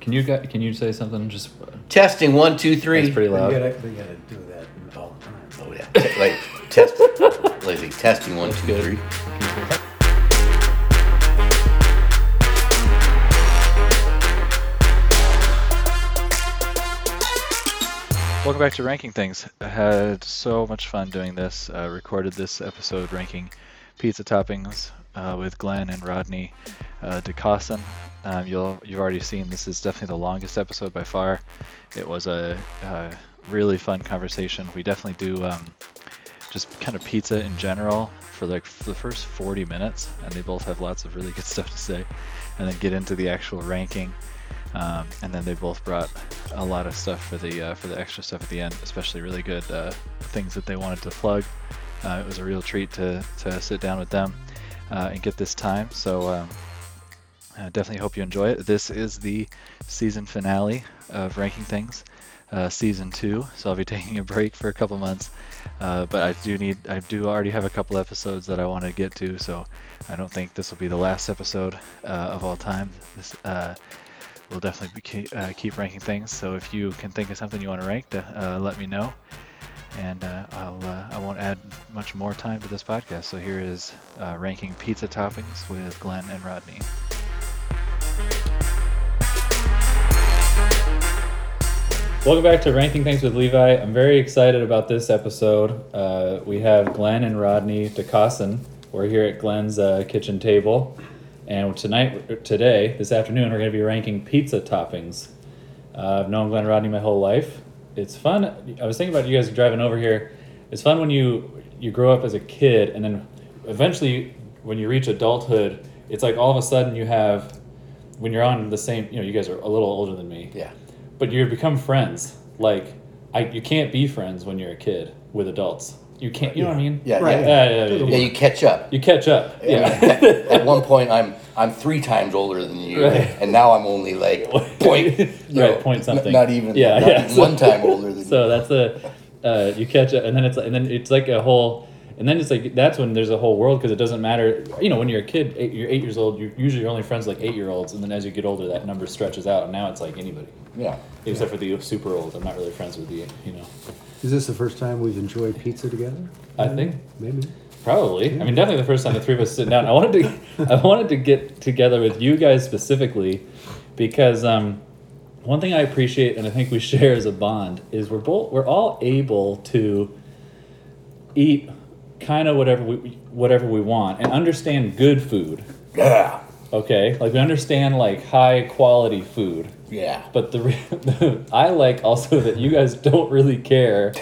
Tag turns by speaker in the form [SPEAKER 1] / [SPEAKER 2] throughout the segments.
[SPEAKER 1] Can you gu- can you say something? Just uh,
[SPEAKER 2] Testing one, two, three.
[SPEAKER 1] it's pretty
[SPEAKER 3] We
[SPEAKER 1] loud.
[SPEAKER 3] gotta, we gotta do that all the time.
[SPEAKER 2] Oh, yeah. like test, like, like testing one, two,
[SPEAKER 1] good.
[SPEAKER 2] three.
[SPEAKER 4] Welcome back to Ranking Things. I had so much fun doing this. I recorded this episode ranking pizza toppings uh, with Glenn and Rodney uh, DeCostin. Um, you'll, you've already seen this is definitely the longest episode by far. It was a, uh really fun conversation. We definitely do um, just kind of pizza in general for like f- the first 40 minutes, and they both have lots of really good stuff to say, and then get into the actual ranking um, and then they both brought a lot of stuff for the uh, for the extra stuff at the end, especially really good uh, things that they wanted to plug. Uh, it was a real treat to, to sit down with them uh, and get this time. So um, I definitely hope you enjoy it. This is the season finale of Ranking Things, uh, season two. So I'll be taking a break for a couple months, uh, but I do need I do already have a couple episodes that I want to get to. So I don't think this will be the last episode uh, of all time. This. Uh, we'll definitely be keep, uh, keep ranking things. So if you can think of something you want to rank, uh, let me know, and uh, I'll uh, I won't add much more time to this podcast. So here is uh, ranking pizza toppings with Glenn and Rodney.
[SPEAKER 1] Welcome back to Ranking Things with Levi. I'm very excited about this episode. Uh, we have Glenn and Rodney DeCossin. We're here at Glenn's uh, kitchen table, and tonight, today, this afternoon, we're going to be ranking pizza toppings. Uh, I've known Glenn Rodney my whole life. It's fun. I was thinking about you guys driving over here. It's fun when you you grow up as a kid, and then eventually, when you reach adulthood, it's like all of a sudden you have when you're on the same. You know, you guys are a little older than me
[SPEAKER 2] Yeah.
[SPEAKER 1] but you become friends. Like, I you can't be friends when you're a kid with adults. You can't. You know what I mean?
[SPEAKER 2] Yeah.
[SPEAKER 1] Uh,
[SPEAKER 3] Right.
[SPEAKER 2] Yeah.
[SPEAKER 1] yeah, yeah,
[SPEAKER 2] Yeah,
[SPEAKER 1] yeah.
[SPEAKER 2] you catch up.
[SPEAKER 1] You catch up. Yeah.
[SPEAKER 2] At one point, I'm I'm three times older than you,
[SPEAKER 1] Right.
[SPEAKER 2] and now I'm only like point, you
[SPEAKER 1] Right,
[SPEAKER 2] know,
[SPEAKER 1] point
[SPEAKER 2] n-
[SPEAKER 1] something.
[SPEAKER 2] not even,
[SPEAKER 1] Yeah,
[SPEAKER 2] not
[SPEAKER 1] yeah.
[SPEAKER 2] even one time older than
[SPEAKER 1] so that's a uh, you catch up, and then it's and then it's like a whole. And then it's like that's when there's a whole world because it doesn't matter. You know, when you're a kid, eight, you're eight years old. You're usually only friends with, like eight year olds, and then as you get older, that number stretches out, and now it's like anybody,
[SPEAKER 2] you. Yeah.
[SPEAKER 1] except for the super old. I'm not really friends with the, you know.
[SPEAKER 3] Is this the first time we've enjoyed pizza together?
[SPEAKER 1] I think
[SPEAKER 3] Maybe.
[SPEAKER 1] Probably. I mean, definitely the first time the three of us sitting down. I wanted to, I wanted to get together with you guys specifically, because um, one thing I appreciate and I think we share as a bond is we're both we're all able to eat kind of whatever we whatever we want and understand good food.
[SPEAKER 2] Yeah.
[SPEAKER 1] Okay, like we understand like high quality food.
[SPEAKER 2] Yeah.
[SPEAKER 1] But the, re- the I like also that you guys don't really care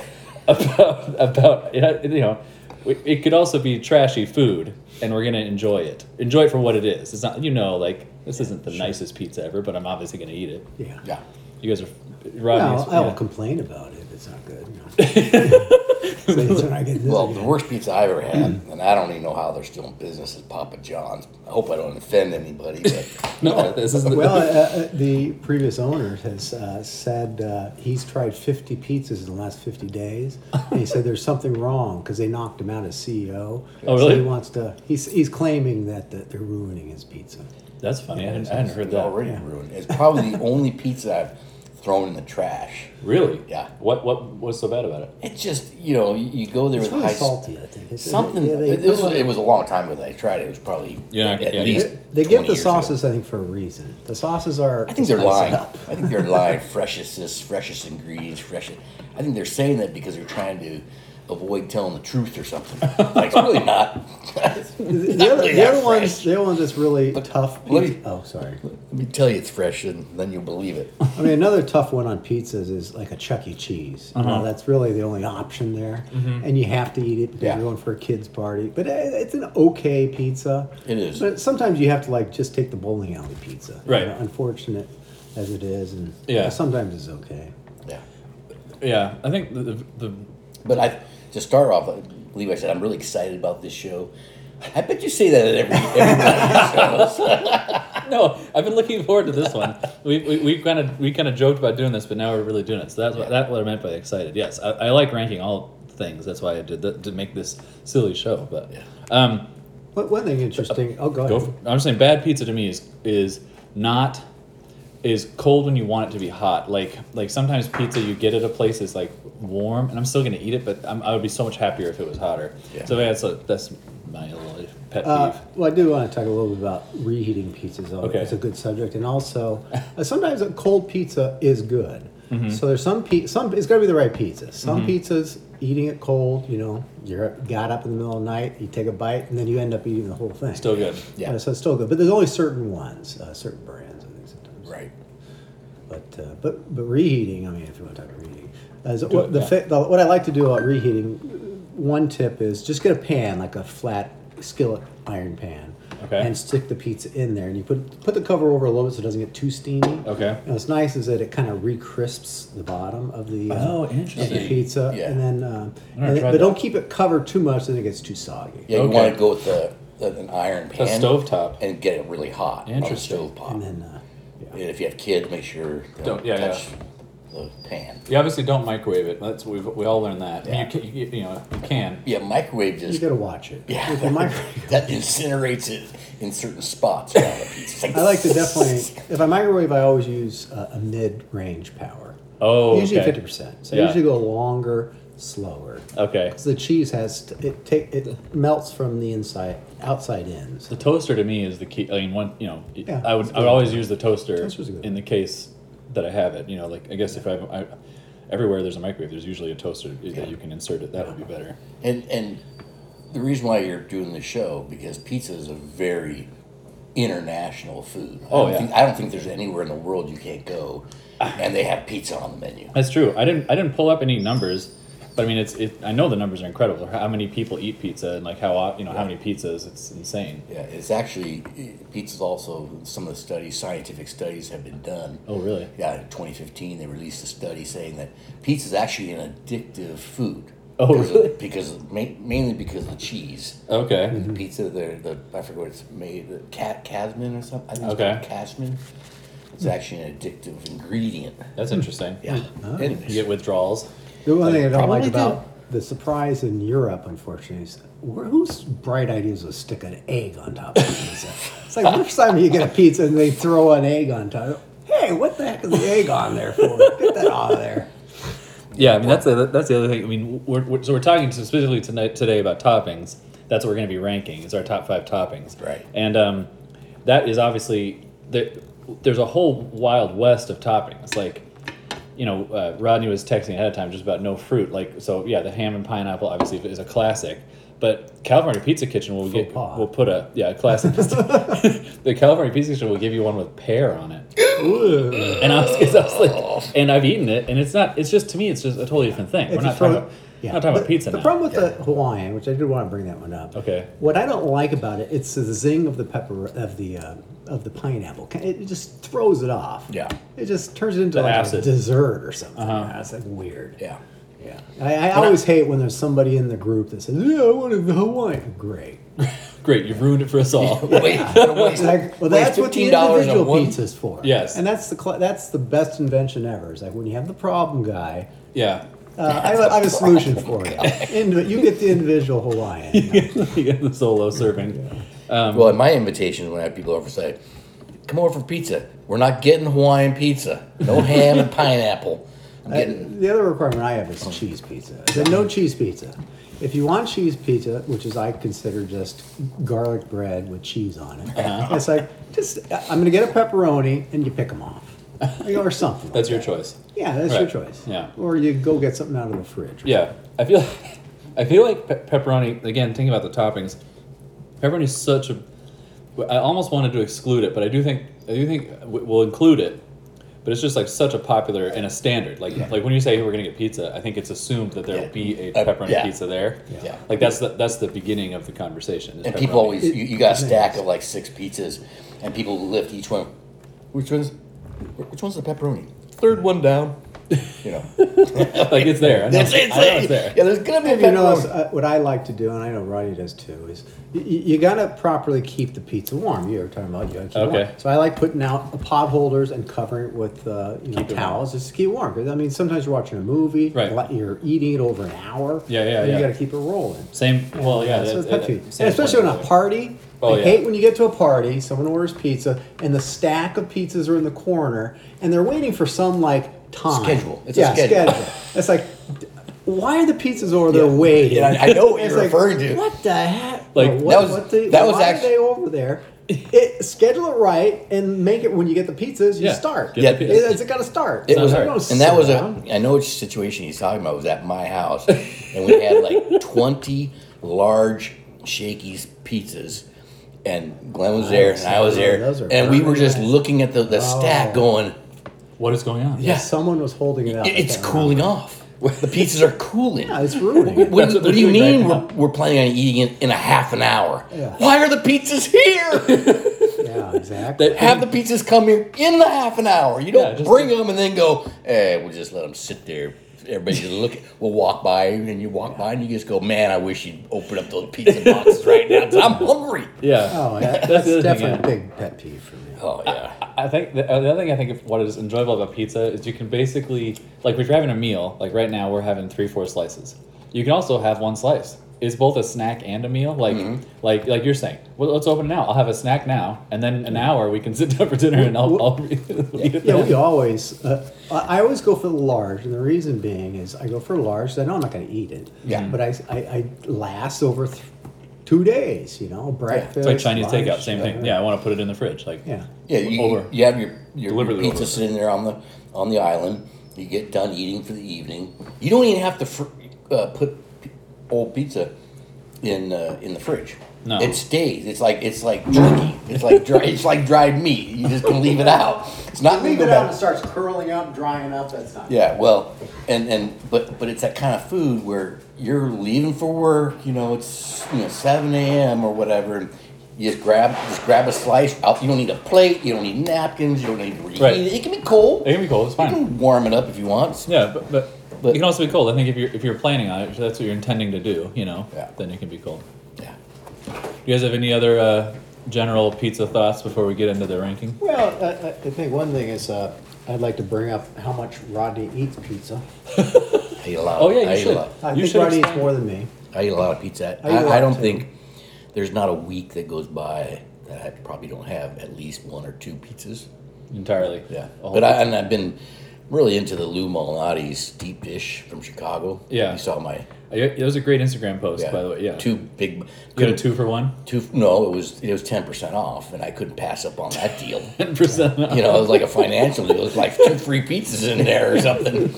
[SPEAKER 1] about about you know it it could also be trashy food and we're gonna enjoy it enjoy it for what it is it's not you know like this isn't the nicest pizza ever but I'm obviously gonna eat it
[SPEAKER 3] Yeah.
[SPEAKER 2] Yeah.
[SPEAKER 1] you guys are
[SPEAKER 3] Well,
[SPEAKER 1] Rodney's,
[SPEAKER 3] I will
[SPEAKER 1] yeah.
[SPEAKER 3] complain about it if it's not good. No. Say it's not good, this
[SPEAKER 2] Well,
[SPEAKER 3] is
[SPEAKER 2] the
[SPEAKER 3] good.
[SPEAKER 2] worst pizza I ever had,
[SPEAKER 1] Mm-hmm.
[SPEAKER 2] and I don't even know how they're still in business, is Papa John's. I hope I don't offend anybody, but
[SPEAKER 1] no this is the,
[SPEAKER 3] well, uh, uh, the previous owner has uh, said uh, he's tried 50 pizzas in the last 50 days, and he said there's something wrong because they knocked him out as CEO.
[SPEAKER 1] Oh,
[SPEAKER 3] So
[SPEAKER 1] really?
[SPEAKER 3] he wants to. He's, he's claiming that, that they're ruining his pizza.
[SPEAKER 1] that's funny I hadn't, I hadn't heard
[SPEAKER 2] it's
[SPEAKER 1] that
[SPEAKER 2] already ruined. It's probably the only pizza I've thrown in the trash.
[SPEAKER 1] really
[SPEAKER 2] Yeah.
[SPEAKER 1] what what what's so bad about it
[SPEAKER 2] It's just, you know, you, you go there
[SPEAKER 3] It's
[SPEAKER 2] with
[SPEAKER 3] really
[SPEAKER 2] high
[SPEAKER 3] salty, I think. It's-
[SPEAKER 2] Something.
[SPEAKER 3] yeah, they-
[SPEAKER 2] this was, it was a long time ago that I tried it. It was probably
[SPEAKER 1] Yeah,
[SPEAKER 2] at
[SPEAKER 1] yeah.
[SPEAKER 2] least.
[SPEAKER 3] They give
[SPEAKER 2] 20
[SPEAKER 3] the
[SPEAKER 2] years ago.
[SPEAKER 3] sauces, I think, for a reason. The sauces are.
[SPEAKER 2] I think they're
[SPEAKER 3] to spice
[SPEAKER 2] lying.
[SPEAKER 3] it up.
[SPEAKER 2] I think they're lying. Freshest this, freshest ingredients, freshest. I think they're saying that because they're trying to avoid telling the truth or something. Like it's really not.
[SPEAKER 3] The, the other,
[SPEAKER 2] really
[SPEAKER 3] the
[SPEAKER 2] that
[SPEAKER 3] other one's
[SPEAKER 2] fresh.
[SPEAKER 3] the other one's that's really tough.
[SPEAKER 2] let me-
[SPEAKER 3] pizza- oh, sorry.
[SPEAKER 2] Let me tell you, it's fresh, and then you'll believe it.
[SPEAKER 3] I mean, another tough one on pizzas is like a Chuck E. Cheese. You know, that's really the only option there, and you have to eat it because
[SPEAKER 2] Yeah.
[SPEAKER 3] you're going for a kid's party. But uh, it's an okay pizza.
[SPEAKER 2] It is.
[SPEAKER 3] But sometimes you have to like just take the bowling alley pizza. you
[SPEAKER 1] Right.
[SPEAKER 3] know, unfortunate as it is, and
[SPEAKER 1] Yeah.
[SPEAKER 3] sometimes it's okay.
[SPEAKER 2] Yeah.
[SPEAKER 1] yeah I think the, the, the
[SPEAKER 2] But I to start off, I believe I said I'm really excited about this show. I bet you say that at every, every show.
[SPEAKER 1] No, I've been looking forward to this one. We we we kind of we kind of joked about doing this, but now we're really doing it. So that's what that's what I meant by excited. Yes, I, I like ranking all things. That's why I did that to make this silly show. But um,
[SPEAKER 3] But one thing interesting. Oh, go
[SPEAKER 1] go
[SPEAKER 3] ahead.
[SPEAKER 1] for, I'm just saying, bad pizza to me is is not is cold when you want it to be hot. Like like sometimes pizza you get at a place is like warm, and I'm still gonna eat it, but I'm, I would be so much happier if it was hotter.
[SPEAKER 2] Yeah.
[SPEAKER 1] So that's a, that's my little pet peeve.
[SPEAKER 3] Uh, well, I do want to talk a little bit about reheating pizzas. Though.
[SPEAKER 1] Okay.
[SPEAKER 3] It's a good subject. And also, uh, sometimes a cold pizza is good.
[SPEAKER 1] Mm-hmm.
[SPEAKER 3] So there's some pe- some it's got to be the right pizza. Some pizzas eating it cold, you know, you're up- got up in the middle of the night, you take a bite, and then you end up eating the whole thing.
[SPEAKER 1] still good.
[SPEAKER 2] Yeah.
[SPEAKER 3] Uh, so it's still good, but there's only certain ones, uh, certain brands. I think sometimes.
[SPEAKER 2] Right.
[SPEAKER 3] But uh, but but reheating. I mean, if you want to talk about reheating, as what,
[SPEAKER 1] it,
[SPEAKER 3] the,
[SPEAKER 1] yeah.
[SPEAKER 3] fa- the what I like to do about reheating, one tip is just get a pan like a flat skillet iron pan,
[SPEAKER 1] Okay.
[SPEAKER 3] and stick the pizza in there, and you put put the cover over a little bit so it doesn't get too steamy.
[SPEAKER 1] Okay.
[SPEAKER 3] And what's nice is that it kind of recrisps the bottom of the uh,
[SPEAKER 1] Oh,
[SPEAKER 3] of the
[SPEAKER 1] interesting.
[SPEAKER 3] pizza,
[SPEAKER 2] Yeah.
[SPEAKER 3] and then uh,
[SPEAKER 1] gonna
[SPEAKER 3] and-
[SPEAKER 1] try
[SPEAKER 3] but
[SPEAKER 1] that.
[SPEAKER 3] don't keep it covered too much, then it gets too soggy.
[SPEAKER 2] Yeah, you
[SPEAKER 1] Okay.
[SPEAKER 2] want to go with the, the an iron
[SPEAKER 1] A
[SPEAKER 2] pan,
[SPEAKER 1] stovetop.
[SPEAKER 2] and get it really hot
[SPEAKER 1] Interesting.
[SPEAKER 2] on the stovetop.
[SPEAKER 3] And then uh, yeah.
[SPEAKER 2] And if you have kids, make sure they
[SPEAKER 1] Don't- yeah,
[SPEAKER 2] touch
[SPEAKER 1] yeah.
[SPEAKER 2] the pan.
[SPEAKER 1] You obviously don't microwave it. That's we've we all learned that. I mean,
[SPEAKER 2] Yeah.
[SPEAKER 1] you, can, you, you know you can.
[SPEAKER 2] Yeah, microwave
[SPEAKER 3] you
[SPEAKER 2] just
[SPEAKER 3] gotta watch it.
[SPEAKER 2] yeah
[SPEAKER 3] With the microwave-
[SPEAKER 2] that incinerates it in certain spots around the pizza. It's
[SPEAKER 3] I like to definitely. If I microwave, I always use uh, a mid-range power.
[SPEAKER 1] Oh,
[SPEAKER 3] usually
[SPEAKER 1] okay.
[SPEAKER 3] fifty percent. So I
[SPEAKER 1] Yeah.
[SPEAKER 3] usually go longer, slower.
[SPEAKER 1] Okay.
[SPEAKER 3] Because the cheese has t- it take it melts from the inside outside in.
[SPEAKER 1] The toaster to me is the key. I mean, one you know,
[SPEAKER 3] Yeah,
[SPEAKER 1] I would
[SPEAKER 3] it's
[SPEAKER 1] I would
[SPEAKER 3] good.
[SPEAKER 1] always use the toaster
[SPEAKER 3] Toaster's a good
[SPEAKER 1] in the case that I have it. You know, like I guess if I, I everywhere there's a microwave, there's usually a toaster that you can insert it. That would be better.
[SPEAKER 2] And and the reason why you're doing this show because pizza is a very international food.
[SPEAKER 1] Oh,
[SPEAKER 2] I don't
[SPEAKER 1] yeah.
[SPEAKER 2] Think, I don't think there's anywhere in the world you can't go, and they have pizza on the menu.
[SPEAKER 1] That's true. I didn't I didn't pull up any numbers, but I mean, it's it, I know the numbers are incredible. How many people eat pizza and like how o- you know how many pizzas? It's insane.
[SPEAKER 2] Yeah, it's actually pizza's also some of the studies, scientific studies have been done.
[SPEAKER 1] Oh, really?
[SPEAKER 2] Yeah, in 2015 they released a study saying that pizza is actually an addictive food.
[SPEAKER 1] Oh,
[SPEAKER 2] because
[SPEAKER 1] really?
[SPEAKER 2] Of, because of- ma- mainly because of the cheese.
[SPEAKER 1] Okay.
[SPEAKER 3] Mm-hmm.
[SPEAKER 2] The pizza, the, the I forget what it's made, the cat casman or something. I think
[SPEAKER 1] Okay.
[SPEAKER 2] it's called casman. It's actually an addictive ingredient.
[SPEAKER 1] That's interesting.
[SPEAKER 2] Yeah.
[SPEAKER 1] You
[SPEAKER 2] Anyways.
[SPEAKER 1] get withdrawals.
[SPEAKER 3] The one thing I don't
[SPEAKER 2] Probably
[SPEAKER 3] like
[SPEAKER 2] do.
[SPEAKER 3] about the surprise in Europe, unfortunately, is where, whose bright ideas was stick an egg on top of the pizza? it's like which time you get a pizza and they throw an egg on top. Hey, what the heck is the egg on there for? Get that out of there.
[SPEAKER 1] Yeah, I mean that's the, that's the other thing. I mean, we're, we're, so we're talking specifically tonight today about toppings. That's what we're going to be ranking. Is our top five toppings,
[SPEAKER 2] Right.
[SPEAKER 1] And um, that is obviously there, there's a whole wild west of toppings. Like, you know, uh, Rodney was texting ahead of time just about no fruit. Like, so yeah, the ham and pineapple obviously is a classic. But California Pizza Kitchen will get
[SPEAKER 3] pas.
[SPEAKER 1] will put a yeah a classic. the California Pizza Kitchen will give you one with pear on it
[SPEAKER 3] Ooh.
[SPEAKER 1] and I was, 'cause I was like, and I've eaten it, and it's not. It's just to me, it's just a totally different thing. We're
[SPEAKER 3] If
[SPEAKER 1] not
[SPEAKER 3] you throw
[SPEAKER 1] talking,
[SPEAKER 3] it-
[SPEAKER 1] about, we're not talking
[SPEAKER 3] the,
[SPEAKER 1] about pizza
[SPEAKER 3] The
[SPEAKER 1] now.
[SPEAKER 3] problem with the Hawaiian, which I did want to bring that one up.
[SPEAKER 1] Okay.
[SPEAKER 3] What I don't like about it, it's the zing of the pepper of the uh, of the pineapple. Ki- It just throws it off.
[SPEAKER 2] Yeah.
[SPEAKER 3] It just turns it into
[SPEAKER 1] The
[SPEAKER 3] like
[SPEAKER 1] acid. Uh-huh.
[SPEAKER 3] a dessert or something. That's like weird.
[SPEAKER 2] Yeah.
[SPEAKER 3] Yeah. I, I always hate when there's somebody in the group that says, "Yeah, I wanted the Hawaiian." Great.
[SPEAKER 1] Great, you've ruined it for us all.
[SPEAKER 2] Wait, wait,
[SPEAKER 3] It's like,
[SPEAKER 2] wait,
[SPEAKER 3] well, that's what the
[SPEAKER 2] $15 on
[SPEAKER 3] individual
[SPEAKER 2] one-
[SPEAKER 3] pizza's for.
[SPEAKER 1] Yes.
[SPEAKER 3] And that's the cl- that's the best invention ever. Is like when you have the problem guy,
[SPEAKER 1] yeah,
[SPEAKER 3] Uh, I, have a- I have a solution for you. Indi- you get the individual Hawaiian.
[SPEAKER 1] you get the solo serving.
[SPEAKER 2] Well, at my invitation, when I have people over say, "Come over for pizza," we're not getting Hawaiian pizza. No ham and pineapple.
[SPEAKER 3] Uh,
[SPEAKER 2] I'm getting
[SPEAKER 3] The other requirement I have is cheese pizza. I said no cheese pizza. If you want cheese pizza, which is I consider just garlic bread with cheese on it,
[SPEAKER 1] Uh-huh.
[SPEAKER 3] it's like just I'm gonna get a pepperoni and you pick them off, You know, or something.
[SPEAKER 1] That's your choice.
[SPEAKER 3] yeah, that's
[SPEAKER 1] Right.
[SPEAKER 3] your choice.
[SPEAKER 1] Yeah.
[SPEAKER 3] or you go get something out of the fridge.
[SPEAKER 1] Yeah, I feel, I feel like pe- pepperoni. Again, thinking about the toppings, pepperoni is such a. I almost wanted to exclude it, but I do think I do think w- we'll include it. But it's just like such a popular and a standard. Like like when you say we're gonna get pizza, I think it's assumed that there will be a
[SPEAKER 2] Uh,
[SPEAKER 1] pepperoni
[SPEAKER 2] yeah.
[SPEAKER 1] pizza there.
[SPEAKER 2] Yeah.
[SPEAKER 1] Like that's the that's the beginning of the conversation. is
[SPEAKER 2] and
[SPEAKER 1] pepperoni.
[SPEAKER 2] people always you, you got a
[SPEAKER 3] It-
[SPEAKER 2] stack of like six pizzas, and people lift each one. Which one's which one's the pepperoni? Third one down. You know,
[SPEAKER 1] like it's there. I know,
[SPEAKER 2] that's it.
[SPEAKER 1] I know it's there.
[SPEAKER 2] Yeah, there's gonna be a
[SPEAKER 3] If you notice,
[SPEAKER 2] pepperoni.
[SPEAKER 3] uh, what I like to do, and I know Roddy does too, is you, you got to properly keep the pizza warm. You were talking about you gotta keep it warm.
[SPEAKER 1] Okay.
[SPEAKER 3] So I like putting out pot holders and covering it with uh, you know,
[SPEAKER 1] Keep it
[SPEAKER 3] towels just to keep it warm. Because I mean, sometimes you're watching a movie,
[SPEAKER 1] Right.
[SPEAKER 3] li- You're eating it over an hour.
[SPEAKER 1] Yeah, yeah,
[SPEAKER 3] and
[SPEAKER 1] yeah.
[SPEAKER 3] You got to keep it rolling.
[SPEAKER 1] Same. Well, yeah.
[SPEAKER 3] so
[SPEAKER 1] that-
[SPEAKER 3] it's pet
[SPEAKER 1] that-
[SPEAKER 3] food.
[SPEAKER 1] same
[SPEAKER 3] And especially
[SPEAKER 1] point
[SPEAKER 3] on a
[SPEAKER 1] there.
[SPEAKER 3] party.
[SPEAKER 1] Oh,
[SPEAKER 3] I
[SPEAKER 1] yeah.
[SPEAKER 3] hate when you get to a party, someone orders pizza, and the stack of pizzas are in the corner, and they're waiting for some like time
[SPEAKER 2] Schedule. It's a
[SPEAKER 3] yeah,
[SPEAKER 2] schedule.
[SPEAKER 3] it's like, d- why are the pizzas over there
[SPEAKER 2] Yeah.
[SPEAKER 3] waiting?
[SPEAKER 2] And I- I know what
[SPEAKER 3] It's
[SPEAKER 2] you're
[SPEAKER 3] like,
[SPEAKER 2] referring to.
[SPEAKER 3] What the heck?
[SPEAKER 1] Like,
[SPEAKER 3] Or
[SPEAKER 1] that
[SPEAKER 3] what,
[SPEAKER 2] was-
[SPEAKER 3] what the,
[SPEAKER 2] that was
[SPEAKER 3] why
[SPEAKER 2] actu-
[SPEAKER 3] are they over there? It, schedule it right and make it when you get the pizzas. You
[SPEAKER 1] Yeah.
[SPEAKER 3] start.
[SPEAKER 1] Get
[SPEAKER 2] the
[SPEAKER 3] It-
[SPEAKER 2] pizza.
[SPEAKER 3] it's got to start.
[SPEAKER 2] It was,
[SPEAKER 1] hard.
[SPEAKER 3] You don't
[SPEAKER 2] and that
[SPEAKER 3] sit
[SPEAKER 2] was a.
[SPEAKER 3] down.
[SPEAKER 2] I know which situation he's talking about. It was at my house, and we had like twenty large Shakey's pizzas, and Glenn was there, and I was there,
[SPEAKER 3] Those are
[SPEAKER 2] and we were just
[SPEAKER 3] burning.
[SPEAKER 2] looking at the, the stack,
[SPEAKER 3] Oh.
[SPEAKER 2] going,
[SPEAKER 1] What is going on?
[SPEAKER 2] Yeah.
[SPEAKER 3] Someone was holding it up.
[SPEAKER 2] "It- "It's
[SPEAKER 3] I can't
[SPEAKER 2] cooling off. The pizzas are cooling."
[SPEAKER 3] remember. Yeah, it's ruining it.
[SPEAKER 2] What,
[SPEAKER 1] That's
[SPEAKER 2] do
[SPEAKER 1] what
[SPEAKER 2] you-
[SPEAKER 1] they're
[SPEAKER 2] what do
[SPEAKER 1] doing
[SPEAKER 2] you mean
[SPEAKER 1] right
[SPEAKER 2] we're, we're planning on eating it in a half an hour?
[SPEAKER 3] Yeah.
[SPEAKER 2] Why are the pizzas here?
[SPEAKER 3] Yeah, exactly.
[SPEAKER 1] That-
[SPEAKER 2] Have the pizzas come here in the half an hour. You
[SPEAKER 1] Yeah,
[SPEAKER 2] don't
[SPEAKER 1] just
[SPEAKER 2] bring
[SPEAKER 1] to-
[SPEAKER 2] them and then go, eh, we'll just let them sit there. Everybody just look. We'll walk by and you walk by and you just go, man, I wish you'd open up those pizza boxes right now 'cause I'm hungry.
[SPEAKER 1] Yeah.
[SPEAKER 3] Oh, that,
[SPEAKER 1] That's
[SPEAKER 3] that's,
[SPEAKER 1] the other thing,
[SPEAKER 3] definitely
[SPEAKER 1] yeah.
[SPEAKER 3] a big pet peeve for me.
[SPEAKER 2] Oh, yeah.
[SPEAKER 1] I think the, uh, the other thing I think of what is enjoyable about pizza is you can basically like if you're having a meal like right now we're having three four slices. You can also have one slice. It's both a snack and a meal. Like
[SPEAKER 2] Mm-hmm.
[SPEAKER 1] like like you're saying, well, let's open it now. I'll have a snack now, and then an hour we can sit down for dinner and I'll. I'll
[SPEAKER 3] Yeah, we always. Uh, I I always go for the large, and the reason being is I go for large. So I know I'm not going to eat it.
[SPEAKER 2] Yeah.
[SPEAKER 1] Mm-hmm.
[SPEAKER 3] But I, I, I last over th- two days. You know, breakfast.
[SPEAKER 1] It's like Chinese
[SPEAKER 3] lunch,
[SPEAKER 1] takeout, same thing. Yeah, I want to put it in the fridge. Like
[SPEAKER 3] Yeah.
[SPEAKER 2] Yeah, you,
[SPEAKER 1] Over.
[SPEAKER 2] you have your, your
[SPEAKER 1] Deliberately
[SPEAKER 2] pizza
[SPEAKER 1] over.
[SPEAKER 2] sitting there on the on the island. You get done eating for the evening. You don't even have to fr- uh, put p- old pizza in uh, in the fridge.
[SPEAKER 1] No.
[SPEAKER 2] it stays. It's like it's like jerky. It's like dry, it's like dried meat. You just can leave it out. It's not
[SPEAKER 3] Leave
[SPEAKER 2] gonna
[SPEAKER 3] it
[SPEAKER 2] go
[SPEAKER 3] out.
[SPEAKER 2] bad.
[SPEAKER 3] It starts curling up, drying up. That's not.
[SPEAKER 2] Yeah, well, and and but but it's that kind of food where you're leaving for work. You know, it's you know seven a.m. or whatever, and you just grab just grab a slice. Out. You don't need a plate. You don't need napkins. You don't need to reheat
[SPEAKER 1] Right.
[SPEAKER 2] it. It can be cold.
[SPEAKER 1] it can be cold. It's
[SPEAKER 2] You
[SPEAKER 1] fine.
[SPEAKER 2] can warm it up if you want.
[SPEAKER 1] Yeah, but, but
[SPEAKER 2] But-
[SPEAKER 1] it can also be cold. I think if you're if you're planning on it, if that's what you're intending to do. You know,
[SPEAKER 2] Yeah.
[SPEAKER 1] then it can be cold.
[SPEAKER 2] Yeah.
[SPEAKER 1] You guys have any other uh, general pizza thoughts before we get into the ranking?
[SPEAKER 3] Well, I, I- I think one thing is uh, I'd like to bring up how much Rodney eats pizza.
[SPEAKER 2] I eat a lot.
[SPEAKER 1] Oh, yeah, you
[SPEAKER 2] I eat
[SPEAKER 1] should.
[SPEAKER 2] A lot.
[SPEAKER 3] I
[SPEAKER 1] You
[SPEAKER 3] think
[SPEAKER 1] should
[SPEAKER 3] Rodney eats
[SPEAKER 1] explain-
[SPEAKER 3] more than me.
[SPEAKER 2] I eat a lot of pizza.
[SPEAKER 3] I
[SPEAKER 2] I,
[SPEAKER 3] eat a
[SPEAKER 2] I,
[SPEAKER 3] lot,
[SPEAKER 2] don't
[SPEAKER 3] too.
[SPEAKER 2] think there's not a week that goes by that I probably don't have at least one or two pizzas.
[SPEAKER 1] Entirely.
[SPEAKER 2] Yeah.
[SPEAKER 1] A whole-
[SPEAKER 2] But I, and I've been really into the Lou Molinati's deep dish from Chicago.
[SPEAKER 1] Yeah.
[SPEAKER 2] You saw my.
[SPEAKER 1] Yeah, That was a great Instagram post, by the way. Yeah.
[SPEAKER 2] Two big.
[SPEAKER 1] You had a two for one.
[SPEAKER 2] two. No, it was it was ten percent off, and I couldn't pass up on that deal.
[SPEAKER 1] Ten percent.
[SPEAKER 2] you know, it was like a financial deal. It was like two free pizzas in there or something.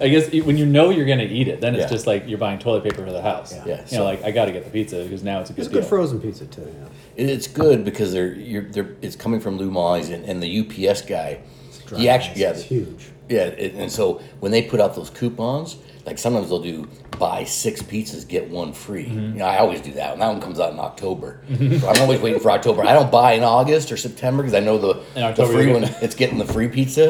[SPEAKER 1] I guess you- when you know you're gonna eat it, then it's
[SPEAKER 2] Yeah.
[SPEAKER 1] just like you're buying toilet paper for the house.
[SPEAKER 2] Yeah,
[SPEAKER 1] You
[SPEAKER 2] so-
[SPEAKER 1] know, like I got to get the pizza because now it's a good
[SPEAKER 3] It's
[SPEAKER 1] deal.
[SPEAKER 3] good frozen pizza too. Yeah.
[SPEAKER 2] It- It's good because they're you're they're it's coming from Lou Molly's and, and the UPS guy.
[SPEAKER 3] Dry
[SPEAKER 2] He actually
[SPEAKER 3] ice
[SPEAKER 2] yeah
[SPEAKER 3] is huge.
[SPEAKER 2] yeah and and so when they put out those coupons, like sometimes they'll do buy six pizzas get one free.
[SPEAKER 1] Mm-hmm.
[SPEAKER 2] You know I always do that. And that one comes out in October, so I'm always waiting for October. I don't buy in August or September because I know the
[SPEAKER 1] In
[SPEAKER 2] the
[SPEAKER 1] October
[SPEAKER 2] free
[SPEAKER 1] you're
[SPEAKER 2] one it's getting the free pizza.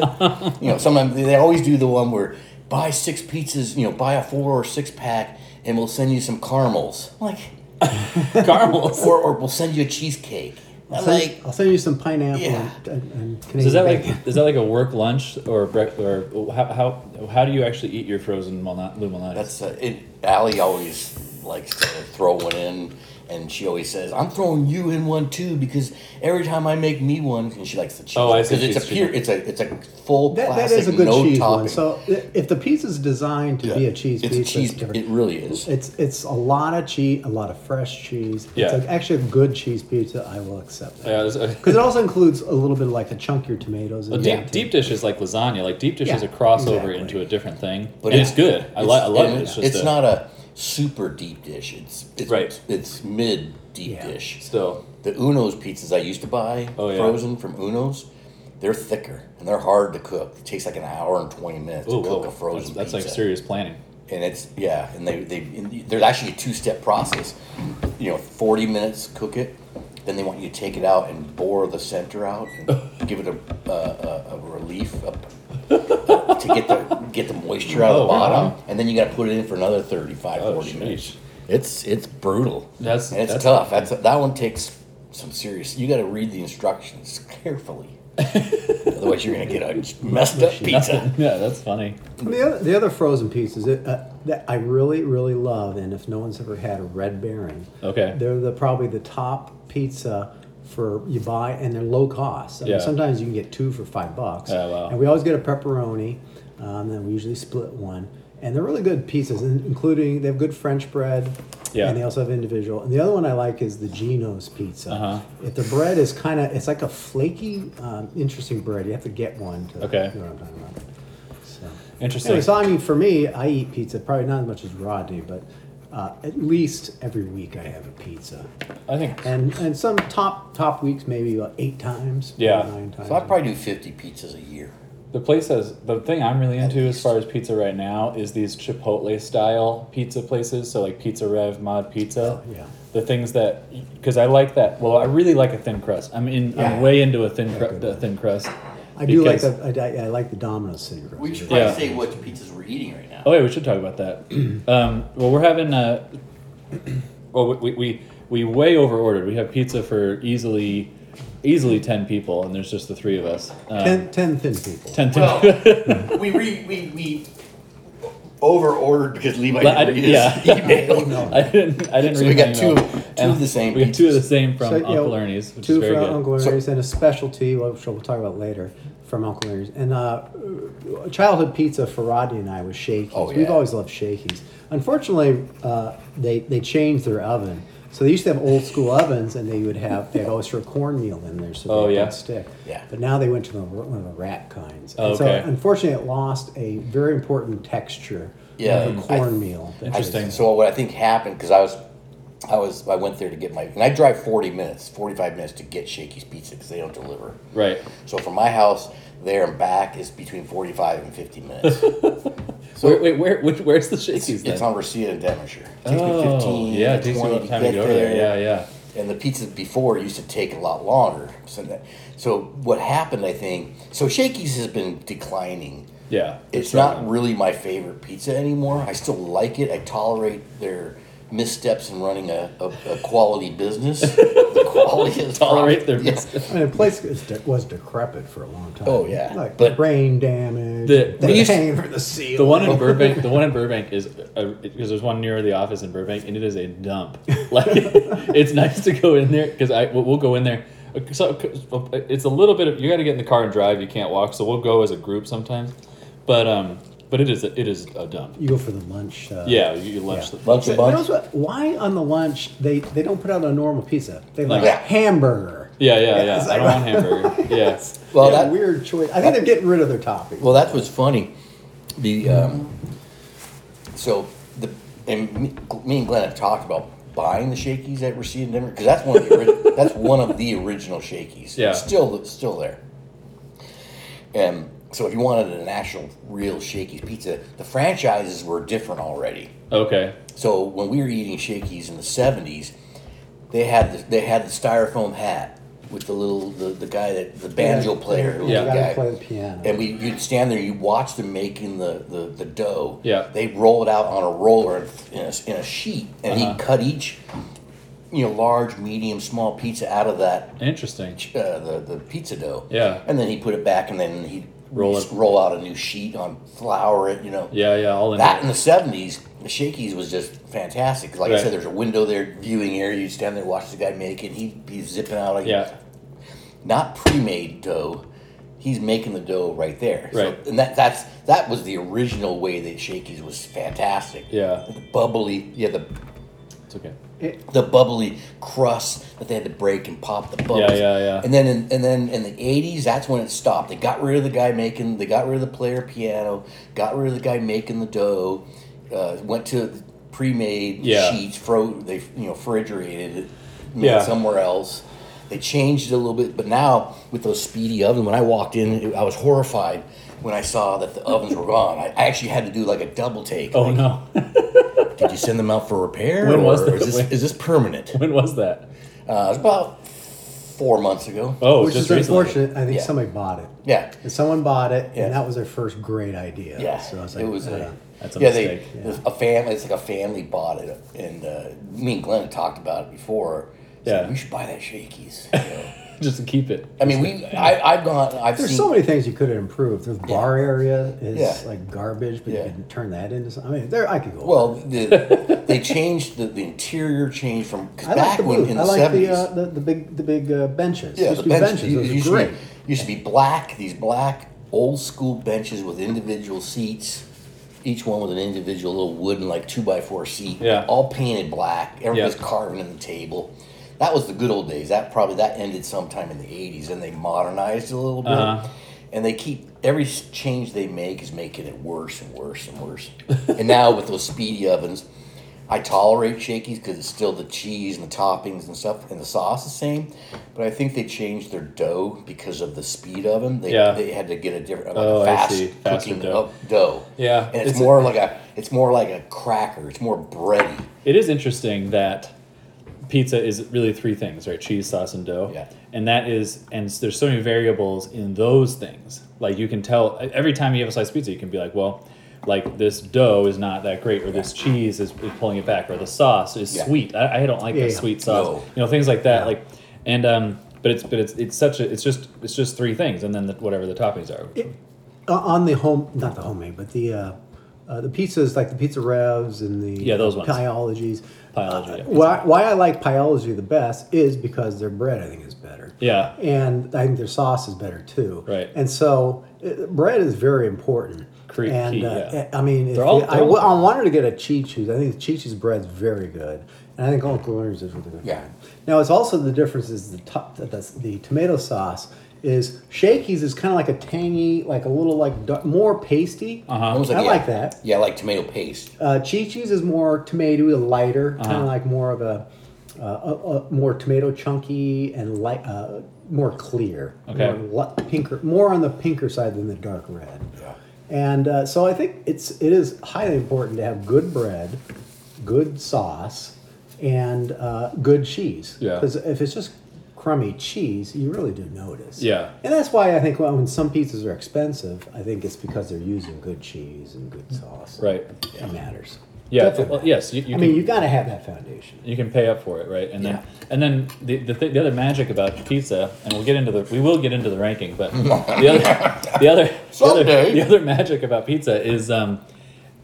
[SPEAKER 2] you know sometimes they always do the one where buy six pizzas. You know buy a four or six pack and we'll send you some caramels. I'm like
[SPEAKER 1] Caramels.
[SPEAKER 2] or, or we'll send you a cheesecake. I'm
[SPEAKER 3] I'll send,
[SPEAKER 2] like,
[SPEAKER 3] I'll send you some pineapple
[SPEAKER 2] Yeah.
[SPEAKER 3] and, and, and Canadian
[SPEAKER 1] So is that
[SPEAKER 3] bacon.
[SPEAKER 1] like is that like a work lunch or breakfast or how, how how do you actually eat your frozen malna- Lou Malnati's?
[SPEAKER 2] That's uh, it. Allie always likes to throw one in, and she always says, "I'm throwing you in one too," because every time I make me one, and she likes the cheese.
[SPEAKER 1] Oh, I see.
[SPEAKER 2] Because it's a
[SPEAKER 1] She's-
[SPEAKER 2] pure, it's a it's a full
[SPEAKER 3] That, that
[SPEAKER 2] classic,
[SPEAKER 3] is a good
[SPEAKER 2] no
[SPEAKER 3] cheese
[SPEAKER 2] topping.
[SPEAKER 3] one. So i- if the pizza's designed to
[SPEAKER 2] Yeah.
[SPEAKER 3] be a cheese
[SPEAKER 2] it's
[SPEAKER 3] pizza,
[SPEAKER 2] cheese.
[SPEAKER 3] it's different.
[SPEAKER 2] It really is.
[SPEAKER 3] it's it's a lot of cheese, a lot of fresh cheese.
[SPEAKER 1] Yeah.
[SPEAKER 3] It's a, actually a good cheese pizza. I will accept that.
[SPEAKER 1] Yeah, it was a-
[SPEAKER 3] Because it also includes a little bit of like the chunkier tomatoes.
[SPEAKER 1] Well,
[SPEAKER 3] In
[SPEAKER 1] deep,
[SPEAKER 3] there, too.
[SPEAKER 1] deep dish is like lasagna. Like deep dish is a
[SPEAKER 3] Yeah,
[SPEAKER 1] crossover
[SPEAKER 3] exactly.
[SPEAKER 1] into a different thing,
[SPEAKER 2] But
[SPEAKER 1] and it's good. I, li- I love
[SPEAKER 2] and
[SPEAKER 1] it. It's just
[SPEAKER 2] it's
[SPEAKER 1] a-
[SPEAKER 2] not a super deep dish. It's, it's
[SPEAKER 1] Right.
[SPEAKER 2] It's mid deep
[SPEAKER 3] Yeah.
[SPEAKER 2] dish.
[SPEAKER 1] still.
[SPEAKER 2] The Uno's pizzas I used to buy,
[SPEAKER 1] Oh, yeah.
[SPEAKER 2] frozen from Uno's, they're thicker and they're hard to cook. It takes like an hour and twenty minutes
[SPEAKER 1] Ooh,
[SPEAKER 2] to cook
[SPEAKER 1] whoa.
[SPEAKER 2] a frozen
[SPEAKER 1] That's, that's
[SPEAKER 2] pizza.
[SPEAKER 1] like serious planning.
[SPEAKER 2] And it's yeah, and they they and there's actually a two step process. You know, forty minutes cook it, then they want you to take it out and bore the center out and give it a uh, a, a relief up to get the get the moisture out of
[SPEAKER 1] Oh,
[SPEAKER 2] the bottom,
[SPEAKER 1] wow.
[SPEAKER 2] and then you got to put it in for another 35,
[SPEAKER 1] Oh,
[SPEAKER 2] 40
[SPEAKER 1] sheesh.
[SPEAKER 2] minutes. It's it's brutal.
[SPEAKER 1] That's-
[SPEAKER 2] and it's
[SPEAKER 1] that's-
[SPEAKER 2] tough. That's that one takes some serious. You got to read the instructions carefully, otherwise you're gonna get a messed up pizza.
[SPEAKER 1] yeah, that's funny.
[SPEAKER 3] The other, the other frozen pizzas, it, uh, that I really, really love, and if no one's ever had a Red Baron,
[SPEAKER 1] Okay.
[SPEAKER 3] they're the probably the top pizza for you buy, and they're low cost. I mean,
[SPEAKER 1] Yeah.
[SPEAKER 3] sometimes you can get two for five bucks.
[SPEAKER 1] Oh, wow.
[SPEAKER 3] And we always get a pepperoni, um, and we usually split one. And they're really good pizzas, in- including they have good French bread.
[SPEAKER 1] Yeah.
[SPEAKER 3] And they also have individual. And the other one I like is the Geno's pizza.
[SPEAKER 1] Uh-huh.
[SPEAKER 3] If the bread is kind of, it's like a flaky, um, interesting bread. You have to get one to
[SPEAKER 1] Okay.
[SPEAKER 3] know what I'm talking about. So.
[SPEAKER 1] Interesting.
[SPEAKER 3] Anyway, so I mean, for me, I eat pizza probably not as much as Rodney, but uh, at least every week I have a pizza,
[SPEAKER 1] I think.
[SPEAKER 3] and and some top top weeks maybe like eight times,
[SPEAKER 1] Yeah.
[SPEAKER 3] nine times.
[SPEAKER 2] So I probably do 50 pizzas a year.
[SPEAKER 1] The place has the thing I'm really into as
[SPEAKER 2] least.
[SPEAKER 1] far as pizza right now is these Chipotle style pizza places. So like Pizza Rev, Mod Pizza.
[SPEAKER 3] Oh, yeah.
[SPEAKER 1] The things that because I like that. Well, I really like a thin crust. I'm in. I'm
[SPEAKER 3] Yeah.
[SPEAKER 1] way into a thin
[SPEAKER 3] good.
[SPEAKER 1] cr- a thin crust.
[SPEAKER 3] I do like
[SPEAKER 1] because-
[SPEAKER 3] the I, I- I like the Domino's cigarette.
[SPEAKER 2] We should probably
[SPEAKER 1] Yeah.
[SPEAKER 2] say what pizzas we're eating right now.
[SPEAKER 1] Oh yeah, we should talk about that. um, well, we're having uh, well, we, we we way over ordered. We have pizza for easily easily ten people, and there's just the three of us. Um,
[SPEAKER 3] ten, ten thin people.
[SPEAKER 1] ten- ten-
[SPEAKER 2] Well, we, re, we we over ordered because Levi
[SPEAKER 1] Well, I
[SPEAKER 2] didn't read
[SPEAKER 1] didn't-
[SPEAKER 2] his email.
[SPEAKER 1] I didn't. I didn't.
[SPEAKER 2] So
[SPEAKER 1] read
[SPEAKER 2] we
[SPEAKER 1] my
[SPEAKER 2] got
[SPEAKER 1] email.
[SPEAKER 2] two- two
[SPEAKER 1] And
[SPEAKER 2] of the same
[SPEAKER 1] We got two of the same from
[SPEAKER 3] So, you
[SPEAKER 1] Uncle
[SPEAKER 3] know,
[SPEAKER 1] Ernie's, which
[SPEAKER 3] two
[SPEAKER 1] is very
[SPEAKER 3] from
[SPEAKER 1] good.
[SPEAKER 3] Uncle
[SPEAKER 2] So-
[SPEAKER 3] Ernie's and a specialty, which we'll talk about later, from Uncle Ernie's. And uh, childhood pizza for Rodney and I was Shakey's.
[SPEAKER 2] Oh,
[SPEAKER 3] We've
[SPEAKER 2] yeah.
[SPEAKER 3] always loved Shakey's. Unfortunately, uh, they they changed their oven. So they used to have old school ovens, and they would have they'd always throw cornmeal in there, so
[SPEAKER 1] Oh,
[SPEAKER 3] they
[SPEAKER 1] yeah.
[SPEAKER 3] would stick.
[SPEAKER 2] Yeah.
[SPEAKER 3] But now they went to the, one of the rat kinds.
[SPEAKER 1] Oh,
[SPEAKER 3] And
[SPEAKER 1] okay.
[SPEAKER 3] So unfortunately, it lost a very important texture.
[SPEAKER 2] Yeah.
[SPEAKER 3] Of the
[SPEAKER 2] I-
[SPEAKER 3] cornmeal.
[SPEAKER 2] I- so what I think happened because I was, I was, I went there to get my, and I drive forty minutes, forty five minutes to get Shakey's Pizza because they don't deliver.
[SPEAKER 1] Right.
[SPEAKER 2] So from my house there and back is between forty five and fifty minutes.
[SPEAKER 1] So wait, wait, where which, where's the Shakey's then?
[SPEAKER 2] it's on Reseda and Devonshire. It takes
[SPEAKER 1] oh,
[SPEAKER 2] me fifteen,
[SPEAKER 1] yeah,
[SPEAKER 2] yeah,
[SPEAKER 1] it takes you a
[SPEAKER 2] twenty
[SPEAKER 1] little
[SPEAKER 2] to
[SPEAKER 1] time to
[SPEAKER 2] get
[SPEAKER 1] go
[SPEAKER 2] there.
[SPEAKER 1] there. Yeah,
[SPEAKER 2] and the pizzas before used to take a lot longer. So that, so what happened, I think, so Shakey's has been declining.
[SPEAKER 1] yeah, yeah.
[SPEAKER 2] It's
[SPEAKER 1] Sure.
[SPEAKER 2] not really my favorite pizza anymore. I still like it. I tolerate their missteps in running a, a, a quality business. the quality is
[SPEAKER 1] Tolerate their
[SPEAKER 2] Yeah.
[SPEAKER 1] missteps.
[SPEAKER 3] And the place is de- was decrepit for a long time.
[SPEAKER 2] Oh, yeah.
[SPEAKER 3] like
[SPEAKER 2] But-
[SPEAKER 3] brain damage.
[SPEAKER 1] The-
[SPEAKER 3] they
[SPEAKER 1] we used-
[SPEAKER 3] came for the seal.
[SPEAKER 1] The one in Burbank, the one in Burbank is uh, because there's one near the office in Burbank, and it is a dump. Like it's nice to go in there because I we'll we'll go in there. Uh, So it's a little bit of you got to get in the car and drive. You can't walk, so we'll go as a group sometimes. But um, but it is a, it is a dump.
[SPEAKER 3] you go for the lunch. Uh,
[SPEAKER 1] Yeah, you, you lunch
[SPEAKER 3] Yeah.
[SPEAKER 1] the
[SPEAKER 2] Lunch
[SPEAKER 3] But
[SPEAKER 2] a
[SPEAKER 3] you
[SPEAKER 2] bunch.
[SPEAKER 3] know what? Why on the lunch they, they don't put out a normal pizza? They like
[SPEAKER 2] Yeah.
[SPEAKER 3] hamburger.
[SPEAKER 1] Yeah, yeah,
[SPEAKER 3] Yeah,
[SPEAKER 1] yeah.
[SPEAKER 3] it's
[SPEAKER 1] I
[SPEAKER 3] like-
[SPEAKER 1] don't want hamburger. Yeah.
[SPEAKER 2] Well,
[SPEAKER 3] Yeah,
[SPEAKER 2] that-
[SPEAKER 3] weird choice. I think they're getting rid of their topping.
[SPEAKER 2] Well, that was funny. The um, so the and me, me and Glenn have talked about buying the Shakey's at Reseda Denver because that's one of the ori- that's one of the original Shakey's.
[SPEAKER 1] Yeah.
[SPEAKER 2] It's still it's still there. And so, if you wanted an actual real Shakey's pizza, the franchises were different already.
[SPEAKER 1] Okay.
[SPEAKER 2] So when we were eating Shakey's in the seventies, they had the, they had the styrofoam hat with the little the, the guy that the banjo player who was
[SPEAKER 1] Yeah.
[SPEAKER 2] the
[SPEAKER 3] Gotta
[SPEAKER 2] guy.
[SPEAKER 3] play the piano.
[SPEAKER 2] And we you'd stand there, you watch them making the the, the dough.
[SPEAKER 1] Yeah.
[SPEAKER 2] They roll it out on a roller in a, in a sheet, and
[SPEAKER 1] Uh-huh.
[SPEAKER 2] he'd cut each you know large, medium, small pizza out of that
[SPEAKER 1] Interesting.
[SPEAKER 2] uh, the the pizza dough.
[SPEAKER 1] Yeah.
[SPEAKER 2] And then he put it back, and then he
[SPEAKER 1] Roll
[SPEAKER 2] roll
[SPEAKER 1] it.
[SPEAKER 2] roll out a new sheet on flour it. You know.
[SPEAKER 1] Yeah, yeah. All in.
[SPEAKER 2] That in the seventies, the Shakey's was just fantastic. Like
[SPEAKER 1] Right.
[SPEAKER 2] I said, there's a window there, viewing area. You stand there, watch the guy make it. He'd be zipping out. Like,
[SPEAKER 1] Yeah.
[SPEAKER 2] Not pre-made dough. He's making the dough right there.
[SPEAKER 1] Right.
[SPEAKER 2] So, and that that's that was the original way that Shakey's was fantastic.
[SPEAKER 1] Yeah.
[SPEAKER 2] The bubbly, yeah, the
[SPEAKER 1] It's okay.
[SPEAKER 2] the bubbly crust that they had to break and pop the bubbles.
[SPEAKER 1] Yeah, yeah, yeah.
[SPEAKER 2] And then in, and then in the eighties, that's when it stopped. They got rid of the guy making. They got rid of the player piano. Got rid of the guy making the dough. Uh, went to pre-made
[SPEAKER 1] Yeah.
[SPEAKER 2] sheets. Fro they you know refrigerated it. Made
[SPEAKER 1] Yeah.
[SPEAKER 2] it somewhere else. They changed it a little bit, but now with those speedy oven, when I walked in, it, I was horrified when I saw that the ovens were gone. I, I actually had to do like a double take.
[SPEAKER 1] Oh
[SPEAKER 2] like,
[SPEAKER 1] no.
[SPEAKER 2] Did you send them out for repair?
[SPEAKER 1] When was
[SPEAKER 2] or
[SPEAKER 1] that?
[SPEAKER 2] Is this, is this permanent?
[SPEAKER 1] when was that?
[SPEAKER 2] Uh, it was about four months ago.
[SPEAKER 1] Oh,
[SPEAKER 3] which
[SPEAKER 1] just
[SPEAKER 3] is
[SPEAKER 1] recently.
[SPEAKER 3] unfortunate. I think
[SPEAKER 2] Yeah.
[SPEAKER 3] somebody bought it.
[SPEAKER 2] Yeah.
[SPEAKER 3] And someone bought it,
[SPEAKER 2] Yeah.
[SPEAKER 3] and that was their first great idea.
[SPEAKER 2] Yeah.
[SPEAKER 3] So I was like,
[SPEAKER 2] it was.
[SPEAKER 3] uh,
[SPEAKER 2] Uh,
[SPEAKER 1] That's a
[SPEAKER 2] yeah, they,
[SPEAKER 1] mistake.
[SPEAKER 2] it was a family. It's like a family bought it, and uh, me and Glenn had talked about it before. It's
[SPEAKER 1] Yeah.
[SPEAKER 2] like, we should buy that Shakey's. You know?
[SPEAKER 1] just to keep it.
[SPEAKER 2] I mean, we. I, I've gone. I've
[SPEAKER 3] There's
[SPEAKER 2] seen.
[SPEAKER 3] so many things you could have improved. The bar area is
[SPEAKER 2] Yeah.
[SPEAKER 3] like garbage, but
[SPEAKER 2] Yeah.
[SPEAKER 3] you can turn that into something. I mean, there I could go.
[SPEAKER 2] Well, the, they changed the, the interior changed from cause
[SPEAKER 3] I like
[SPEAKER 2] back
[SPEAKER 3] the
[SPEAKER 2] when
[SPEAKER 3] booth.
[SPEAKER 2] in
[SPEAKER 3] I
[SPEAKER 2] the
[SPEAKER 3] like the,
[SPEAKER 2] seventies.
[SPEAKER 3] uh, the the big the big uh, benches.
[SPEAKER 2] yeah,
[SPEAKER 3] Used
[SPEAKER 2] the
[SPEAKER 3] to be
[SPEAKER 2] benches
[SPEAKER 3] benches. Those
[SPEAKER 2] it
[SPEAKER 3] are
[SPEAKER 2] used,
[SPEAKER 3] great.
[SPEAKER 2] To be, used to be black. These black old school benches with individual seats, each one with an individual little wooden like two by four seat.
[SPEAKER 1] Yeah.
[SPEAKER 2] all painted black. Everybody's
[SPEAKER 1] Yeah.
[SPEAKER 2] carving in the table. That was the good old days. That probably that ended sometime in the eighties, and they modernized a little bit.
[SPEAKER 1] Uh-huh.
[SPEAKER 2] And they keep every s- change they make is making it worse and worse and worse. and now with those speedy ovens, I tolerate shakies because it's still the cheese and the toppings and stuff, and the sauce the same. But I think they changed their dough because of the speed oven. They
[SPEAKER 1] Yeah.
[SPEAKER 2] they had to get a different like
[SPEAKER 1] Oh, I
[SPEAKER 2] fast
[SPEAKER 1] see. Faster
[SPEAKER 2] cooking
[SPEAKER 1] dough.
[SPEAKER 2] dough. dough.
[SPEAKER 1] Yeah,
[SPEAKER 2] and it's,
[SPEAKER 1] it's-
[SPEAKER 2] more like a it's more like a cracker. It's more bready.
[SPEAKER 1] It is interesting that pizza is really three things, right? Cheese, sauce, and dough.
[SPEAKER 2] Yeah.
[SPEAKER 1] And that is, and there's so many variables in those things. Like you can tell e, every time you have a slice of pizza, you can be like, well, like this dough is not that great, or this cheese is, is pulling it back, or the sauce is
[SPEAKER 2] Yeah.
[SPEAKER 1] sweet. I, I don't like
[SPEAKER 3] Yeah,
[SPEAKER 1] the
[SPEAKER 3] yeah.
[SPEAKER 1] sweet sauce.
[SPEAKER 2] No.
[SPEAKER 1] You know, things like that. Like, and um, but it's but it's it's such a it's just it's just three things, and then the, whatever the toppings are.
[SPEAKER 3] Uh, on the home, not the homemade, but the uh, uh, the pizzas like the pizza revs and the
[SPEAKER 1] Yeah, those ones.
[SPEAKER 3] Pyologies. Uh,
[SPEAKER 1] Pyology, yeah.
[SPEAKER 3] why, why I like Pyology the best is because their bread I think is better.
[SPEAKER 1] yeah.
[SPEAKER 3] And I think their sauce is better too.
[SPEAKER 1] Right.
[SPEAKER 3] And so uh, bread is very important.
[SPEAKER 1] Cre-
[SPEAKER 3] and
[SPEAKER 1] key,
[SPEAKER 3] uh,
[SPEAKER 1] yeah.
[SPEAKER 3] I mean, if
[SPEAKER 1] They're all-
[SPEAKER 3] you-
[SPEAKER 1] they're
[SPEAKER 3] I,
[SPEAKER 1] all-
[SPEAKER 3] wa- I wanted to get a Chi-Chu's. I think the Chi-Chu's bread's very good, and I think Uncle Larry's is really good.
[SPEAKER 2] Yeah.
[SPEAKER 3] Now it's also the difference is the top the, the, the tomato sauce is Shakey's is kind of like a tangy, like a little like du- more pasty.
[SPEAKER 1] Uh-huh.
[SPEAKER 2] Almost
[SPEAKER 3] I
[SPEAKER 2] yeah,
[SPEAKER 3] like that.
[SPEAKER 2] Yeah, like tomato paste.
[SPEAKER 3] Uh, Chi Chi's is more tomatoey, lighter, kind
[SPEAKER 1] Uh-huh.
[SPEAKER 3] of like more of a, uh, a, a more tomato chunky and light, uh, more clear,
[SPEAKER 1] Okay.
[SPEAKER 3] more li- pinker, more on the pinker side than the dark red.
[SPEAKER 2] Yeah.
[SPEAKER 3] And uh, so I think it's it is highly important to have good bread, good sauce, and uh, good cheese.
[SPEAKER 1] Yeah.
[SPEAKER 3] Because if it's just crummy cheese, you really do notice.
[SPEAKER 1] Yeah.
[SPEAKER 3] And that's why I think when, when some pizzas are expensive, I think it's because they're using good cheese and good sauce.
[SPEAKER 1] Right.
[SPEAKER 3] It matters.
[SPEAKER 1] Yeah.
[SPEAKER 3] Definitely.
[SPEAKER 1] Well, yes. You, you
[SPEAKER 3] I
[SPEAKER 1] can,
[SPEAKER 3] mean, you got to have that foundation.
[SPEAKER 1] you can pay up for it, right? And then
[SPEAKER 2] Yeah.
[SPEAKER 1] and then the the, th- the other magic about pizza, and we'll get into the we will get into the ranking, but the other the other the other,
[SPEAKER 2] Someday.
[SPEAKER 1] the other magic about pizza is um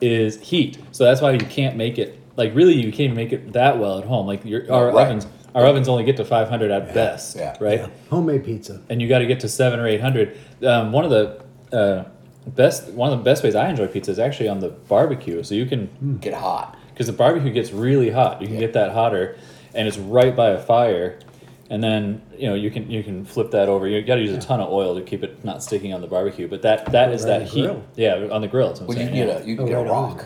[SPEAKER 1] is heat. So that's why you can't make it like really you can't even make it that well at home. Like your our
[SPEAKER 2] Right.
[SPEAKER 1] ovens our ovens only get to five hundred at best,
[SPEAKER 2] Yeah.
[SPEAKER 1] right?
[SPEAKER 3] Homemade pizza.
[SPEAKER 1] and you got to get to seven or eight hundred. Um, one of the uh, best one of the best ways I enjoy pizza is actually on the barbecue. So you can
[SPEAKER 2] Get hot.
[SPEAKER 1] because the barbecue gets really hot. You can get that hotter, and it's right by a fire. And then you know you can you can flip that over. You got to use a ton of oil to keep it not sticking on the barbecue. But that that is
[SPEAKER 3] Right on
[SPEAKER 1] that
[SPEAKER 3] the
[SPEAKER 1] heat.
[SPEAKER 3] grill.
[SPEAKER 1] Yeah, on the grill. that's what
[SPEAKER 2] Well,
[SPEAKER 1] I'm
[SPEAKER 2] you
[SPEAKER 1] saying,
[SPEAKER 2] can get
[SPEAKER 1] yeah.
[SPEAKER 2] a you can
[SPEAKER 3] Oh,
[SPEAKER 2] get a
[SPEAKER 3] right on.
[SPEAKER 2] rock.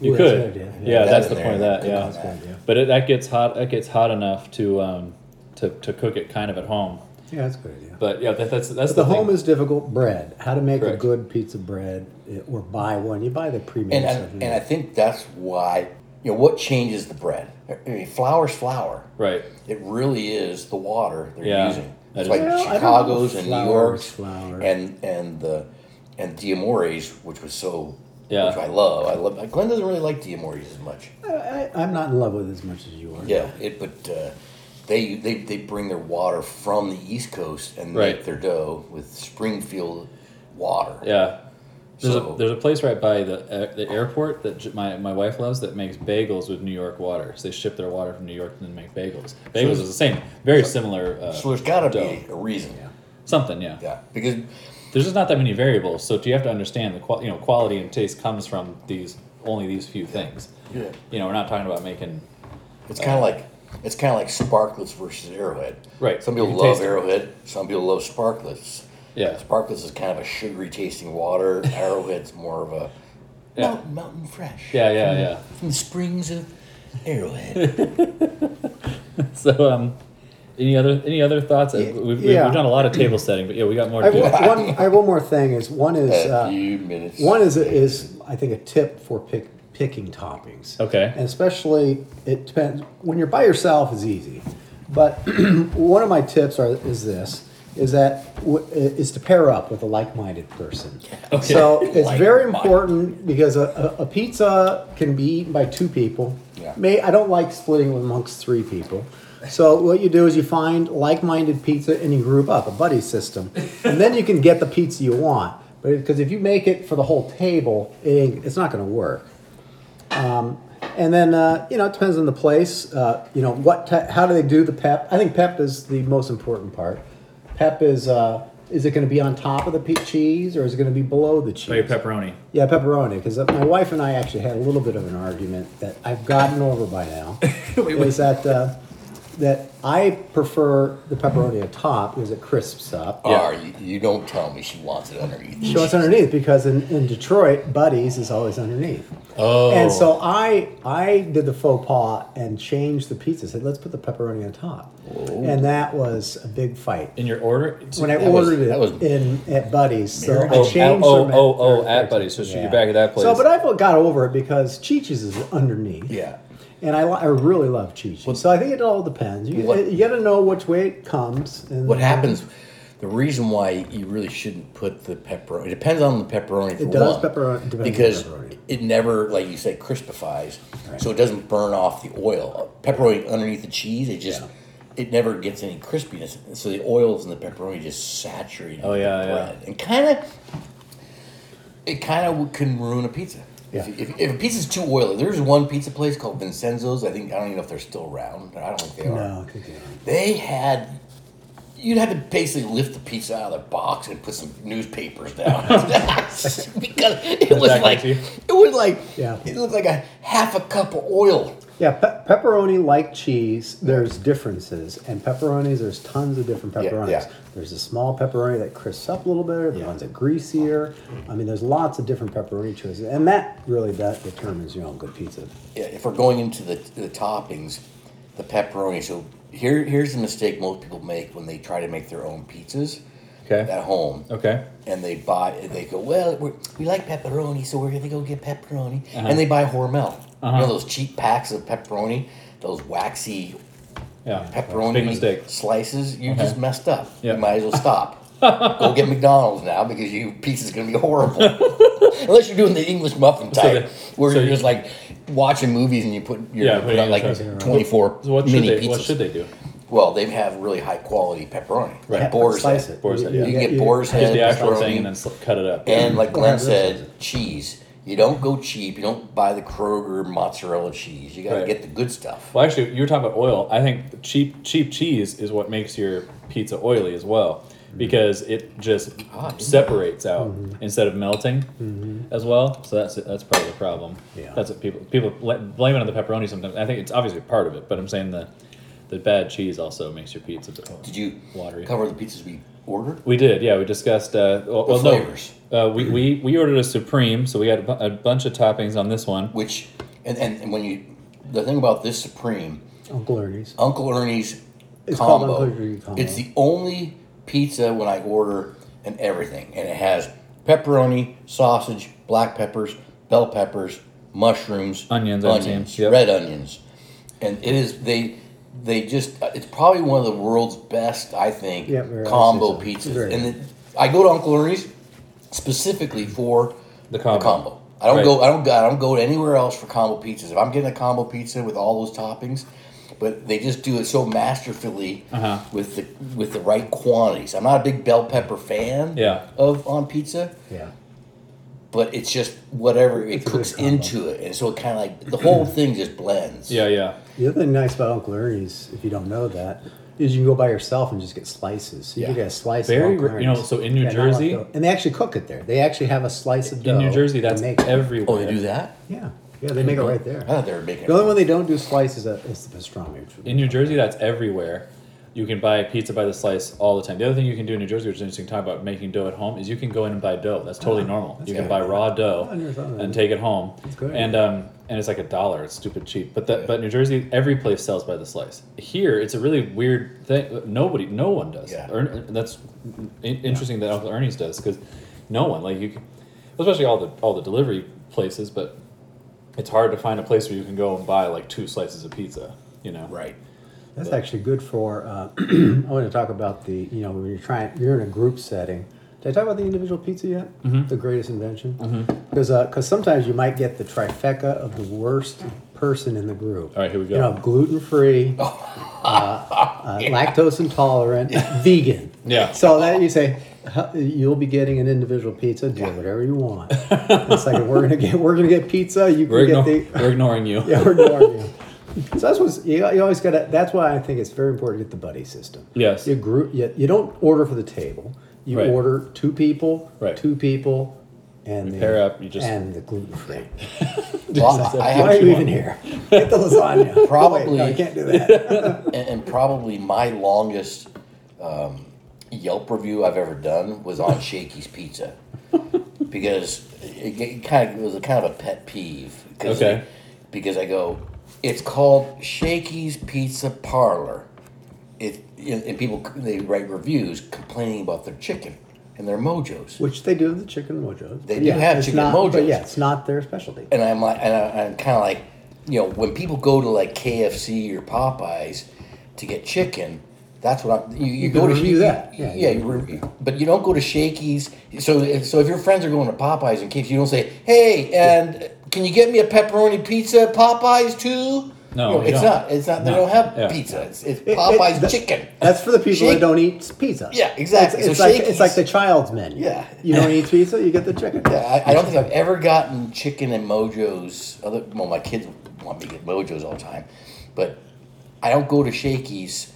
[SPEAKER 1] You
[SPEAKER 3] Ooh, that's
[SPEAKER 1] could.
[SPEAKER 3] a good idea.
[SPEAKER 1] Yeah,
[SPEAKER 2] Put that
[SPEAKER 1] that's
[SPEAKER 2] in
[SPEAKER 1] the
[SPEAKER 2] there.
[SPEAKER 1] point of that.
[SPEAKER 2] Good
[SPEAKER 1] Yeah,
[SPEAKER 2] call.
[SPEAKER 1] but it, that gets hot. That gets hot enough to um, to to cook it kind of at home.
[SPEAKER 3] Yeah, that's a good idea.
[SPEAKER 1] But yeah, that, that's that's
[SPEAKER 3] But the
[SPEAKER 1] the,
[SPEAKER 3] home
[SPEAKER 1] thing.
[SPEAKER 3] is difficult. Bread. How to make
[SPEAKER 1] Correct.
[SPEAKER 3] a good pizza bread, eh, or buy one. You buy the pre-made
[SPEAKER 2] And I,
[SPEAKER 3] stuff.
[SPEAKER 2] and I think that's why you know what changes the bread. I mean, flour's flour.
[SPEAKER 1] right.
[SPEAKER 2] It really is the water they're
[SPEAKER 1] Yeah,
[SPEAKER 2] using.
[SPEAKER 1] that
[SPEAKER 2] It's
[SPEAKER 1] is-
[SPEAKER 2] like
[SPEAKER 1] Well,
[SPEAKER 3] I don't know
[SPEAKER 2] Chicago's
[SPEAKER 3] if
[SPEAKER 2] and
[SPEAKER 3] flour
[SPEAKER 2] New York's
[SPEAKER 3] is flour.
[SPEAKER 2] and and the and Diamore's, which was so
[SPEAKER 1] Yeah.
[SPEAKER 2] which I love. I love. Glenn doesn't really like Diamore's as much.
[SPEAKER 3] I, I, I'm not in love with it as much as you are.
[SPEAKER 2] Yeah, it but uh, they they they bring their water from the East Coast and
[SPEAKER 1] Right.
[SPEAKER 2] make their dough with Springfield water.
[SPEAKER 1] Yeah. There's,
[SPEAKER 2] So-
[SPEAKER 1] a, there's a place right by the uh, the airport that j- my, my wife loves that makes bagels with New York water. So they ship their water from New York and then make bagels. Bagels is the same, very similar. Uh,
[SPEAKER 2] So there's got to
[SPEAKER 1] dough.
[SPEAKER 2] be a reason. Yeah.
[SPEAKER 1] something, yeah.
[SPEAKER 2] because
[SPEAKER 1] There's just not that many variables, so you have to understand the qual- you know quality and taste comes from these only these few things.
[SPEAKER 2] Yeah.
[SPEAKER 1] You know, we're not talking about making
[SPEAKER 2] it's kind of like it's kind of like sparklets versus arrowhead.
[SPEAKER 1] Right,
[SPEAKER 2] Some
[SPEAKER 1] you
[SPEAKER 2] people
[SPEAKER 1] can
[SPEAKER 2] love
[SPEAKER 1] taste it.
[SPEAKER 2] arrowhead. Some people love sparklets.
[SPEAKER 1] yeah.
[SPEAKER 2] Sparklets is kind of a sugary tasting water. Arrowhead's more of a
[SPEAKER 1] Yeah.
[SPEAKER 2] mountain, mountain fresh.
[SPEAKER 1] Yeah, yeah, yeah.
[SPEAKER 2] From the springs of Arrowhead.
[SPEAKER 1] So um any other any other thoughts? Uh,
[SPEAKER 3] Mm-hmm. Yeah.
[SPEAKER 1] We've, we've,
[SPEAKER 3] Yeah.
[SPEAKER 1] we've done a lot of table setting, but yeah, we got more
[SPEAKER 3] I
[SPEAKER 1] to
[SPEAKER 3] have,
[SPEAKER 1] do.
[SPEAKER 3] one, one- I have one more thing. Is one is
[SPEAKER 2] a
[SPEAKER 3] uh,
[SPEAKER 2] few minutes.
[SPEAKER 3] One is is I think a tip for pick picking toppings.
[SPEAKER 1] Okay.
[SPEAKER 3] And especially it depends when you're by yourself is easy, but one of my tips are is this is that w- is to pair up with a like-minded person.
[SPEAKER 1] Okay.
[SPEAKER 3] So it's very
[SPEAKER 2] Like-minded.
[SPEAKER 3] important because a, a, a pizza can be eaten by two people.
[SPEAKER 2] Yeah.
[SPEAKER 3] May I don't like splitting it amongst three people. So what you do is you find like-minded pizza and you group up a buddy system, and then you can get the pizza you want. But because if you make it for the whole table, it, ain't- it's not going to work. Um, and then uh, you know it depends on the place. Uh, you know what? Te- how do they do the pep? I think pep is the most important part. Pep is uh, is it going to be on top of the pe- cheese or is it going to be below the cheese?
[SPEAKER 1] Oh, your pepperoni.
[SPEAKER 3] Yeah, pepperoni. Because my wife and I actually had a little bit of an argument that I've gotten over by now. is that uh, that I prefer the pepperoni at top because it crisps up.
[SPEAKER 2] Are you, you don't tell me she wants it underneath.
[SPEAKER 3] She wants underneath because in, in Detroit, buddies is always underneath.
[SPEAKER 1] Oh.
[SPEAKER 3] And so I I did the faux pas and changed the pizza. Said let's put the pepperoni on top,
[SPEAKER 1] Oh.
[SPEAKER 3] and that was a big fight.
[SPEAKER 1] in your order.
[SPEAKER 3] When I
[SPEAKER 2] That was-
[SPEAKER 3] ordered
[SPEAKER 2] that was-
[SPEAKER 3] it in at Buddy's, so
[SPEAKER 1] Oh,
[SPEAKER 3] I changed.
[SPEAKER 1] oh,
[SPEAKER 3] her
[SPEAKER 1] oh, oh,
[SPEAKER 3] method.
[SPEAKER 1] oh, at Buddy's, so she- you're back at that
[SPEAKER 3] So,
[SPEAKER 1] place.
[SPEAKER 3] but I got over it because Cheech's is underneath.
[SPEAKER 2] Yeah.
[SPEAKER 3] And I, li- I really love Cheech. so I think it all depends. You,
[SPEAKER 2] What-
[SPEAKER 3] you got to know which way it comes. And
[SPEAKER 2] What happens? The reason why you really shouldn't put the pepperoni it depends on the pepperoni. For
[SPEAKER 3] It does
[SPEAKER 2] one,
[SPEAKER 3] pepperoni- depends on
[SPEAKER 2] because
[SPEAKER 3] pepperoni.
[SPEAKER 2] it never, like you say, crispifies, so it doesn't burn off the oil. Pepperoni underneath the cheese, it just it never gets any crispiness. So the oils in the pepperoni just saturate.
[SPEAKER 1] Oh, yeah, yeah.
[SPEAKER 2] the bread. and kind of it kind of can ruin a pizza. If,
[SPEAKER 3] Yeah.
[SPEAKER 2] if, if a pizza's too oily, there's one pizza place called Vincenzo's. I think I don't even know if they're still around. I don't think they are
[SPEAKER 3] No, I think you're right.
[SPEAKER 2] they had you'd have to basically lift the pizza out of the box and put some newspapers down because it was
[SPEAKER 1] that
[SPEAKER 2] like
[SPEAKER 1] crunchy?
[SPEAKER 2] it was like
[SPEAKER 3] Yeah.
[SPEAKER 2] it looked like a half a cup of oil.
[SPEAKER 3] Yeah, pe- pepperoni like cheese, there's differences. And pepperonis, there's tons of different
[SPEAKER 2] Yeah,
[SPEAKER 3] pepperonis.
[SPEAKER 2] yeah.
[SPEAKER 3] There's a small pepperoni that crisps up a little better, the ones that greasier. I mean, there's lots of different pepperoni choices. And that really that determines your own good pizza.
[SPEAKER 2] Yeah, if we're going into the, the toppings, the pepperoni. So here here's the mistake most people make when they try to make their own pizzas at
[SPEAKER 1] okay.
[SPEAKER 2] home.
[SPEAKER 1] Okay.
[SPEAKER 2] and they buy they go well we're, we like pepperoni so we're gonna go get pepperoni and they buy hormel you know those cheap packs of pepperoni those waxy
[SPEAKER 1] Yeah.
[SPEAKER 2] pepperoni
[SPEAKER 1] Big mistake. Uh-huh.
[SPEAKER 2] slices you just messed up
[SPEAKER 1] Yeah.
[SPEAKER 2] you might as well stop go get mcdonald's now because your pizza's gonna be horrible unless you're doing the english muffin type
[SPEAKER 1] the-
[SPEAKER 2] where
[SPEAKER 1] so
[SPEAKER 2] you're
[SPEAKER 1] you-
[SPEAKER 2] just like watching movies and you put your
[SPEAKER 1] Yeah,
[SPEAKER 2] put
[SPEAKER 1] putting
[SPEAKER 2] out like
[SPEAKER 1] English muffin.
[SPEAKER 2] 24
[SPEAKER 1] So what should
[SPEAKER 2] mini
[SPEAKER 1] they?
[SPEAKER 2] pizzas
[SPEAKER 1] What should they do?
[SPEAKER 2] well they have really high quality pepperoni
[SPEAKER 1] Right.
[SPEAKER 2] like boar's
[SPEAKER 3] Slice
[SPEAKER 2] head.
[SPEAKER 3] it.
[SPEAKER 1] Boar's head, yeah.
[SPEAKER 2] you can get boar's
[SPEAKER 1] Just
[SPEAKER 2] head
[SPEAKER 1] the actual
[SPEAKER 2] pepperoni.
[SPEAKER 1] thing and then sl- cut it up.
[SPEAKER 2] And like Glenn
[SPEAKER 3] that's
[SPEAKER 2] said, cheese. You don't go cheap. You don't buy the Kroger mozzarella cheese. You got to
[SPEAKER 1] Right.
[SPEAKER 2] get the good stuff.
[SPEAKER 1] Well, actually, you were talking about oil. I think cheap cheap cheese is what makes your pizza oily as well
[SPEAKER 2] Mm-hmm.
[SPEAKER 1] because it just separates out instead of melting
[SPEAKER 2] Mm-hmm.
[SPEAKER 1] as well. So that's that's part of the problem.
[SPEAKER 3] Yeah.
[SPEAKER 1] that's what people people bl- blame it on the pepperoni sometimes. I think it's obviously part of it, but I'm saying the the bad cheese also makes your pizza.
[SPEAKER 2] Did you
[SPEAKER 1] Watery.
[SPEAKER 2] cover the pizzas we ordered?
[SPEAKER 1] We did, yeah. We discussed. Uh, well, well,
[SPEAKER 2] flavors.
[SPEAKER 1] No, uh, we, we we ordered a supreme, so we got a, bu- a bunch of toppings on this one.
[SPEAKER 2] Which, and, and, and when you, the thing about this Supreme,
[SPEAKER 3] Uncle Ernie's.
[SPEAKER 2] Uncle Ernie's
[SPEAKER 3] It's called
[SPEAKER 2] combo.
[SPEAKER 3] Uncle Ernie combo.
[SPEAKER 2] It's the only pizza when I order and everything, and it has pepperoni, sausage, black peppers, bell peppers, mushrooms,
[SPEAKER 1] Onions, I've seen.
[SPEAKER 2] onions,
[SPEAKER 1] Yep.
[SPEAKER 2] red onions, and it is they. They just—it's probably one of the world's best, I think,
[SPEAKER 3] Yeah, very-
[SPEAKER 2] combo
[SPEAKER 3] I'd say so.
[SPEAKER 2] pizzas.
[SPEAKER 3] Very
[SPEAKER 2] and it, I go to Uncle Ernie's specifically for
[SPEAKER 1] The combo.
[SPEAKER 2] I don't
[SPEAKER 1] Right.
[SPEAKER 2] go. I don't go. I don't go anywhere else for combo pizzas. If I'm getting a combo pizza with all those toppings, but they just do it so masterfully
[SPEAKER 1] Uh-huh.
[SPEAKER 2] with the with the right quantities. I'm not a big bell pepper fan.
[SPEAKER 1] Yeah.
[SPEAKER 2] Of on pizza,
[SPEAKER 3] Yeah.
[SPEAKER 2] but it's just whatever it
[SPEAKER 3] It's a good
[SPEAKER 2] cooks
[SPEAKER 3] combo.
[SPEAKER 2] into it, and so it kind of like the whole thing just blends.
[SPEAKER 1] Yeah, yeah.
[SPEAKER 3] The other thing nice about Uncle Ernie's, if you don't know that, is you can go by yourself and just get slices. So you can
[SPEAKER 2] Yeah.
[SPEAKER 3] get a slice.
[SPEAKER 1] Very
[SPEAKER 3] of Uncle
[SPEAKER 1] rare- you know,
[SPEAKER 3] Ernie's.
[SPEAKER 1] so in New
[SPEAKER 3] Yeah, not like
[SPEAKER 1] Jersey-
[SPEAKER 3] dough. and they actually cook it there. They actually have a slice of dough
[SPEAKER 1] In New Jersey,
[SPEAKER 3] and
[SPEAKER 1] that's
[SPEAKER 3] make it.
[SPEAKER 1] everywhere.
[SPEAKER 2] Oh, they do that.
[SPEAKER 3] Yeah, yeah, they make it right there.
[SPEAKER 2] I thought they were making.
[SPEAKER 3] The only one they don't do slice is, a, is the pastrami. Which would be
[SPEAKER 1] In New Jersey, that's everywhere. You can buy pizza by the slice all the time. The other thing you can do in New Jersey, which is interesting to talk about making dough at home, is you can go in and buy dough. That's totally normal. you can
[SPEAKER 2] good.
[SPEAKER 1] buy raw dough
[SPEAKER 3] Ah, I never thought of that.
[SPEAKER 1] and take it home.
[SPEAKER 3] good.
[SPEAKER 1] And um, and it's like a dollar. It's stupid cheap. But the, but New Jersey, every place sells by the slice. Here, it's a really weird thing. Nobody, no one does.
[SPEAKER 2] Yeah.
[SPEAKER 1] Ern- that's in- interesting that Uncle Ernie's does because no one like you, c- especially all the all the delivery places. But it's hard to find a place where you can go and buy like two slices of pizza. You know.
[SPEAKER 2] Right.
[SPEAKER 3] That's actually good for. Uh, I want to talk about the you know when you're trying you're in a group setting, Did I talk about the individual pizza yet?
[SPEAKER 1] Mm-hmm.
[SPEAKER 3] The greatest invention. Because sometimes you might get the trifecta of the worst person in the group.
[SPEAKER 1] All right, here we go.
[SPEAKER 3] You know, gluten free, uh, lactose intolerant, vegan.
[SPEAKER 1] Yeah.
[SPEAKER 3] So then you say "Huh, you'll be getting an individual pizza. Do whatever you want. it's like we're gonna get we're gonna get pizza. You
[SPEAKER 1] We're,
[SPEAKER 3] can get
[SPEAKER 1] igno-
[SPEAKER 3] the
[SPEAKER 1] we're ignoring you.
[SPEAKER 3] yeah we're ignoring you. So that's what's you, you always gotta. That's why I think it's very important to get the buddy system.
[SPEAKER 1] Yes.
[SPEAKER 3] You group. You, you don't order for the table. You
[SPEAKER 1] Right.
[SPEAKER 3] order two people.
[SPEAKER 1] Right.
[SPEAKER 3] Two people. And the,
[SPEAKER 1] pair up, you just-
[SPEAKER 3] and the gluten free.
[SPEAKER 2] Well, I
[SPEAKER 3] Why are
[SPEAKER 2] have
[SPEAKER 3] you even here? Get the lasagna. Wait,
[SPEAKER 2] Probably-
[SPEAKER 3] no, you can't do that.
[SPEAKER 2] and, and probably my longest um, Yelp review I've ever done was on Shakey's Pizza because it, it kind of it was a kind of a pet peeve. 'cause
[SPEAKER 1] Okay.
[SPEAKER 2] I- because I go, it's called Shakey's Pizza Parlor. It and, and people they write reviews complaining about their chicken and their mojos.
[SPEAKER 3] Which they do have the chicken mojos.
[SPEAKER 2] They
[SPEAKER 3] but
[SPEAKER 2] do have
[SPEAKER 3] it's
[SPEAKER 2] chicken
[SPEAKER 3] not, But
[SPEAKER 2] mojos.
[SPEAKER 3] yeah, it's not their specialty.
[SPEAKER 2] and I'm like, and I, I'm kind of like, you know, when people go to like KFC or Popeyes to get chicken, that's what I'm. You, you,
[SPEAKER 3] can
[SPEAKER 2] go to
[SPEAKER 3] review
[SPEAKER 2] you-
[SPEAKER 3] that.
[SPEAKER 2] Yeah,
[SPEAKER 3] Yeah,
[SPEAKER 2] you
[SPEAKER 3] you can
[SPEAKER 2] re- but you don't go to Shakey's. So, if, so if your friends are going to Popeyes and KFC, you don't say, "Hey, and can you get me a pepperoni pizza at Popeyes too?"
[SPEAKER 1] No, you
[SPEAKER 2] it's
[SPEAKER 1] don't.
[SPEAKER 2] not. It's not. They
[SPEAKER 1] No.
[SPEAKER 2] don't have
[SPEAKER 1] Yeah.
[SPEAKER 2] pizza. It's, it's
[SPEAKER 3] It- it-
[SPEAKER 2] Popeyes
[SPEAKER 3] that-
[SPEAKER 2] chicken.
[SPEAKER 3] That's for the people
[SPEAKER 2] Shake-
[SPEAKER 3] that don't eat pizza.
[SPEAKER 2] Yeah, exactly.
[SPEAKER 3] It's, it's
[SPEAKER 2] So
[SPEAKER 3] like
[SPEAKER 2] Shakey's-
[SPEAKER 3] it's like the child's menu.
[SPEAKER 2] Yeah.
[SPEAKER 3] you don't eat pizza, you get the chicken.
[SPEAKER 2] Yeah, I, I don't think I've ever gotten chicken and mojos. Other, well, my kids want me to get mojos all the time, but I don't go to Shakey's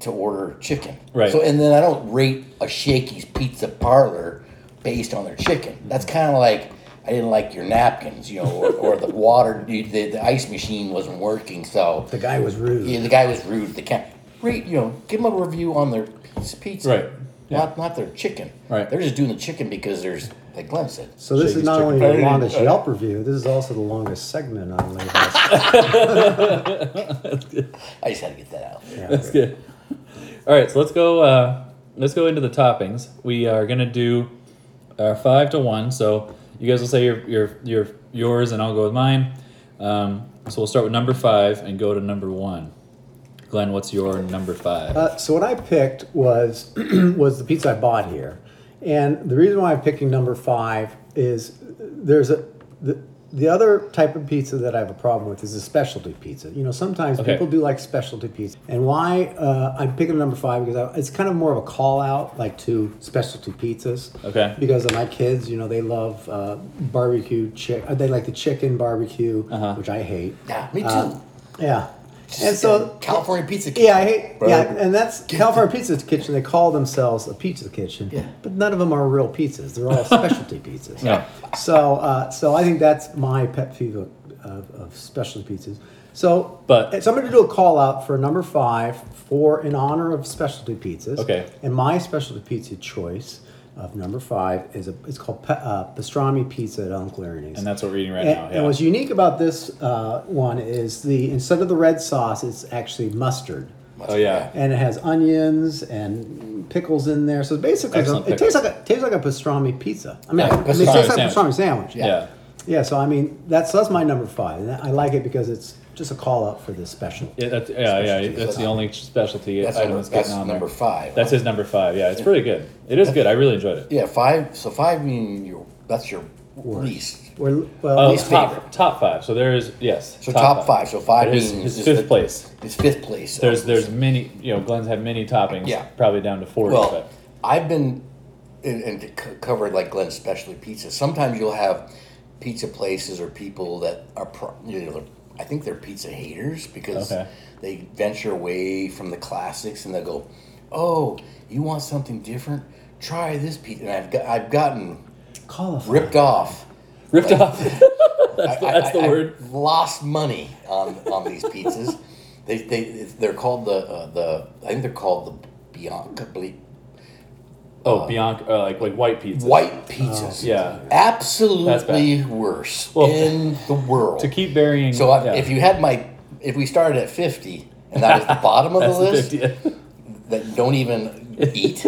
[SPEAKER 2] to order chicken.
[SPEAKER 1] Right.
[SPEAKER 2] So, and then I don't rate a Shakey's pizza parlor based on their chicken. That's
[SPEAKER 1] Mm-hmm.
[SPEAKER 2] kind of like I didn't like your napkins, you know, or, or the water, the, the ice machine wasn't working, so
[SPEAKER 3] The guy was rude.
[SPEAKER 2] yeah, the guy was rude. The cat, re, you know, give them a review on their pizza, pizza.
[SPEAKER 1] Right. Yeah.
[SPEAKER 2] Not not their chicken.
[SPEAKER 1] Right.
[SPEAKER 2] They're just doing the chicken because there's like Glenn said.
[SPEAKER 3] So this
[SPEAKER 1] Shakey's
[SPEAKER 3] is not
[SPEAKER 1] chicken.
[SPEAKER 3] only the
[SPEAKER 2] Right.
[SPEAKER 3] longest Yelp review, this is also the longest segment on Levi's.
[SPEAKER 2] I just had to get that out.
[SPEAKER 1] That's good. All right, so let's go. Uh, let's go into the toppings. We are gonna do uh, five to one. So you guys will say your your your yours, and I'll go with mine. Um, so we'll start with number five and go to number one. Glenn, what's your number five?
[SPEAKER 3] Uh, so what I picked was was the pizza I bought here, and the reason why I'm picking number five is there's a the, the other type of pizza that I have a problem with is a specialty pizza. You know, sometimes
[SPEAKER 1] Okay.
[SPEAKER 3] people do like specialty pizza, and why uh, I'm picking number five because I, it's kind of more of a call out like to specialty pizzas.
[SPEAKER 1] Okay.
[SPEAKER 3] Because of my kids, you know, they love uh, barbecue chick. They like the chicken barbecue,
[SPEAKER 1] Uh-huh.
[SPEAKER 3] which I hate.
[SPEAKER 2] Yeah, me too.
[SPEAKER 3] Yeah. And so
[SPEAKER 2] Uh, California Pizza Kitchen.
[SPEAKER 3] yeah, I hate. Yeah,
[SPEAKER 2] Right.
[SPEAKER 3] and that's California Pizza Kitchen. They call themselves a pizza kitchen,
[SPEAKER 2] Yeah.
[SPEAKER 3] but none of them are real pizzas. They're all specialty pizzas.
[SPEAKER 1] Yeah.
[SPEAKER 3] So, uh, so I think that's my pet peeve of, of, of specialty pizzas. So,
[SPEAKER 1] But-
[SPEAKER 3] so I'm going to do a call out for number five for in honor of specialty pizzas.
[SPEAKER 1] Okay.
[SPEAKER 3] And my specialty pizza choice of number five is a, it's called pa- uh, pastrami pizza at Uncle Ernie's.
[SPEAKER 1] and that's what we're eating right
[SPEAKER 3] And,
[SPEAKER 1] now.
[SPEAKER 3] and
[SPEAKER 1] Yeah.
[SPEAKER 3] what's unique about this uh, one is the instead of the red sauce, it's actually mustard,
[SPEAKER 1] oh yeah.
[SPEAKER 3] and it has onions and pickles in there. So basically,
[SPEAKER 1] Excellent
[SPEAKER 3] it tastes like a tastes like a pastrami pizza. I mean,
[SPEAKER 2] Yeah,
[SPEAKER 3] I mean, it
[SPEAKER 2] pastrami
[SPEAKER 3] tastes like a
[SPEAKER 1] sandwich.
[SPEAKER 3] pastrami sandwich.
[SPEAKER 1] Yeah.
[SPEAKER 3] Yeah, So I mean, that's that's my number five, and I like it because it's just a call out for this special.
[SPEAKER 1] Yeah, that's, yeah, yeah,
[SPEAKER 3] Specialty.
[SPEAKER 1] that's the only specialty
[SPEAKER 2] That's
[SPEAKER 1] item
[SPEAKER 2] number,
[SPEAKER 1] that's getting
[SPEAKER 2] that's
[SPEAKER 1] on
[SPEAKER 2] number
[SPEAKER 1] there.
[SPEAKER 2] five.
[SPEAKER 1] That's his number five. Yeah, it's pretty good. It is good. I really enjoyed it.
[SPEAKER 2] Yeah, five. So five mean your that's your least.
[SPEAKER 3] Or
[SPEAKER 1] Oh,
[SPEAKER 3] well,
[SPEAKER 2] Least
[SPEAKER 1] top,
[SPEAKER 2] favorite.
[SPEAKER 1] top five. So there is yes.
[SPEAKER 2] So top, five. So five
[SPEAKER 1] It is-
[SPEAKER 2] means
[SPEAKER 1] it's
[SPEAKER 2] is
[SPEAKER 1] fifth
[SPEAKER 2] the-
[SPEAKER 1] place.
[SPEAKER 2] It's fifth place.
[SPEAKER 1] There's there's many you know Glenn's had many toppings.
[SPEAKER 2] Yeah.
[SPEAKER 1] Probably down to forty.
[SPEAKER 2] Well, I've been and, and to co- covered like Glenn's specialty pizza. Sometimes you'll have pizza places or people that are pro, you know they're, I think they're pizza haters because
[SPEAKER 1] Okay.
[SPEAKER 2] they venture away from the classics and they go, oh, you want something different? Try this pizza. And I've got, I've gotten
[SPEAKER 3] cauliflower.
[SPEAKER 2] ripped off.
[SPEAKER 1] but ripped off. that's the,
[SPEAKER 2] I-
[SPEAKER 1] that's the
[SPEAKER 2] I- I
[SPEAKER 1] word.
[SPEAKER 2] Lost money on, on these pizzas. they they they're called the uh, the I think they're called the Bianca Ble-
[SPEAKER 1] Oh, Bianca, uh, like like white pizza.
[SPEAKER 2] white pizzas.
[SPEAKER 1] Oh, Yeah.
[SPEAKER 2] absolutely worse
[SPEAKER 1] Well,
[SPEAKER 2] in the world.
[SPEAKER 1] To keep burying.
[SPEAKER 2] so I,
[SPEAKER 1] yeah,
[SPEAKER 2] if you had my, if we started at fifty and that was the bottom of
[SPEAKER 1] that's
[SPEAKER 2] the list
[SPEAKER 1] 50th.
[SPEAKER 2] that you don't even eat,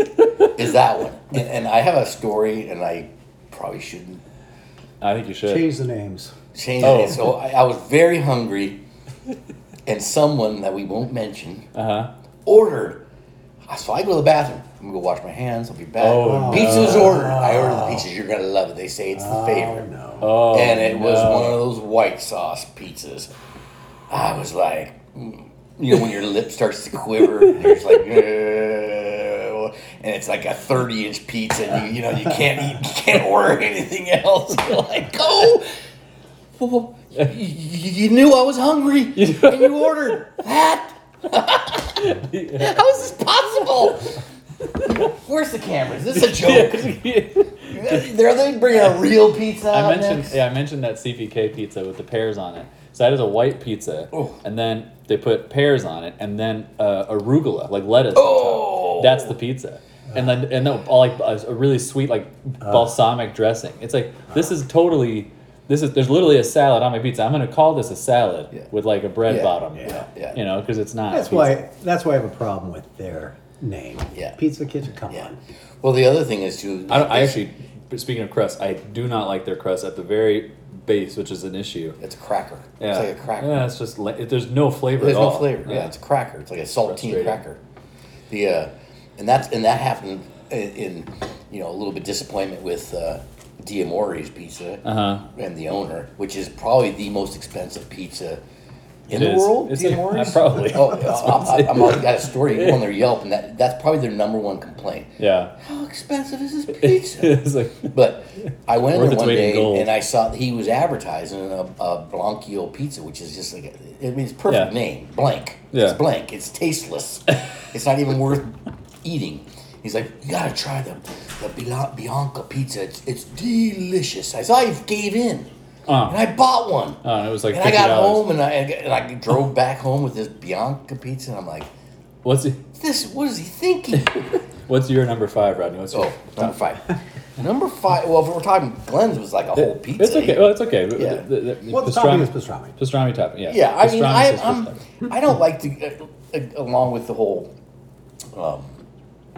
[SPEAKER 2] is that one? And, and I have a story, and I probably shouldn't
[SPEAKER 1] I think you should.
[SPEAKER 3] Change the names.
[SPEAKER 2] change
[SPEAKER 1] Oh.
[SPEAKER 2] it. So I, I was very hungry, and someone that we won't mention
[SPEAKER 1] Uh huh.
[SPEAKER 2] ordered. So I go to the bathroom. I'm gonna go wash my hands. I'll be back.
[SPEAKER 1] Oh,
[SPEAKER 2] pizza's
[SPEAKER 3] no.
[SPEAKER 2] ordered. I ordered the pizza. You're gonna love it. They say it's the favorite.
[SPEAKER 3] no.
[SPEAKER 1] Oh,
[SPEAKER 2] and it was
[SPEAKER 1] no.
[SPEAKER 2] one of those white sauce pizzas. I was like, mm, you know, when your lip starts to quiver, and you're just like, "Ugh," and it's like a 30 inch pizza, and you, you know, you can't eat, you can't order anything else. You're like, go. Well, you, you knew I was hungry, and you ordered that. How is this possible? Where's the camera? Is this a joke? They're they bringing a real pizza.
[SPEAKER 1] I
[SPEAKER 2] out
[SPEAKER 1] mentioned
[SPEAKER 2] next?
[SPEAKER 1] yeah, I mentioned that CPK pizza with the pears on it. So that is a white pizza,
[SPEAKER 2] Oh.
[SPEAKER 1] and then they put pears on it, and then uh, arugula like lettuce.
[SPEAKER 2] Oh.
[SPEAKER 1] on top. that's the pizza. And then and then all, like a, a really sweet like
[SPEAKER 2] Uh.
[SPEAKER 1] balsamic dressing. It's like this is totally this is there's literally a salad on my pizza. I'm gonna call this a salad
[SPEAKER 2] Yeah.
[SPEAKER 1] with like a bread
[SPEAKER 2] Yeah,
[SPEAKER 1] bottom.
[SPEAKER 2] yeah, yeah.
[SPEAKER 1] You know, because it's not.
[SPEAKER 3] That's
[SPEAKER 1] pizza.
[SPEAKER 3] why. That's why I have a problem with their name.
[SPEAKER 2] Yeah.
[SPEAKER 3] Pizza Kitchen. Come
[SPEAKER 2] Yeah.
[SPEAKER 3] on.
[SPEAKER 2] Well, the other thing is too.
[SPEAKER 1] I, don't, I
[SPEAKER 2] is-
[SPEAKER 1] actually but speaking of crust, I do not like their crust at the very base, which is an issue.
[SPEAKER 2] It's a cracker.
[SPEAKER 1] Yeah,
[SPEAKER 2] It's like a cracker.
[SPEAKER 1] Yeah, it's just la- there's no flavor.
[SPEAKER 2] There's
[SPEAKER 1] at
[SPEAKER 2] no
[SPEAKER 1] all.
[SPEAKER 2] flavor. Yeah. it's a cracker. It's like a saltine
[SPEAKER 1] Frustrating.
[SPEAKER 2] cracker. The uh, and that's and that happened in, in you know a little bit disappointment with uh, Diamore's pizza
[SPEAKER 1] Uh-huh.
[SPEAKER 2] and the owner, which is probably the most expensive pizza. In
[SPEAKER 1] It
[SPEAKER 2] the
[SPEAKER 1] is.
[SPEAKER 2] world,
[SPEAKER 1] It's
[SPEAKER 2] Dia
[SPEAKER 1] like-
[SPEAKER 2] More's?
[SPEAKER 1] I probably-
[SPEAKER 2] Oh, I, I, I'm, I got a story on their Yelp, and that, that's probably their number one complaint.
[SPEAKER 1] Yeah.
[SPEAKER 2] How expensive is this pizza?
[SPEAKER 1] it's like uh,
[SPEAKER 2] But I went in
[SPEAKER 1] Worth its
[SPEAKER 2] there one
[SPEAKER 1] weight in
[SPEAKER 2] day
[SPEAKER 1] gold.
[SPEAKER 2] and I saw that he was advertising a, a Blanquio pizza, which is just like a, I mean, it's a perfect
[SPEAKER 1] Yeah.
[SPEAKER 2] name, blank.
[SPEAKER 1] Yeah.
[SPEAKER 2] It's blank. It's tasteless. it's not even worth eating. He's like, you gotta try the the Bila- Bianca pizza. It's, it's delicious. I saw I gave in,
[SPEAKER 1] Uh.
[SPEAKER 2] and I bought one.
[SPEAKER 1] uh, it was like
[SPEAKER 2] and
[SPEAKER 1] fifty
[SPEAKER 2] I got
[SPEAKER 1] dollars.
[SPEAKER 2] home and I and I drove back home with this Bianca pizza, and I'm like,
[SPEAKER 1] What's
[SPEAKER 2] this. What is he thinking?
[SPEAKER 1] what's your number five, Rodney? What's your
[SPEAKER 2] Oh, number five. number five. Well, if we're talking, Glenn's was like a whole pizza.
[SPEAKER 1] It's okay. Well, it's okay. The-
[SPEAKER 2] Yeah.
[SPEAKER 1] the- the-
[SPEAKER 3] Well, the topping is pastrami.
[SPEAKER 1] Pastrami topping. Yeah.
[SPEAKER 2] Yeah, I mean,
[SPEAKER 1] Pastrami
[SPEAKER 2] I,
[SPEAKER 1] says pastrami.
[SPEAKER 2] I'm, I don't like to, uh, uh, along with the whole um,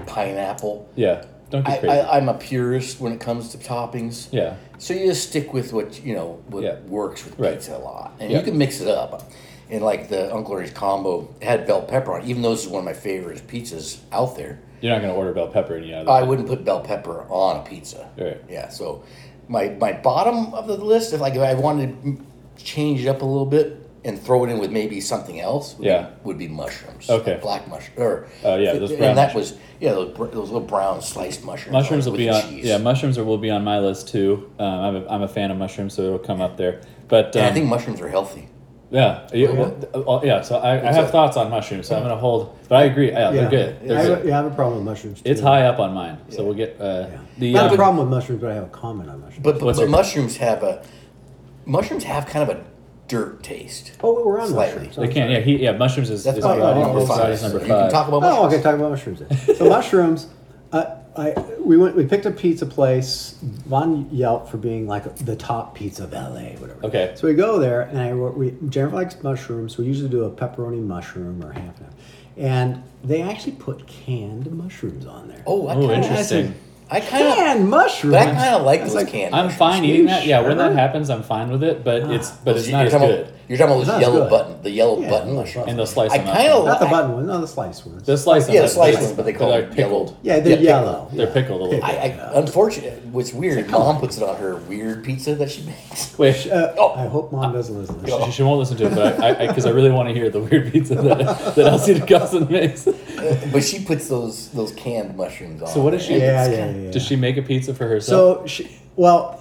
[SPEAKER 2] pineapple.
[SPEAKER 1] Yeah. Don't
[SPEAKER 2] I,
[SPEAKER 1] get crazy.
[SPEAKER 2] I, I'm a purist when it comes to toppings.
[SPEAKER 1] yeah.
[SPEAKER 2] So you just stick with what you know what
[SPEAKER 1] Yeah.
[SPEAKER 2] works with
[SPEAKER 1] Right.
[SPEAKER 2] pizza a lot, and
[SPEAKER 1] Yeah.
[SPEAKER 2] you can mix it up. And like the Uncle Ernie's combo it had bell pepper on, it, even though this is one of my favorite pizzas out there.
[SPEAKER 1] You're not gonna order bell pepper and you know.
[SPEAKER 2] I wouldn't put bell pepper on a pizza.
[SPEAKER 1] Right.
[SPEAKER 2] Yeah. So my my bottom of the list, if like if I wanted to m- change it up a little bit and throw it in with maybe something else, would
[SPEAKER 1] Yeah.
[SPEAKER 2] be, would be mushrooms.
[SPEAKER 1] Okay.
[SPEAKER 2] like black mushroom or
[SPEAKER 1] Oh, yeah, those brown
[SPEAKER 2] and that was yeah those, br- those little brown sliced mushrooms.
[SPEAKER 1] mushrooms
[SPEAKER 2] like,
[SPEAKER 1] will be
[SPEAKER 2] with the
[SPEAKER 1] on.
[SPEAKER 2] cheese.
[SPEAKER 1] Yeah, mushrooms are, will be on my list too. Um, I'm, a, I'm a fan of mushrooms, so it'll come up there. But um,
[SPEAKER 2] and I think Oh, mushrooms are healthy.
[SPEAKER 1] yeah, yeah, well, th- uh, yeah. So I, I have
[SPEAKER 2] a-
[SPEAKER 1] thoughts on mushrooms, so I'm gonna hold. But I agree. Yeah, they're good. They're
[SPEAKER 3] I
[SPEAKER 1] good.
[SPEAKER 3] have, a- yeah, I have a problem with mushrooms. Too.
[SPEAKER 1] It's high up on mine, so we'll get uh,
[SPEAKER 3] Yeah.
[SPEAKER 1] the.
[SPEAKER 3] Not
[SPEAKER 1] um,
[SPEAKER 3] a problem with mushrooms, but I have a comment on mushrooms.
[SPEAKER 2] But but,
[SPEAKER 1] What's
[SPEAKER 2] but
[SPEAKER 1] your-
[SPEAKER 2] mushrooms have a mushrooms have kind of a dirt taste.
[SPEAKER 3] oh, we're on
[SPEAKER 2] Slightly.
[SPEAKER 3] mushrooms.
[SPEAKER 1] They can, yeah. He, yeah, mushrooms is,
[SPEAKER 2] That's
[SPEAKER 1] is
[SPEAKER 2] my
[SPEAKER 3] oh,
[SPEAKER 1] Rodney-
[SPEAKER 2] number
[SPEAKER 1] is
[SPEAKER 2] five.
[SPEAKER 1] Rodney's number
[SPEAKER 2] You can
[SPEAKER 1] five.
[SPEAKER 2] talk about
[SPEAKER 3] Oh,
[SPEAKER 2] mushrooms.
[SPEAKER 3] okay. Talk about mushrooms. Then. So mushrooms, uh, I we went we picked a pizza place on Yelp for being like the top pizza valet, whatever.
[SPEAKER 1] Okay.
[SPEAKER 3] So we go there, and I we Jennifer likes mushrooms. We usually do a pepperoni mushroom or half and half, and they actually put canned mushrooms on there.
[SPEAKER 2] Oh, I
[SPEAKER 1] Ooh,
[SPEAKER 2] kinda-
[SPEAKER 1] interesting.
[SPEAKER 2] I kind of
[SPEAKER 3] Canned mushrooms.
[SPEAKER 2] But I kind of like
[SPEAKER 3] It's
[SPEAKER 2] those
[SPEAKER 3] like- Ah.
[SPEAKER 2] canned.
[SPEAKER 1] I'm
[SPEAKER 2] mushrooms.
[SPEAKER 1] fine eating that. Yeah, when that
[SPEAKER 3] sure?
[SPEAKER 1] happens, I'm fine with it. But it's but it's
[SPEAKER 2] You-
[SPEAKER 1] not
[SPEAKER 2] you're
[SPEAKER 1] as
[SPEAKER 2] talking
[SPEAKER 1] good.
[SPEAKER 2] About, you're talking about
[SPEAKER 3] It's not
[SPEAKER 2] those
[SPEAKER 3] as
[SPEAKER 2] yellow
[SPEAKER 3] good.
[SPEAKER 2] button, the yellow
[SPEAKER 3] Yeah,
[SPEAKER 2] button
[SPEAKER 3] yellow
[SPEAKER 2] mushrooms.
[SPEAKER 3] button.
[SPEAKER 1] And they'll slice
[SPEAKER 2] I
[SPEAKER 1] them up.
[SPEAKER 2] kind of
[SPEAKER 3] Not the
[SPEAKER 2] I-
[SPEAKER 3] button one, no, the slice ones.
[SPEAKER 1] They're sliced.
[SPEAKER 2] Yeah,
[SPEAKER 1] up,
[SPEAKER 2] the slice
[SPEAKER 1] they're-
[SPEAKER 2] ones, but they call
[SPEAKER 1] they're
[SPEAKER 2] them yellow.
[SPEAKER 1] pickled.
[SPEAKER 3] yeah, they're
[SPEAKER 2] yeah,
[SPEAKER 3] yellow.
[SPEAKER 1] They're pickled a little
[SPEAKER 2] I,
[SPEAKER 1] bit.
[SPEAKER 2] I unfortunately, what's weird, mom puts it on her weird pizza that she makes.
[SPEAKER 1] Wait,
[SPEAKER 3] Uh,
[SPEAKER 2] Oh.
[SPEAKER 3] I hope mom doesn't listen. to this.
[SPEAKER 1] she, she won't listen to it, but I because I, really want to hear the weird pizza that that Elsie DeCosta makes.
[SPEAKER 2] But she puts those those canned mushrooms on.
[SPEAKER 1] So what does
[SPEAKER 2] there.
[SPEAKER 1] she?
[SPEAKER 3] Yeah, yeah, yeah.
[SPEAKER 1] Does she make a pizza for herself?
[SPEAKER 3] So, she, well,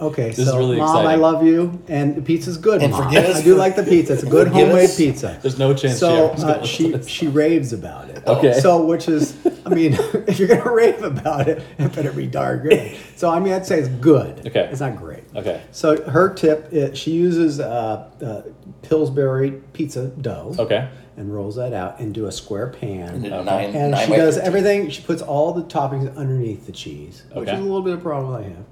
[SPEAKER 3] okay.
[SPEAKER 1] is
[SPEAKER 3] so,
[SPEAKER 1] really
[SPEAKER 3] mom, I
[SPEAKER 1] exciting.
[SPEAKER 3] love you, and the pizza's good.
[SPEAKER 2] And
[SPEAKER 3] Mom.
[SPEAKER 2] forgive us
[SPEAKER 3] I do
[SPEAKER 2] for-
[SPEAKER 3] like the pizza. It's a good
[SPEAKER 2] forgive
[SPEAKER 3] homemade
[SPEAKER 2] us.
[SPEAKER 3] pizza.
[SPEAKER 1] There's no chance she
[SPEAKER 3] So
[SPEAKER 1] ever
[SPEAKER 3] uh,
[SPEAKER 1] goes
[SPEAKER 3] she
[SPEAKER 1] to this.
[SPEAKER 3] she raves about it.
[SPEAKER 1] Okay.
[SPEAKER 3] So which is, I mean, if you're gonna rave about it, it better be darn good. So I mean, I'd say it's good.
[SPEAKER 1] Okay.
[SPEAKER 3] It's not great.
[SPEAKER 1] Okay.
[SPEAKER 3] So her tip, is, she uses uh, uh, Pillsbury pizza dough.
[SPEAKER 1] Okay.
[SPEAKER 3] And rolls that out into a square pan.
[SPEAKER 2] And then nine-
[SPEAKER 3] And
[SPEAKER 2] nine
[SPEAKER 3] she
[SPEAKER 2] by
[SPEAKER 3] does
[SPEAKER 2] 13.
[SPEAKER 3] everything. She puts all the toppings underneath the cheese, which
[SPEAKER 1] Okay.
[SPEAKER 3] is a little bit of a problem I have.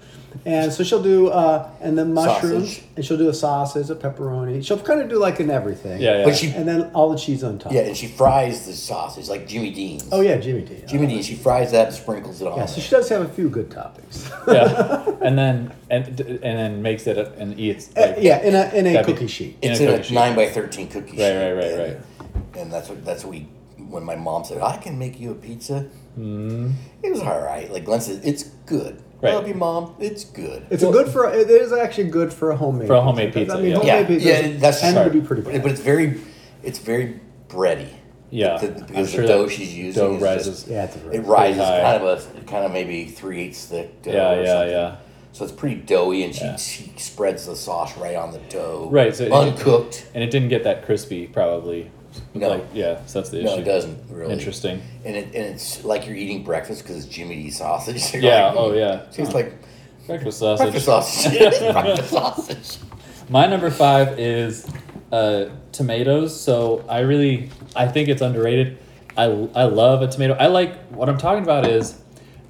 [SPEAKER 3] And so she'll do, uh, and then mushrooms,
[SPEAKER 2] Sausage.
[SPEAKER 3] and she'll do a sausage, a pepperoni. She'll kind of do like an everything.
[SPEAKER 1] Yeah, yeah.
[SPEAKER 2] But she
[SPEAKER 3] And then all the cheese on top.
[SPEAKER 2] yeah, and she fries the sausage like Jimmy Dean's.
[SPEAKER 3] Oh yeah, Jimmy D.
[SPEAKER 2] Jimmy Dean. She fries that and sprinkles it on.
[SPEAKER 3] yeah. So she does have a few good toppings.
[SPEAKER 1] yeah, and then and and then makes it and eats.
[SPEAKER 3] Uh,
[SPEAKER 1] Like,
[SPEAKER 3] yeah, in a in a
[SPEAKER 1] That'd be-
[SPEAKER 3] cookie sheet.
[SPEAKER 1] in
[SPEAKER 2] it's
[SPEAKER 1] a
[SPEAKER 2] in a,
[SPEAKER 1] cookie sheet.
[SPEAKER 2] nine by thirteen cookie
[SPEAKER 1] Right,
[SPEAKER 2] sheet.
[SPEAKER 1] right, right,
[SPEAKER 2] And- And that's what that's what we when my mom said I can make you a pizza. It was all right. Like Glenn says, it's good.
[SPEAKER 1] Mm-hmm. Right.
[SPEAKER 2] Love you, mom. It's good.
[SPEAKER 3] It's a good for. It is actually good for a homemade
[SPEAKER 1] For a homemade
[SPEAKER 3] I
[SPEAKER 1] pizza,
[SPEAKER 3] mean,
[SPEAKER 1] yeah.
[SPEAKER 2] yeah,
[SPEAKER 3] homemade pizza
[SPEAKER 2] yeah. That's
[SPEAKER 3] tend
[SPEAKER 1] hard.
[SPEAKER 3] to be pretty bad.
[SPEAKER 2] But it's very, it's very bready.
[SPEAKER 1] Yeah,
[SPEAKER 2] The- the-
[SPEAKER 1] I'm
[SPEAKER 2] because
[SPEAKER 1] sure
[SPEAKER 2] the dough
[SPEAKER 1] that
[SPEAKER 2] she's using
[SPEAKER 1] dough
[SPEAKER 2] is
[SPEAKER 1] rises.
[SPEAKER 2] just-
[SPEAKER 3] yeah, it's a
[SPEAKER 2] It
[SPEAKER 3] very,
[SPEAKER 2] rises
[SPEAKER 1] high.
[SPEAKER 2] kind of a kind of maybe three eighths thick. Dough
[SPEAKER 1] yeah,
[SPEAKER 2] or
[SPEAKER 1] yeah,
[SPEAKER 2] something.
[SPEAKER 1] yeah.
[SPEAKER 2] So it's pretty doughy, and she,
[SPEAKER 1] Yeah.
[SPEAKER 2] she spreads the sauce right on the dough.
[SPEAKER 1] Right, so it-
[SPEAKER 2] uncooked.
[SPEAKER 1] And it didn't get that crispy, probably.
[SPEAKER 2] No.
[SPEAKER 1] Like, yeah, so that's the
[SPEAKER 2] no,
[SPEAKER 1] issue.
[SPEAKER 2] it doesn't really.
[SPEAKER 1] Interesting.
[SPEAKER 2] And it, and it's like you're eating breakfast because it's Jimmy Dean sausage. You're
[SPEAKER 1] Yeah,
[SPEAKER 2] like,
[SPEAKER 1] oh,
[SPEAKER 2] "Mm."
[SPEAKER 1] yeah.
[SPEAKER 2] So it's
[SPEAKER 1] Huh.
[SPEAKER 2] like
[SPEAKER 1] Breakfast sausage.
[SPEAKER 2] breakfast sausage. breakfast sausage.
[SPEAKER 1] My number five is uh, tomatoes. So I really, I think it's underrated. I, I love a tomato. I like what I'm talking about is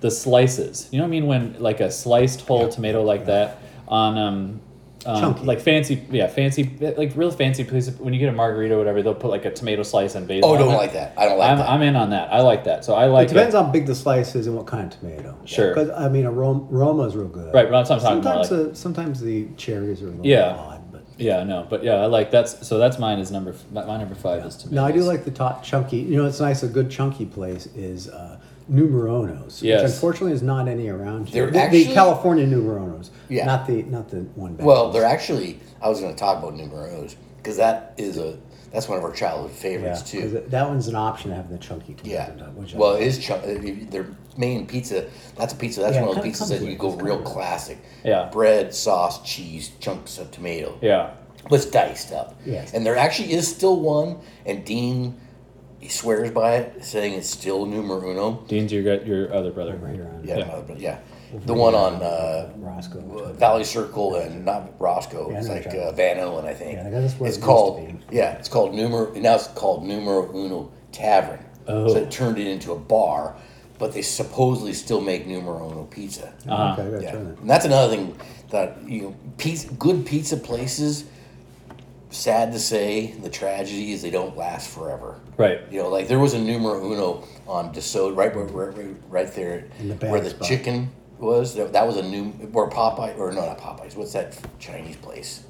[SPEAKER 1] the slices. You know what I mean? When like a sliced whole tomato like that on um, um
[SPEAKER 3] Chunky.
[SPEAKER 1] like fancy yeah fancy like real fancy places when you get a margarita or whatever they'll put like a tomato slice and basil.
[SPEAKER 2] Oh,
[SPEAKER 1] on
[SPEAKER 2] don't
[SPEAKER 1] it.
[SPEAKER 2] like that. I don't like
[SPEAKER 1] I'm,
[SPEAKER 2] that.
[SPEAKER 1] I'm in on that. I like that. So I like
[SPEAKER 3] it depends
[SPEAKER 1] it.
[SPEAKER 3] on how big the slice is and what kind of tomato.
[SPEAKER 1] Sure.
[SPEAKER 3] Because I mean, aroma, aroma's real good.
[SPEAKER 1] Right, but I'm talking more
[SPEAKER 3] sometimes
[SPEAKER 1] like-
[SPEAKER 3] the, sometimes the cherries are a little
[SPEAKER 1] Yeah.
[SPEAKER 3] odd, but
[SPEAKER 1] yeah no but yeah I like that's so that's mine is number f- my, my number five is tomatoes.
[SPEAKER 3] No, I do like the top chunky. You know, it's nice. A good chunky place is uh, Numeronos,
[SPEAKER 1] Yes.
[SPEAKER 3] which unfortunately is not any around here.
[SPEAKER 2] They're
[SPEAKER 3] the,
[SPEAKER 2] actually-
[SPEAKER 3] the California Numeronos,
[SPEAKER 2] Yeah.
[SPEAKER 3] not the not the one. Back
[SPEAKER 2] Well, they're actually. I was going to talk about Numeros because that is a that's one of our childhood
[SPEAKER 3] yeah,
[SPEAKER 2] favorites
[SPEAKER 3] 'cause
[SPEAKER 2] too.
[SPEAKER 3] it- that one's an option having the chunky. tomato,
[SPEAKER 2] Yeah.
[SPEAKER 3] which I
[SPEAKER 2] Well,
[SPEAKER 3] like.
[SPEAKER 2] it is chunk, their main pizza. That's a pizza. That's
[SPEAKER 3] Yeah, it
[SPEAKER 2] one of those
[SPEAKER 3] kinda
[SPEAKER 2] pizzas
[SPEAKER 3] comes
[SPEAKER 2] that
[SPEAKER 3] with
[SPEAKER 2] you
[SPEAKER 3] it.
[SPEAKER 2] go
[SPEAKER 3] It's
[SPEAKER 2] real
[SPEAKER 3] kinda-
[SPEAKER 2] classic.
[SPEAKER 1] Yeah.
[SPEAKER 2] Bread, sauce, cheese, chunks of tomato.
[SPEAKER 1] yeah
[SPEAKER 2] But it's diced up.
[SPEAKER 3] Yes.
[SPEAKER 2] And there actually is still one, and Dean he swears by it, saying it's still numero uno.
[SPEAKER 1] Dean's your gu- your other brother
[SPEAKER 3] right around
[SPEAKER 2] Yeah.
[SPEAKER 1] Yeah.
[SPEAKER 2] my brother- yeah. The one on uh,
[SPEAKER 3] Roscoe. which I-
[SPEAKER 2] Valley Circle and not Roscoe.
[SPEAKER 3] Yeah, I
[SPEAKER 2] it's
[SPEAKER 3] know
[SPEAKER 2] like
[SPEAKER 3] what you're
[SPEAKER 2] uh, Van Allen, I think.
[SPEAKER 3] Yeah, like, that's where
[SPEAKER 2] it's
[SPEAKER 3] it used to
[SPEAKER 2] called.
[SPEAKER 3] be.
[SPEAKER 2] Yeah, it's called Numero. Now it's called Numero Uno Tavern.
[SPEAKER 1] Oh.
[SPEAKER 2] So it turned it into a bar, but they supposedly still make Numero Uno pizza.
[SPEAKER 3] okay, I gotta
[SPEAKER 2] Yeah,
[SPEAKER 3] try that.
[SPEAKER 2] and that's another thing that you know, pizza, good pizza places. Sad to say, the tragedy is they don't last forever.
[SPEAKER 1] right
[SPEAKER 2] You know, like there was a numero uno on DeSoto, right, where- where- where- right there,
[SPEAKER 3] In the bad
[SPEAKER 2] where the
[SPEAKER 3] spot.
[SPEAKER 2] chicken was. That, that was a new, where Popeye, or no, not Popeyes. What's that Chinese place?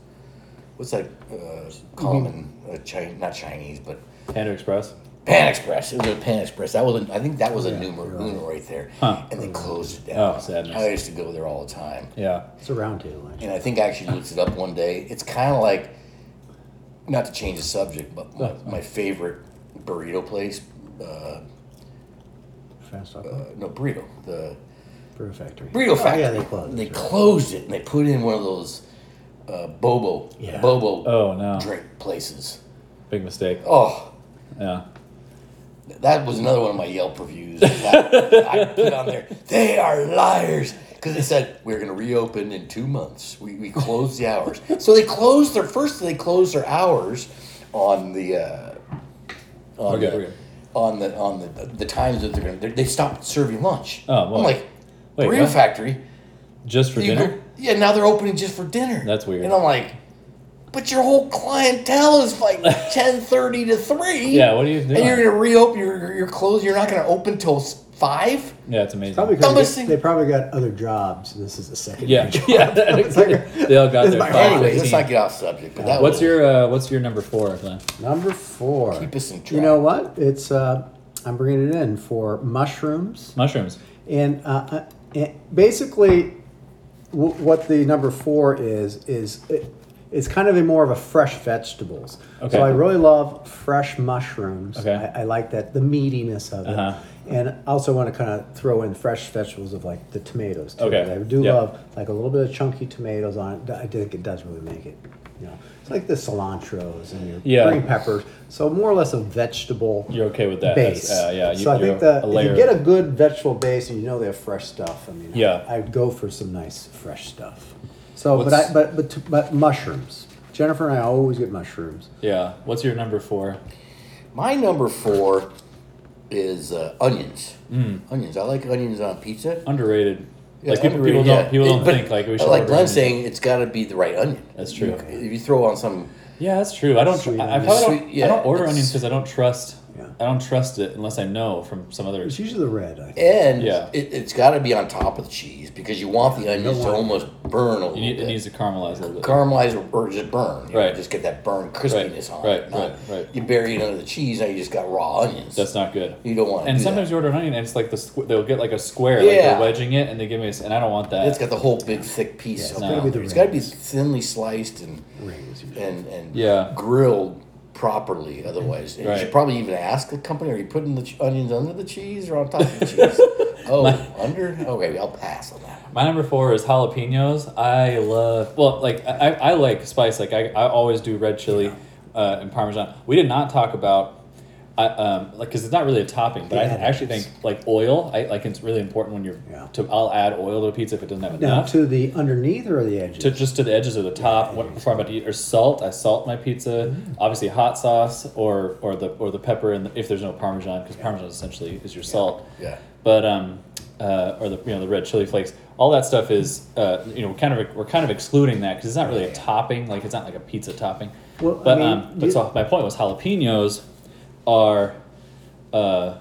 [SPEAKER 2] What's that uh, common,
[SPEAKER 3] Mm-hmm.
[SPEAKER 2] uh, Chinese, not Chinese, but
[SPEAKER 1] Panda Express.
[SPEAKER 2] Pan Express. It was a Pan Express. That was, a, I think, that was a numero
[SPEAKER 3] you're right.
[SPEAKER 2] uno right there,
[SPEAKER 1] Huh.
[SPEAKER 2] and they closed it down.
[SPEAKER 1] Oh, sadness.
[SPEAKER 2] I used to go there all the time
[SPEAKER 1] Yeah.
[SPEAKER 3] It's a round table. actually.
[SPEAKER 2] and I think I actually looked it up one day. It's kind of like, not to change the subject, but my, my favorite burrito place, uh,
[SPEAKER 3] Fast talk
[SPEAKER 2] no burrito, the
[SPEAKER 3] Brew Factory.
[SPEAKER 2] burrito factory.
[SPEAKER 3] Oh, yeah, they closed.
[SPEAKER 2] They
[SPEAKER 3] That's right.
[SPEAKER 2] closed it and they put in one of those uh, bobo
[SPEAKER 3] Yeah.
[SPEAKER 2] bobo
[SPEAKER 1] Oh no.
[SPEAKER 2] drink places.
[SPEAKER 1] Big mistake.
[SPEAKER 2] Oh,
[SPEAKER 1] Yeah.
[SPEAKER 2] that was another one of my Yelp reviews. I, I put on there, they are liars. Because they said, we're going to reopen in two months. We, we closed the hours. So they closed their, first they closed their hours on the, uh, on
[SPEAKER 1] Okay,
[SPEAKER 2] the,
[SPEAKER 1] okay.
[SPEAKER 2] on the, on the, the times that they're going to, they stopped serving lunch.
[SPEAKER 1] Oh, well.
[SPEAKER 2] I'm like,
[SPEAKER 1] Wait,
[SPEAKER 2] Burrito
[SPEAKER 1] what?
[SPEAKER 2] Factory.
[SPEAKER 1] Just for
[SPEAKER 2] you
[SPEAKER 1] dinner.
[SPEAKER 2] go- yeah, now they're opening just for dinner.
[SPEAKER 1] That's weird.
[SPEAKER 2] And I'm like, but your whole clientele is like 10.30 to 3.
[SPEAKER 1] Yeah, what are you doing?
[SPEAKER 2] And you're gonna reopen your your clothes. You're not gonna open till s- five.
[SPEAKER 1] yeah, it's amazing.
[SPEAKER 3] Probably 'cause
[SPEAKER 2] Dumbest
[SPEAKER 3] they,
[SPEAKER 2] thing-
[SPEAKER 3] they probably got other jobs. and This is a second.
[SPEAKER 1] yeah, yeah. that- they all got
[SPEAKER 3] This is
[SPEAKER 1] their
[SPEAKER 3] my
[SPEAKER 1] five
[SPEAKER 3] hobby.
[SPEAKER 2] Anyway, let's
[SPEAKER 1] fifteen.
[SPEAKER 2] not get off subject. But that
[SPEAKER 1] What's
[SPEAKER 2] was
[SPEAKER 1] your uh, What's your number four, Glenn?
[SPEAKER 3] Number four.
[SPEAKER 2] keep us in track.
[SPEAKER 3] You know what? It's uh, I'm bringing it in for mushrooms
[SPEAKER 1] Mushrooms.
[SPEAKER 3] and uh, uh, and basically, w- what the number four is is it, it's kind of a more of a fresh vegetables.
[SPEAKER 1] Okay.
[SPEAKER 3] So I really love fresh mushrooms.
[SPEAKER 1] Okay.
[SPEAKER 3] I, I like that the meatiness of
[SPEAKER 1] Uh-huh.
[SPEAKER 3] it, and I also want to kind of throw in fresh vegetables of like the tomatoes. Too.
[SPEAKER 1] Okay.
[SPEAKER 3] I do
[SPEAKER 1] Yeah.
[SPEAKER 3] love like a little bit of chunky tomatoes on it. I think it does really make it. You know, it's like the cilantros and your
[SPEAKER 1] Yeah.
[SPEAKER 3] green peppers. So more or less a vegetable
[SPEAKER 1] You're okay with that?
[SPEAKER 3] base.
[SPEAKER 1] That's- uh, yeah. You,
[SPEAKER 3] so I
[SPEAKER 1] you're
[SPEAKER 3] think that
[SPEAKER 1] a
[SPEAKER 3] if
[SPEAKER 1] layer.
[SPEAKER 3] you get a good vegetable base and you know they have fresh stuff, I mean,
[SPEAKER 1] Yeah.
[SPEAKER 3] I, would go for some nice fresh stuff. So, but
[SPEAKER 1] What's-
[SPEAKER 3] I but but but mushrooms. Jennifer and I always get mushrooms.
[SPEAKER 1] yeah. What's your number four?
[SPEAKER 2] My number four is uh, onions. Onions. I like onions on pizza.
[SPEAKER 1] Underrated.
[SPEAKER 2] Yeah,
[SPEAKER 1] Mm. like people,
[SPEAKER 2] underrated,
[SPEAKER 1] people don't
[SPEAKER 2] yeah.
[SPEAKER 1] people
[SPEAKER 2] It-
[SPEAKER 1] don't
[SPEAKER 2] but
[SPEAKER 1] think like we should.
[SPEAKER 2] Like
[SPEAKER 1] order onions.
[SPEAKER 2] Glenn's saying, it's got to be the right onion.
[SPEAKER 1] That's true.
[SPEAKER 2] If you throw on some,
[SPEAKER 1] Yeah, that's true. I don't.
[SPEAKER 3] Sweet
[SPEAKER 1] I, I
[SPEAKER 3] onions.
[SPEAKER 1] probably don't.
[SPEAKER 2] Sweet, yeah,
[SPEAKER 1] I don't order
[SPEAKER 2] it's-
[SPEAKER 1] onions because I don't trust
[SPEAKER 3] Yeah.
[SPEAKER 1] I don't trust it unless I know from some other.
[SPEAKER 3] It's usually the red. I think.
[SPEAKER 2] And
[SPEAKER 1] Yeah.
[SPEAKER 2] it, it's got to be on top of the cheese because you want the onions to
[SPEAKER 3] want-
[SPEAKER 2] almost burn a little
[SPEAKER 1] You need, it
[SPEAKER 2] bit.
[SPEAKER 1] needs to caramelize a little bit.
[SPEAKER 2] Caramelize or, or just burn. you know,
[SPEAKER 1] Right.
[SPEAKER 2] just get that burn crispiness on
[SPEAKER 1] right,
[SPEAKER 2] it. not-
[SPEAKER 1] right, right.
[SPEAKER 2] You bury it under the cheese, now you just got raw onions.
[SPEAKER 1] That's not good.
[SPEAKER 2] You don't want
[SPEAKER 1] And
[SPEAKER 2] to do
[SPEAKER 1] sometimes
[SPEAKER 2] that.
[SPEAKER 1] you order an onion, and it's like the squ- they'll get like a square, like they're
[SPEAKER 2] Yeah.
[SPEAKER 1] wedging it, and they give me, this, and I don't want that.
[SPEAKER 2] It's got the whole big thick piece.
[SPEAKER 3] it's
[SPEAKER 2] up
[SPEAKER 1] gotta
[SPEAKER 2] there.
[SPEAKER 1] be
[SPEAKER 3] the
[SPEAKER 2] it's got to be
[SPEAKER 3] rings.
[SPEAKER 2] thinly sliced and
[SPEAKER 3] Rings, usually.
[SPEAKER 2] and and
[SPEAKER 1] Yeah.
[SPEAKER 2] grilled properly. Otherwise, and you
[SPEAKER 1] Right.
[SPEAKER 2] should probably even ask the company: Are you putting the ch- onions under the cheese or on top of the cheese? oh, under. Okay, I'll pass on that.
[SPEAKER 1] My number four is jalapenos. I love well, like I, I like spice. Like I, I always do red chili uh, and parmesan. We did not talk about. I, um, like, cause it's not really a topping, but I
[SPEAKER 3] Yeah.
[SPEAKER 1] actually think like oil. I like it's really important when you're.
[SPEAKER 3] Yeah.
[SPEAKER 1] To I'll add oil to a pizza if it doesn't have
[SPEAKER 3] Now
[SPEAKER 1] enough.
[SPEAKER 3] to the underneath or the edges.
[SPEAKER 1] to just to the edges of the top what, before I'm about to eat. Or salt. I salt my pizza.
[SPEAKER 3] Mm.
[SPEAKER 1] Obviously, hot sauce or or the or the pepper, and if there's no parmesan, because parmesan essentially is your salt.
[SPEAKER 2] Yeah.
[SPEAKER 1] But um, uh, or the you know the red chili flakes. All that stuff is uh, you know kind of we're kind of excluding that because it's not really a topping. Like it's not like a pizza topping.
[SPEAKER 3] Well, I
[SPEAKER 1] but
[SPEAKER 3] mean,
[SPEAKER 1] um, but
[SPEAKER 3] you-
[SPEAKER 1] so my point was jalapenos are. Uh,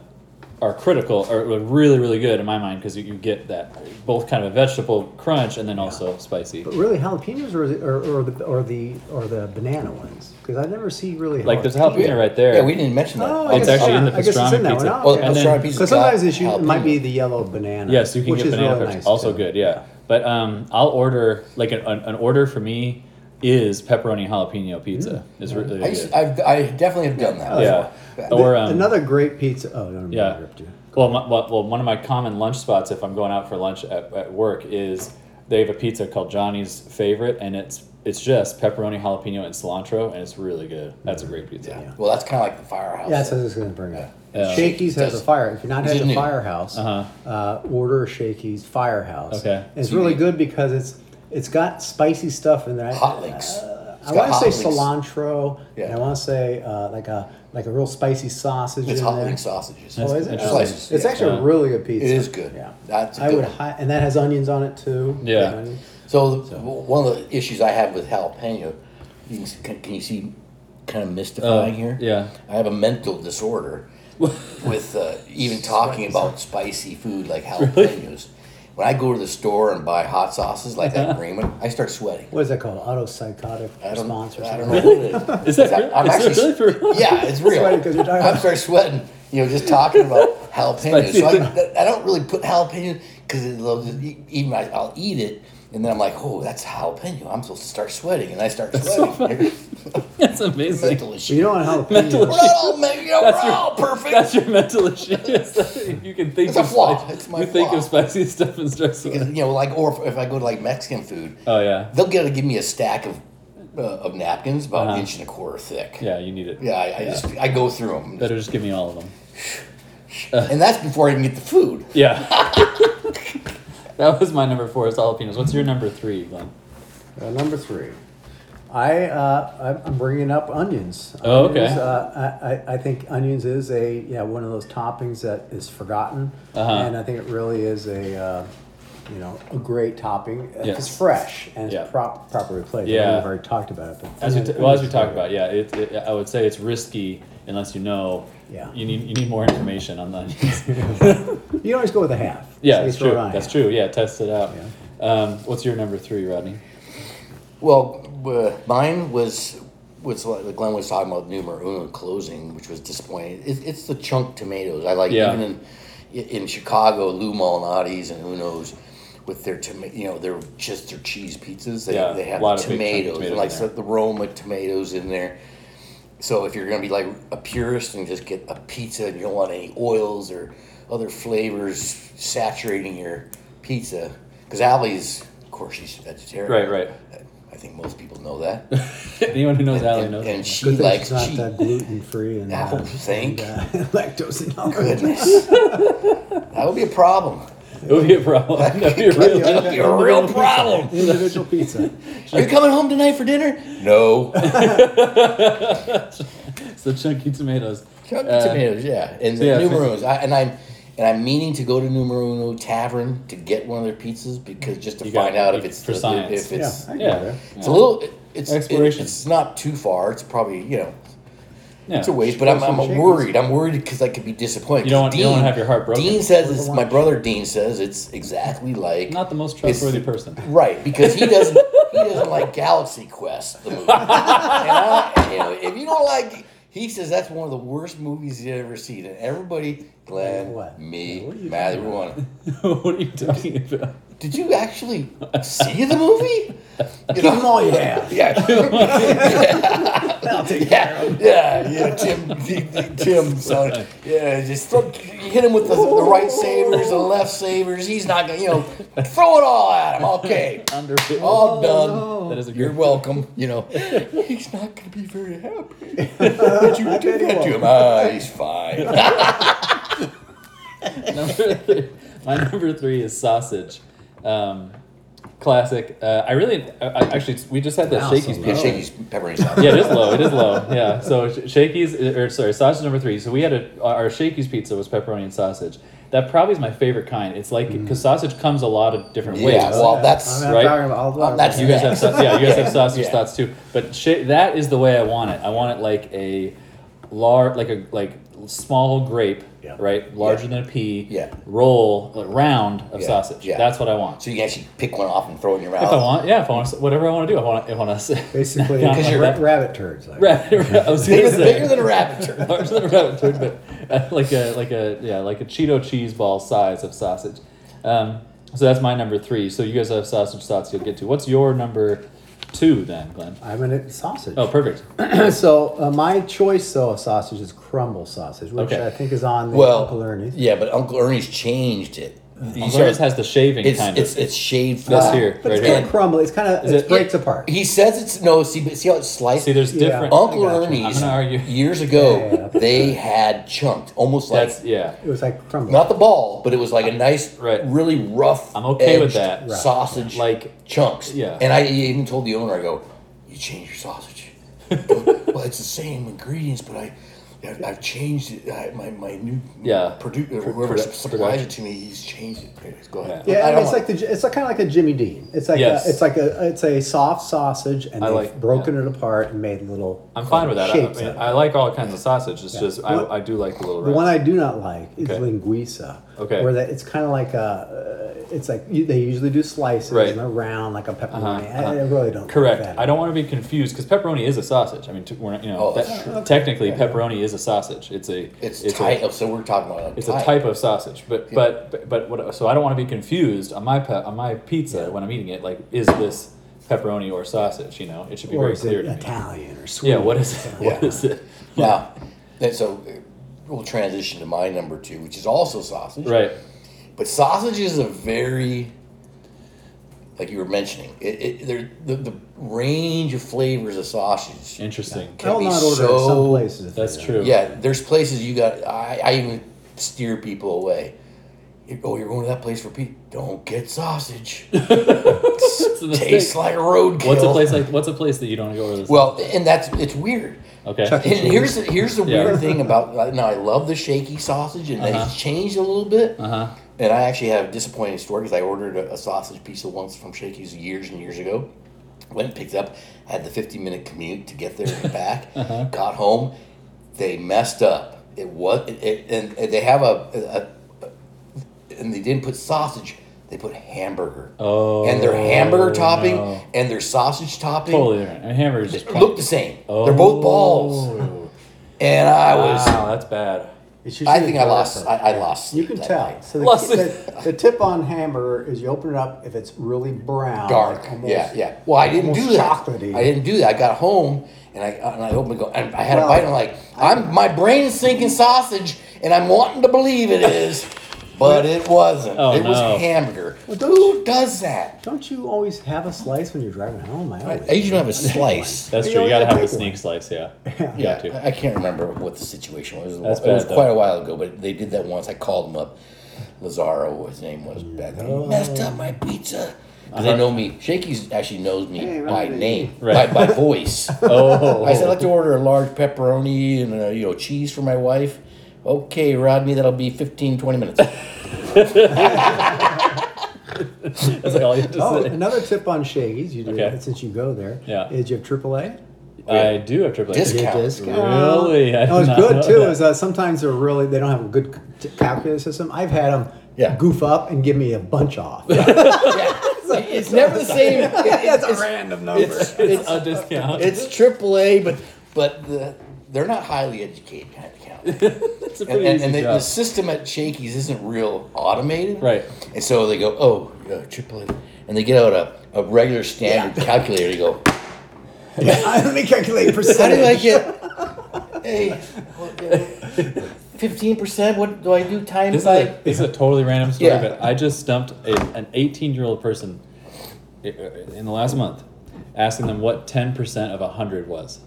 [SPEAKER 1] are critical are really really good in my mind because you, you get that both kind of a vegetable crunch and then also spicy
[SPEAKER 3] But really, jalapenos or the or, or the or the or the banana ones because I never see really
[SPEAKER 1] Like there's a jalapeno Oh, right there.
[SPEAKER 2] Yeah, we didn't mention that. Oh,
[SPEAKER 3] Oh, I
[SPEAKER 1] It's
[SPEAKER 3] guess-
[SPEAKER 1] actually in the
[SPEAKER 3] I guess it's
[SPEAKER 1] pastrami
[SPEAKER 3] in that
[SPEAKER 1] pizza.
[SPEAKER 3] One.
[SPEAKER 2] Well,
[SPEAKER 3] Oh, okay.
[SPEAKER 1] and then-
[SPEAKER 2] pastrami pizza.
[SPEAKER 3] Because sometimes
[SPEAKER 2] got
[SPEAKER 3] it's usually, it might be
[SPEAKER 2] jalapeno.
[SPEAKER 3] the yellow banana.
[SPEAKER 1] Yes, you can
[SPEAKER 3] which
[SPEAKER 1] get
[SPEAKER 3] is
[SPEAKER 1] banana
[SPEAKER 3] really
[SPEAKER 1] peppers.
[SPEAKER 3] nice,
[SPEAKER 1] also
[SPEAKER 3] too.
[SPEAKER 1] good, yeah. But um, I'll order like an, an, an order for me is pepperoni jalapeno pizza. Is really
[SPEAKER 2] Mm. I,
[SPEAKER 1] good.
[SPEAKER 2] used, I've, I definitely have done that.
[SPEAKER 1] yeah.
[SPEAKER 2] before.
[SPEAKER 1] Or
[SPEAKER 3] The-
[SPEAKER 1] um,
[SPEAKER 3] Another great pizza. Oh, no,
[SPEAKER 1] yeah.
[SPEAKER 3] ripped you.
[SPEAKER 1] Well, my, well, well, one of my common lunch spots if I'm going out for lunch at, at work is they have a pizza called Johnny's Favorite, and it's it's just pepperoni jalapeno and cilantro, and it's really good. That's a great pizza.
[SPEAKER 2] Yeah. Well, that's kind of like the firehouse.
[SPEAKER 3] Yeah, that's what I was going to bring up.
[SPEAKER 1] Yeah.
[SPEAKER 3] Shakey's has
[SPEAKER 2] Does-
[SPEAKER 3] a fire. If you're not at
[SPEAKER 2] Isn't
[SPEAKER 3] the
[SPEAKER 2] it?
[SPEAKER 3] firehouse, uh order a Shakey's firehouse.
[SPEAKER 1] Uh-huh. Okay.
[SPEAKER 3] And it's really good because it's it's got spicy stuff in there.
[SPEAKER 2] Hot links.
[SPEAKER 3] Uh,
[SPEAKER 2] It's
[SPEAKER 3] I
[SPEAKER 2] got
[SPEAKER 3] want
[SPEAKER 2] hot
[SPEAKER 3] to
[SPEAKER 2] links.
[SPEAKER 3] say cilantro.
[SPEAKER 2] Yeah.
[SPEAKER 3] And I want to say uh, like a like a real spicy sausage.
[SPEAKER 2] It's
[SPEAKER 3] in
[SPEAKER 2] hot
[SPEAKER 3] there.
[SPEAKER 2] link sausages.
[SPEAKER 3] Oh, is it?
[SPEAKER 1] Interesting.
[SPEAKER 2] Slices.
[SPEAKER 3] It's
[SPEAKER 2] yeah.
[SPEAKER 3] actually
[SPEAKER 1] Yeah.
[SPEAKER 3] a really good pizza.
[SPEAKER 2] It is good.
[SPEAKER 3] Yeah.
[SPEAKER 2] That's a
[SPEAKER 3] I
[SPEAKER 2] good
[SPEAKER 3] would,
[SPEAKER 2] one.
[SPEAKER 3] hi- and that has onions on it too.
[SPEAKER 1] Yeah.
[SPEAKER 3] Big onions.
[SPEAKER 2] So, the- one of the issues I have with jalapeno, you can, can, can you see kind of mystifying here?
[SPEAKER 1] Oh, yeah.
[SPEAKER 2] I have a mental disorder with uh, even talking about spicy food like jalapenos. When I go to the store and buy hot sauces like
[SPEAKER 1] Uh-huh.
[SPEAKER 2] that Raymond, I start sweating.
[SPEAKER 3] What is that called? Auto psychotic
[SPEAKER 2] I don't,
[SPEAKER 3] response or
[SPEAKER 2] I
[SPEAKER 3] something.
[SPEAKER 2] don't know what it is.
[SPEAKER 1] Is that
[SPEAKER 2] I-
[SPEAKER 1] real? Is that really for real?
[SPEAKER 2] Yeah, it's real.
[SPEAKER 3] Sweating 'cause you're tired.
[SPEAKER 2] I'm starting sweating. You know, just talking about jalapenos.
[SPEAKER 1] Spicy.
[SPEAKER 2] So I, I don't really put jalapenos because it'll just e- even I, I'll eat it and then I'm like, oh, that's jalapeno. I'm supposed to start sweating, and I start sweating.
[SPEAKER 1] That's amazing.
[SPEAKER 2] Mental issue.
[SPEAKER 3] You don't want jalapeno.
[SPEAKER 2] We're not all, ma- you know,
[SPEAKER 1] That's
[SPEAKER 2] we're
[SPEAKER 1] your-
[SPEAKER 2] all perfect.
[SPEAKER 1] That's your mental issue. It's that you can think
[SPEAKER 2] It's a
[SPEAKER 1] of
[SPEAKER 2] flaw.
[SPEAKER 1] spicy-
[SPEAKER 2] It's my
[SPEAKER 1] you think
[SPEAKER 2] flaw.
[SPEAKER 1] of spicy stuff and stress.
[SPEAKER 2] you know, like or if, if I go to like Mexican food,
[SPEAKER 1] Oh yeah,
[SPEAKER 2] they'll get to give me a stack of uh, of napkins about
[SPEAKER 1] Uh-huh.
[SPEAKER 2] an inch and a quarter thick.
[SPEAKER 1] yeah. You need it.
[SPEAKER 2] Yeah, I, I just I go through them,
[SPEAKER 1] Better just give me all of them. uh
[SPEAKER 2] and that's before I even get the food.
[SPEAKER 1] Yeah. that was my number four. Is jalapenos. What's your number three, Glenn?
[SPEAKER 3] Uh, number three, I uh, I'm- I'm bringing up onions.
[SPEAKER 1] Oh, okay.
[SPEAKER 3] Onions, uh, I, I I think onions is a yeah one of those toppings that is forgotten,
[SPEAKER 1] Uh-huh.
[SPEAKER 3] and I think it really is a. Uh, you know, a great topping. if
[SPEAKER 1] Yes.
[SPEAKER 3] It's fresh and
[SPEAKER 1] Yeah.
[SPEAKER 3] it's prop, properly placed. I know
[SPEAKER 1] Yeah.
[SPEAKER 3] We've already talked about it. But
[SPEAKER 1] As we
[SPEAKER 3] onions-
[SPEAKER 1] t- well as we
[SPEAKER 3] onions
[SPEAKER 1] talked
[SPEAKER 3] are-
[SPEAKER 1] about, yeah. It, it, I would say it's risky unless you know.
[SPEAKER 3] Yeah.
[SPEAKER 1] You need you need more information on the onions.
[SPEAKER 3] You can always go with a half.
[SPEAKER 1] yeah,
[SPEAKER 3] At
[SPEAKER 1] that's
[SPEAKER 3] least where
[SPEAKER 1] true.
[SPEAKER 3] I
[SPEAKER 1] That's
[SPEAKER 3] am.
[SPEAKER 1] true. Yeah, test it out. Um, what's your number three, Rodney?
[SPEAKER 2] Well, uh, mine was was like Glenn was talking about numero uno closing, which was disappointing. It, it's the chunk tomatoes. I like
[SPEAKER 1] Yeah.
[SPEAKER 2] even in in Chicago, Lou Malnati's and Uno's with their tomato, you know, their just their cheese pizzas. They,
[SPEAKER 1] Yeah,
[SPEAKER 2] they
[SPEAKER 1] a
[SPEAKER 2] have
[SPEAKER 1] lot of big chunk
[SPEAKER 2] tomatoes,
[SPEAKER 1] tomatoes
[SPEAKER 2] and like
[SPEAKER 1] in there.
[SPEAKER 2] the Roma tomatoes in there. So if you're gonna be like a purist and just get a pizza and you don't want any oils or other flavors saturating your pizza, because Allie's, of course, she's vegetarian.
[SPEAKER 1] Right, right.
[SPEAKER 2] I think most people know that.
[SPEAKER 1] Anyone who knows Allie
[SPEAKER 2] and,
[SPEAKER 1] knows.
[SPEAKER 2] and she
[SPEAKER 3] Good thing
[SPEAKER 2] likes
[SPEAKER 3] she's not
[SPEAKER 2] cheese.
[SPEAKER 3] that gluten free and
[SPEAKER 2] I
[SPEAKER 3] uh,
[SPEAKER 2] would think.
[SPEAKER 3] and, uh, lactose intolerant.
[SPEAKER 2] Goodness. that would be a problem.
[SPEAKER 1] it would be a problem. That'd be a real.
[SPEAKER 2] That would be a real problem.
[SPEAKER 3] Individual pizza.
[SPEAKER 2] Are you coming home tonight for dinner? No.
[SPEAKER 1] So chunky tomatoes.
[SPEAKER 2] Chunky
[SPEAKER 1] Uh,
[SPEAKER 2] tomatoes, yeah. And
[SPEAKER 1] yeah,
[SPEAKER 2] the Numero's. I, and I'm and I'm meaning to go to Numero Uno Tavern to get one of their pizzas because just to
[SPEAKER 1] You
[SPEAKER 2] find
[SPEAKER 1] gotta-
[SPEAKER 2] out if
[SPEAKER 1] you-
[SPEAKER 2] it's
[SPEAKER 1] for
[SPEAKER 2] the-
[SPEAKER 1] science.
[SPEAKER 2] if
[SPEAKER 3] Yeah,
[SPEAKER 2] it's
[SPEAKER 3] I can go
[SPEAKER 1] Yeah.
[SPEAKER 3] there.
[SPEAKER 2] it's a little it's it-
[SPEAKER 1] Exploration.
[SPEAKER 2] it's not too far. It's probably you know
[SPEAKER 1] Yeah.
[SPEAKER 2] It's a waste, but I'm,
[SPEAKER 3] Throw some
[SPEAKER 2] I'm
[SPEAKER 3] shakers.
[SPEAKER 2] worried. I'm worried because I could be disappointed.
[SPEAKER 1] You don't want-
[SPEAKER 2] 'Cause
[SPEAKER 1] you don't wanna have your heart broken.
[SPEAKER 2] Dean says it's my brother. Dean says it's exactly like
[SPEAKER 1] Not the most trustworthy
[SPEAKER 2] it's-
[SPEAKER 1] person.
[SPEAKER 2] Right, because he doesn't he doesn't like Galaxy Quest the movie. And I- you know, if you don't like, he says that's one of the worst movies he's ever seen, and everybody, Glenn,
[SPEAKER 3] What?
[SPEAKER 2] me,
[SPEAKER 3] Yeah, what are you
[SPEAKER 2] Matt,
[SPEAKER 3] talking
[SPEAKER 2] everyone,
[SPEAKER 1] what are you talking about?
[SPEAKER 2] did you actually see the movie? You
[SPEAKER 3] Give them
[SPEAKER 2] know,
[SPEAKER 3] all you have.
[SPEAKER 2] yeah,
[SPEAKER 3] I'll take
[SPEAKER 2] yeah, yeah, yeah, Tim, Tim, son, yeah, just throw, you hit him with the, the right savers, the left savers. He's not gonna, you know, throw it all at him. Okay,
[SPEAKER 1] Underrated.
[SPEAKER 2] all done.
[SPEAKER 3] no.
[SPEAKER 1] That is a
[SPEAKER 2] You're
[SPEAKER 1] good.
[SPEAKER 2] welcome. You know, he's not going to be very happy. But you did
[SPEAKER 3] he
[SPEAKER 2] that to him. Ah, he's fine.
[SPEAKER 1] number three, my number three is sausage. Um, classic. Uh, I really, I, I- actually, we just had that
[SPEAKER 3] Wow,
[SPEAKER 1] Shakey's
[SPEAKER 3] so
[SPEAKER 2] yeah,
[SPEAKER 1] pizza.
[SPEAKER 2] Shaky's pepperoni sauce.
[SPEAKER 1] yeah, it is low. It is low. Yeah. So sh- Shakey's, uh, or sorry, sausage number three. So we had a our Shakey's pizza was pepperoni and sausage. That probably is my favorite kind. It's like because sausage comes a lot of different
[SPEAKER 2] Yeah,
[SPEAKER 1] ways.
[SPEAKER 2] well, that's-
[SPEAKER 3] I'm not
[SPEAKER 1] right.
[SPEAKER 3] talking about- I'll-
[SPEAKER 2] Um, that's
[SPEAKER 1] You guys have sausage. Yeah, you guys
[SPEAKER 2] Yeah,
[SPEAKER 1] have sausage
[SPEAKER 2] yeah.
[SPEAKER 1] thoughts too. But sh- that is the way I want it. I want it like a large, like a like small grape,
[SPEAKER 3] Yeah.
[SPEAKER 1] right? Larger
[SPEAKER 2] Yeah.
[SPEAKER 1] than a pea.
[SPEAKER 2] Yeah.
[SPEAKER 1] Roll like, round of
[SPEAKER 2] Yeah,
[SPEAKER 1] sausage.
[SPEAKER 2] yeah.
[SPEAKER 1] That's what I want.
[SPEAKER 2] So you can actually pick one off and throw it in your
[SPEAKER 1] if I
[SPEAKER 2] mouth.
[SPEAKER 1] want, yeah, if I want, whatever I want to do, I want, I want to.
[SPEAKER 3] Basically,
[SPEAKER 1] Not
[SPEAKER 3] because
[SPEAKER 1] like
[SPEAKER 3] you're
[SPEAKER 1] that.
[SPEAKER 3] rabbit turds. Like.
[SPEAKER 1] Rabbit, I was gonna
[SPEAKER 2] Bigger,
[SPEAKER 1] say
[SPEAKER 2] bigger than a rabbit.
[SPEAKER 1] larger than a rabbit turd, but uh, like a like a yeah like a Cheeto cheese ball size of sausage. Um, so that's my number three. So you guys have sausage thoughts you'll get to. What's your number two then, Glenn?
[SPEAKER 3] I'm in it sausage.
[SPEAKER 1] Oh, perfect.
[SPEAKER 3] so uh, my choice though of sausage is crumble sausage, which
[SPEAKER 1] Okay.
[SPEAKER 3] I think is on the
[SPEAKER 2] Well,
[SPEAKER 3] Uncle Ernie's.
[SPEAKER 2] yeah, but Uncle Ernie's changed it. You
[SPEAKER 1] Yours
[SPEAKER 2] started-
[SPEAKER 1] has the shaving
[SPEAKER 2] it's,
[SPEAKER 1] kind
[SPEAKER 2] it's,
[SPEAKER 1] of.
[SPEAKER 2] it's shaved
[SPEAKER 1] That's
[SPEAKER 2] flat.
[SPEAKER 1] here,
[SPEAKER 3] But
[SPEAKER 1] right
[SPEAKER 3] it's kind
[SPEAKER 1] here.
[SPEAKER 3] of crumble. It's kind of it
[SPEAKER 1] it-
[SPEAKER 3] breaks apart.
[SPEAKER 2] He says it's no. See, but see how it's sliced.
[SPEAKER 1] See, there's
[SPEAKER 3] Yeah.
[SPEAKER 1] different.
[SPEAKER 2] Uncle
[SPEAKER 3] I gotcha.
[SPEAKER 2] Ernie's
[SPEAKER 1] I'm gonna argue.
[SPEAKER 2] years ago.
[SPEAKER 3] Yeah, yeah, yeah.
[SPEAKER 2] They had chunked, almost like
[SPEAKER 1] That's yeah.
[SPEAKER 3] it was like crumble.
[SPEAKER 2] not the ball, but it was like a nice,
[SPEAKER 1] Right.
[SPEAKER 2] really rough.
[SPEAKER 1] I'm okay with
[SPEAKER 2] edged
[SPEAKER 1] that. Right.
[SPEAKER 2] sausage
[SPEAKER 1] Like-
[SPEAKER 2] like chunks.
[SPEAKER 1] Yeah.
[SPEAKER 2] and I even told the owner, I go, you change your sausage. well, it's the same ingredients, but I. I've I've changed it. I, my, my new
[SPEAKER 1] Yeah.
[SPEAKER 2] producer,
[SPEAKER 1] Pro-
[SPEAKER 2] whoever
[SPEAKER 1] product-
[SPEAKER 2] supplies it to me, he's changed it. Anyways, go ahead.
[SPEAKER 3] Yeah,
[SPEAKER 2] I
[SPEAKER 3] and
[SPEAKER 2] don't
[SPEAKER 3] it's
[SPEAKER 2] want-
[SPEAKER 3] like the, it's like, kind of like a Jimmy Dean. It's like
[SPEAKER 1] Yes.
[SPEAKER 3] a, it's like a it's a soft sausage, and
[SPEAKER 1] I
[SPEAKER 3] they've
[SPEAKER 1] like-
[SPEAKER 3] broken
[SPEAKER 1] yeah.
[SPEAKER 3] it apart and made little.
[SPEAKER 1] I'm fine with that. I, I
[SPEAKER 3] Shapes
[SPEAKER 1] mean,
[SPEAKER 3] of it.
[SPEAKER 1] I like all kinds of sausage. It's just
[SPEAKER 3] What-
[SPEAKER 1] I, I do like the little
[SPEAKER 3] The one
[SPEAKER 1] red.
[SPEAKER 3] I do not like is
[SPEAKER 1] Okay.
[SPEAKER 3] linguiça.
[SPEAKER 1] Okay.
[SPEAKER 3] Where that it's kind of like a, uh, it's like you, they usually do slices
[SPEAKER 1] Right.
[SPEAKER 3] and they're round like a pepperoni.
[SPEAKER 1] Uh-huh, uh-huh.
[SPEAKER 3] I, I really don't. like
[SPEAKER 1] Correct.
[SPEAKER 3] that.
[SPEAKER 1] I don't want to be confused because pepperoni is a sausage. I mean, t- we're not, you know,
[SPEAKER 2] Oh, that's
[SPEAKER 1] that-
[SPEAKER 2] true.
[SPEAKER 1] technically pepperoni is a sausage. It's a
[SPEAKER 2] it's,
[SPEAKER 1] a-
[SPEAKER 2] type. so we're talking about
[SPEAKER 1] It's a type of sausage, but but but, but what, so I don't want to be confused on my pe- on my pizza when I'm eating it. Like, is this pepperoni or sausage? You know, it should be
[SPEAKER 3] Or
[SPEAKER 1] very
[SPEAKER 3] is
[SPEAKER 1] clear
[SPEAKER 3] it
[SPEAKER 1] to me.
[SPEAKER 3] Italian or Swedish?
[SPEAKER 1] Yeah, what is it? What
[SPEAKER 2] Yeah.
[SPEAKER 1] is it?
[SPEAKER 2] Now, and so uh, we'll transition to my number two, which is also sausage.
[SPEAKER 1] Right.
[SPEAKER 2] But sausage is a very, like you were mentioning, it, it, there, the, the range of flavors of sausage.
[SPEAKER 1] Interesting.
[SPEAKER 2] Can
[SPEAKER 3] I'll
[SPEAKER 2] be
[SPEAKER 3] not order it
[SPEAKER 2] so-
[SPEAKER 3] some places. if
[SPEAKER 1] That's
[SPEAKER 3] they
[SPEAKER 1] true.
[SPEAKER 2] Yeah, there's places you got, I, I even steer people away. You- Oh, you're going to that place for Pete? Don't get sausage.
[SPEAKER 1] a mistake.
[SPEAKER 2] Tastes like roadkill.
[SPEAKER 1] What's a place like? What's a place that you don't go to? This
[SPEAKER 2] Well, E. and that's it's weird.
[SPEAKER 1] okay.
[SPEAKER 3] Chuck-
[SPEAKER 2] And here's the, here's the
[SPEAKER 1] Yeah.
[SPEAKER 2] weird thing about uh, now. I love the shaky sausage, and
[SPEAKER 1] Uh-huh.
[SPEAKER 2] they changed a little bit.
[SPEAKER 1] Uh huh.
[SPEAKER 2] And I actually have a disappointing story because I ordered a, a sausage pizza once from Shakey's years and years ago. Went and picked it up. Had the 15 minute commute to get there and back.
[SPEAKER 1] Uh-huh.
[SPEAKER 2] Got home. They messed up. It was it, it, and, and they have a, a, a and they didn't put sausage. They put hamburger.
[SPEAKER 1] Oh,
[SPEAKER 2] and their hamburger topping
[SPEAKER 1] no.
[SPEAKER 2] and their sausage topping
[SPEAKER 1] Totally different. And hamburgers just
[SPEAKER 2] look the same. They're both balls. And I was.
[SPEAKER 1] Oh. Wow, that's bad.
[SPEAKER 3] It's usually
[SPEAKER 2] I think I lost.
[SPEAKER 3] darker.
[SPEAKER 2] I, I lost.
[SPEAKER 3] You
[SPEAKER 2] sleep
[SPEAKER 3] can
[SPEAKER 2] that
[SPEAKER 3] tell.
[SPEAKER 2] night.
[SPEAKER 3] So the,
[SPEAKER 1] Lost
[SPEAKER 3] the, the tip on hamburger is you open it up if it's really brown,
[SPEAKER 2] Dark.
[SPEAKER 3] like almost-
[SPEAKER 2] yeah, yeah. Well, I didn't do
[SPEAKER 3] almost
[SPEAKER 2] that.
[SPEAKER 3] chocolatey.
[SPEAKER 2] I didn't do that. I got home and I and I opened. Go, and I had
[SPEAKER 3] Well,
[SPEAKER 2] a bite. And I'm like, I'm my brain's thinking sausage, and I'm wanting to believe it is, but it wasn't.
[SPEAKER 1] Oh,
[SPEAKER 2] it
[SPEAKER 1] no.
[SPEAKER 2] was hamburger.
[SPEAKER 3] don't
[SPEAKER 2] Who does that?
[SPEAKER 3] Don't you always have a slice when you're driving home? I
[SPEAKER 2] I
[SPEAKER 3] always.
[SPEAKER 2] usually don't have a slice.
[SPEAKER 1] That's
[SPEAKER 3] You
[SPEAKER 1] true.
[SPEAKER 3] know,
[SPEAKER 1] You gotta
[SPEAKER 3] I
[SPEAKER 1] have the
[SPEAKER 3] like one.
[SPEAKER 1] sneak slice. Yeah. You
[SPEAKER 2] Yeah,
[SPEAKER 1] got to.
[SPEAKER 2] I I can't remember what the situation was. It was,
[SPEAKER 1] That's
[SPEAKER 2] it was
[SPEAKER 1] bad, though.
[SPEAKER 2] quite a while ago, but they did that once. I called him up. Lazaro, what his name was back then. "You Messed up my pizza. 'Cause They know me. Shakey's actually knows me
[SPEAKER 3] Hey,
[SPEAKER 2] by
[SPEAKER 3] Robbie.
[SPEAKER 2] name,
[SPEAKER 1] Uh-huh. Right.
[SPEAKER 2] by, by voice.
[SPEAKER 1] Oh.
[SPEAKER 2] I said, I'd like to order a large pepperoni and uh, you know cheese for my wife. Okay, Rodney, that'll be 15, 20 minutes.
[SPEAKER 1] that's like all you have to
[SPEAKER 3] Oh,
[SPEAKER 1] say.
[SPEAKER 2] oh,
[SPEAKER 3] another tip on Shaggy's, you do
[SPEAKER 1] Okay.
[SPEAKER 3] that since you go there,
[SPEAKER 1] Yeah.
[SPEAKER 3] is you have AAA.
[SPEAKER 1] I do have triple
[SPEAKER 2] Disc-
[SPEAKER 1] A.
[SPEAKER 2] Discount.
[SPEAKER 3] Discount.
[SPEAKER 1] Really? I
[SPEAKER 3] no, it's
[SPEAKER 1] did not know
[SPEAKER 3] good too.
[SPEAKER 1] that.
[SPEAKER 3] Is that sometimes they're really they don't have a good c- t- calculator system. I've had them
[SPEAKER 2] Yeah.
[SPEAKER 3] goof up and give me a bunch off.
[SPEAKER 2] It's never the same. It- it's, it's-
[SPEAKER 3] random
[SPEAKER 2] it's,
[SPEAKER 1] It's
[SPEAKER 2] it's,
[SPEAKER 1] a discount.
[SPEAKER 2] it's AAA, but but the, they're not highly educated kind of account.
[SPEAKER 1] It's a
[SPEAKER 2] and,
[SPEAKER 1] pretty
[SPEAKER 2] and, and
[SPEAKER 1] easy
[SPEAKER 2] the, the
[SPEAKER 1] job.
[SPEAKER 2] system at Shakey's isn't real automated,
[SPEAKER 1] Right.
[SPEAKER 2] And so they go, "Oh, uh, AAA," and they get out a, a regular standard calculator. They go,
[SPEAKER 3] Let me calculate
[SPEAKER 2] "How do I
[SPEAKER 3] percentage.
[SPEAKER 2] get? hey, uh, fifteen percent? What do I do
[SPEAKER 1] This
[SPEAKER 2] times
[SPEAKER 1] is, a,
[SPEAKER 2] by?"
[SPEAKER 1] this is a totally random story,
[SPEAKER 2] Yeah.
[SPEAKER 1] but I just stumped a, an 18 year old person i- in the last month asking them what 10% of 100 was.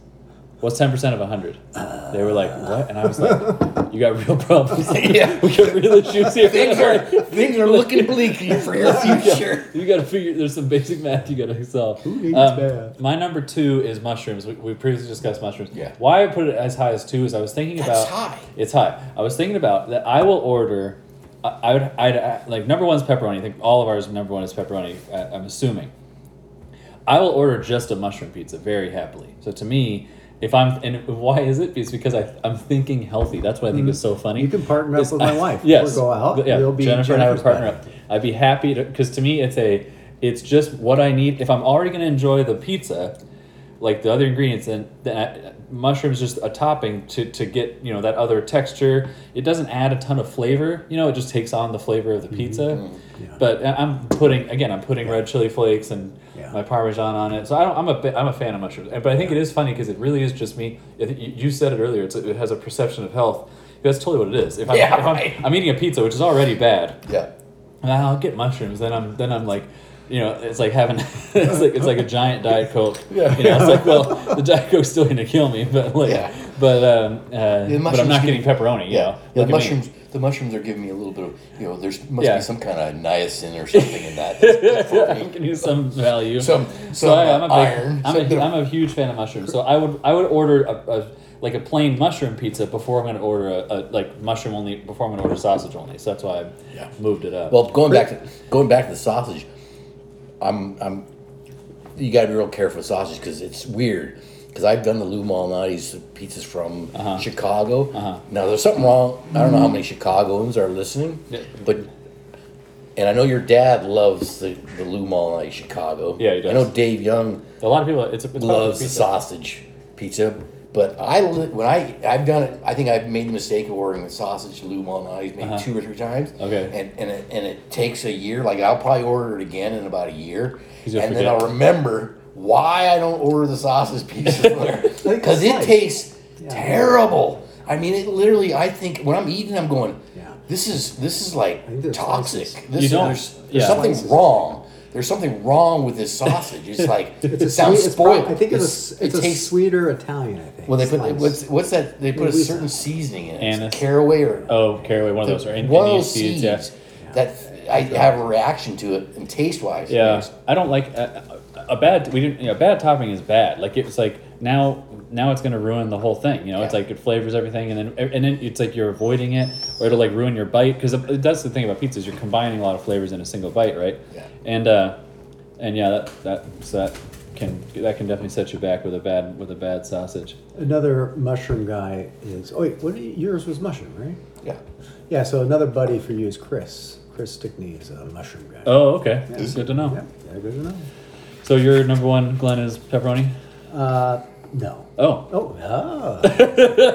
[SPEAKER 1] What's 10% of 100? They were like, what? And I was like, you got real problems.
[SPEAKER 2] Yeah.
[SPEAKER 1] we got real issues here.
[SPEAKER 2] Things are things are looking bleak for your future.
[SPEAKER 1] You gotta figure. There's some basic math you gotta solve. Who
[SPEAKER 3] needs math?
[SPEAKER 1] My number two is mushrooms. We, we previously discussed mushrooms.
[SPEAKER 2] Yeah.
[SPEAKER 1] Why I put it as high as two is I was thinking
[SPEAKER 2] That's
[SPEAKER 1] about.
[SPEAKER 2] high.
[SPEAKER 1] It's high. I was thinking about that. I will order. I, I would. I'd uh, like number one's pepperoni. I think all of ours number one is pepperoni. I, I'm assuming. I will order just a mushroom pizza very happily. So to me. If I'm and why is it? It's because I I'm thinking healthy. That's what I think is so funny.
[SPEAKER 3] Mm-hmm. You can partner up
[SPEAKER 1] Is
[SPEAKER 3] with my
[SPEAKER 1] I-
[SPEAKER 3] wife.
[SPEAKER 1] Yes,
[SPEAKER 3] We'll go out.
[SPEAKER 1] Yeah,
[SPEAKER 3] We'll be
[SPEAKER 1] Jennifer and I would
[SPEAKER 3] Jennifer's
[SPEAKER 1] partner
[SPEAKER 3] buddy.
[SPEAKER 1] up. I'd be happy to because to me it's a it's just what I need. If I'm already gonna enjoy the pizza, like the other ingredients, then, then I, mushrooms just a topping to to get you know that other texture. It doesn't add a ton of flavor. You know, it just takes on the flavor of the
[SPEAKER 3] Mm-hmm.
[SPEAKER 1] pizza. But I- I'm putting again, I'm putting red chili flakes and
[SPEAKER 3] Yeah.
[SPEAKER 1] my parmesan on it. So I don't, I'm a bi- I'm a fan of mushrooms, And- but I think it is funny because it really is just me. I think you- you said it earlier. It's, it has a perception of health. That's totally what it is. If I'm,
[SPEAKER 2] Yeah,
[SPEAKER 1] if I'm,
[SPEAKER 2] right.
[SPEAKER 1] I'm eating a pizza, which is already bad,
[SPEAKER 2] Yeah.
[SPEAKER 1] and I'll get mushrooms. Then I'm then I'm like, you know, it's like having it's like it's like a giant diet coke.
[SPEAKER 2] Yeah.
[SPEAKER 1] You know, it's like well, the diet coke's still gonna kill me, but like,
[SPEAKER 2] Yeah.
[SPEAKER 1] but um, uh, but I'm
[SPEAKER 2] mushrooms
[SPEAKER 1] not
[SPEAKER 2] give-
[SPEAKER 1] getting pepperoni. You
[SPEAKER 2] Yeah,
[SPEAKER 1] know,
[SPEAKER 2] the
[SPEAKER 1] Look at me.
[SPEAKER 2] mushrooms. The mushrooms are giving me a little bit of you know. There's must
[SPEAKER 1] Yeah.
[SPEAKER 2] be some kind of niacin or something in that. That's good for
[SPEAKER 1] Yeah,
[SPEAKER 2] me.
[SPEAKER 1] I'm gonna use some value.
[SPEAKER 2] Some-
[SPEAKER 1] so
[SPEAKER 2] some,
[SPEAKER 1] I, I'm a
[SPEAKER 2] uh,
[SPEAKER 1] big,
[SPEAKER 2] iron.
[SPEAKER 1] I'm, a,
[SPEAKER 2] Some-
[SPEAKER 1] I'm a huge fan of mushrooms. So I would I would order a, a like a plain mushroom pizza before I'm gonna order a, a like mushroom only before I'm gonna order sausage only. So that's why I
[SPEAKER 2] Yeah.
[SPEAKER 1] moved it up.
[SPEAKER 2] Well, going back to going back to the sausage, I'm I'm you got to be real careful with sausage because it's weird. Because I've done the Lou Malnati's pizzas from
[SPEAKER 1] Uh-huh.
[SPEAKER 2] Chicago. Now there's something wrong. I don't know how many Chicagoans are listening,
[SPEAKER 1] Yeah.
[SPEAKER 2] but and I know your dad loves the, the Lou Malnati Chicago.
[SPEAKER 1] Yeah, he does.
[SPEAKER 2] I know Dave Young
[SPEAKER 1] a lot of people it's, a- it's
[SPEAKER 2] loves the
[SPEAKER 1] pizza.
[SPEAKER 2] sausage pizza. But I li- when I I've done it, I think I've made the mistake of ordering the sausage Lou Malnati's maybe two or three times.
[SPEAKER 1] Uh-huh. Okay.
[SPEAKER 2] And and it, and it takes a year. Like I'll probably order it again in about a year, and
[SPEAKER 1] 'Cause you'll
[SPEAKER 2] then
[SPEAKER 1] forget.
[SPEAKER 2] I'll remember why I don't order the sausage pizza
[SPEAKER 3] Like
[SPEAKER 2] because it
[SPEAKER 3] slice.
[SPEAKER 2] tastes
[SPEAKER 3] Yeah.
[SPEAKER 2] terrible. I mean, it literally. I think when I'm eating, I'm going,
[SPEAKER 3] Yeah.
[SPEAKER 2] this is this is
[SPEAKER 3] I think
[SPEAKER 2] like
[SPEAKER 3] there's
[SPEAKER 2] toxic.
[SPEAKER 3] slices.
[SPEAKER 2] This
[SPEAKER 1] You don't-
[SPEAKER 2] there's, there's
[SPEAKER 1] yeah.
[SPEAKER 2] something
[SPEAKER 3] Slices.
[SPEAKER 2] wrong. There's something wrong with this sausage. It's like
[SPEAKER 3] It's a
[SPEAKER 2] it sounds
[SPEAKER 3] sweet, it's
[SPEAKER 2] spoiled.
[SPEAKER 3] prob- I think it's, a,
[SPEAKER 2] it
[SPEAKER 3] it's a
[SPEAKER 2] tastes
[SPEAKER 3] sweeter Italian. I think.
[SPEAKER 2] well. They put
[SPEAKER 3] Slice.
[SPEAKER 2] what's what's that? They put a
[SPEAKER 3] Maybe
[SPEAKER 2] certain
[SPEAKER 3] it's-
[SPEAKER 2] seasoning in it. It's
[SPEAKER 1] Anise.
[SPEAKER 2] caraway or
[SPEAKER 1] Oh, caraway, one of those, right?
[SPEAKER 2] one of
[SPEAKER 1] Indian
[SPEAKER 2] those seeds.
[SPEAKER 1] yeah.
[SPEAKER 2] That I have a reaction to it and taste wise.
[SPEAKER 1] Yeah, I don't like a, a bad. We didn't. You know, bad topping is bad. Like it's like now, now it's gonna ruin the whole thing. You know, it's
[SPEAKER 2] Yeah.
[SPEAKER 1] like it flavors everything, and then and then it's like you're avoiding it, or it'll like ruin your bite. Because that's the thing about pizzas, you're combining a lot of flavors in a single bite, right?
[SPEAKER 2] Yeah.
[SPEAKER 1] And uh, and yeah, that that so that can that can definitely set you back with a bad with a bad sausage.
[SPEAKER 3] Another mushroom guy is. Oh wait, what? do you- yours was mushroom, right?
[SPEAKER 2] yeah.
[SPEAKER 3] Yeah. So another buddy for you is Chris. Chris Stickney is a mushroom guy.
[SPEAKER 1] Oh, okay, good to know.
[SPEAKER 3] Yeah, yeah, good to know.
[SPEAKER 1] So your number one, Glenn, is pepperoni.
[SPEAKER 3] Uh, no.
[SPEAKER 1] Oh,
[SPEAKER 3] Oh, ah.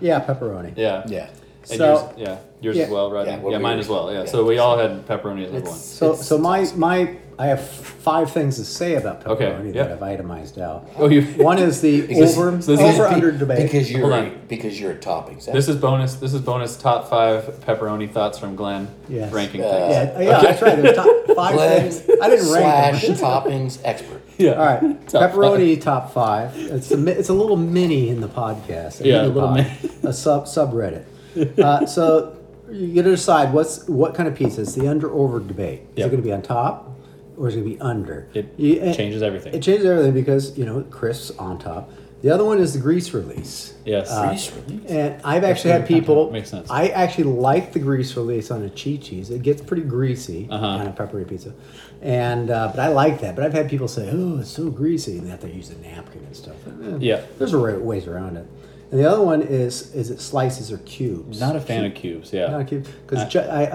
[SPEAKER 3] yeah, pepperoni.
[SPEAKER 1] yeah,
[SPEAKER 2] Yeah.
[SPEAKER 1] And
[SPEAKER 3] So-
[SPEAKER 1] yours, yeah, yours as
[SPEAKER 3] yeah.
[SPEAKER 1] well, right?
[SPEAKER 2] Yeah,
[SPEAKER 1] Yeah,
[SPEAKER 2] what were
[SPEAKER 1] mine
[SPEAKER 2] yours?
[SPEAKER 1] as well. Yeah.
[SPEAKER 2] Yeah.
[SPEAKER 1] so we all had pepperoni as number one.
[SPEAKER 2] It's-
[SPEAKER 3] So,
[SPEAKER 2] it's-
[SPEAKER 3] so my my I have five things to say about pepperoni
[SPEAKER 1] Okay, yeah.
[SPEAKER 3] that I've itemized out.
[SPEAKER 1] Oh, you.
[SPEAKER 3] One is the
[SPEAKER 2] Because-
[SPEAKER 3] over
[SPEAKER 1] so this is
[SPEAKER 3] over
[SPEAKER 2] be-
[SPEAKER 3] under debate.
[SPEAKER 2] because you're
[SPEAKER 1] Hold on.
[SPEAKER 2] because you're a topping.
[SPEAKER 1] This is bonus. This is bonus top five pepperoni thoughts from Glenn.
[SPEAKER 3] Yes.
[SPEAKER 1] Ranking
[SPEAKER 2] Uh,
[SPEAKER 1] things.
[SPEAKER 3] yeah, yeah, that's right. There's top five
[SPEAKER 2] Glenn
[SPEAKER 3] things. I didn't rank
[SPEAKER 2] slash
[SPEAKER 3] them.
[SPEAKER 2] toppings expert.
[SPEAKER 1] Yeah.
[SPEAKER 3] All right,
[SPEAKER 1] Top
[SPEAKER 3] pepperoni top five. It's a mi- it's a little mini in the podcast. a
[SPEAKER 1] Yeah,
[SPEAKER 3] mini
[SPEAKER 1] a little
[SPEAKER 3] pod,
[SPEAKER 1] mini.
[SPEAKER 3] a sub subreddit. Uh, so you got to decide what's what kind of pizza. It's the under over debate. Is
[SPEAKER 1] Yeah.
[SPEAKER 3] it going to be on top or is it going to be under?
[SPEAKER 1] It
[SPEAKER 3] You- uh, and-
[SPEAKER 1] changes everything.
[SPEAKER 3] It changes everything because you know Chris on top. The other one is the grease release.
[SPEAKER 1] Yes.
[SPEAKER 3] uh,
[SPEAKER 2] Grease release.
[SPEAKER 3] And I've actually had people.
[SPEAKER 1] Makes sense.
[SPEAKER 3] I actually like the grease release on a cheat cheese. It gets pretty greasy
[SPEAKER 1] Uh-huh.
[SPEAKER 3] on a pepperoni pizza, and uh, but I like that. But I've had people say, "Oh, it's so greasy," and they have to use a napkin and stuff. Eh,
[SPEAKER 1] Yeah.
[SPEAKER 3] there's a right ways around it. And the other one is is it slices or cubes?
[SPEAKER 1] Not a fan of cubes. Yeah.
[SPEAKER 3] not a cube because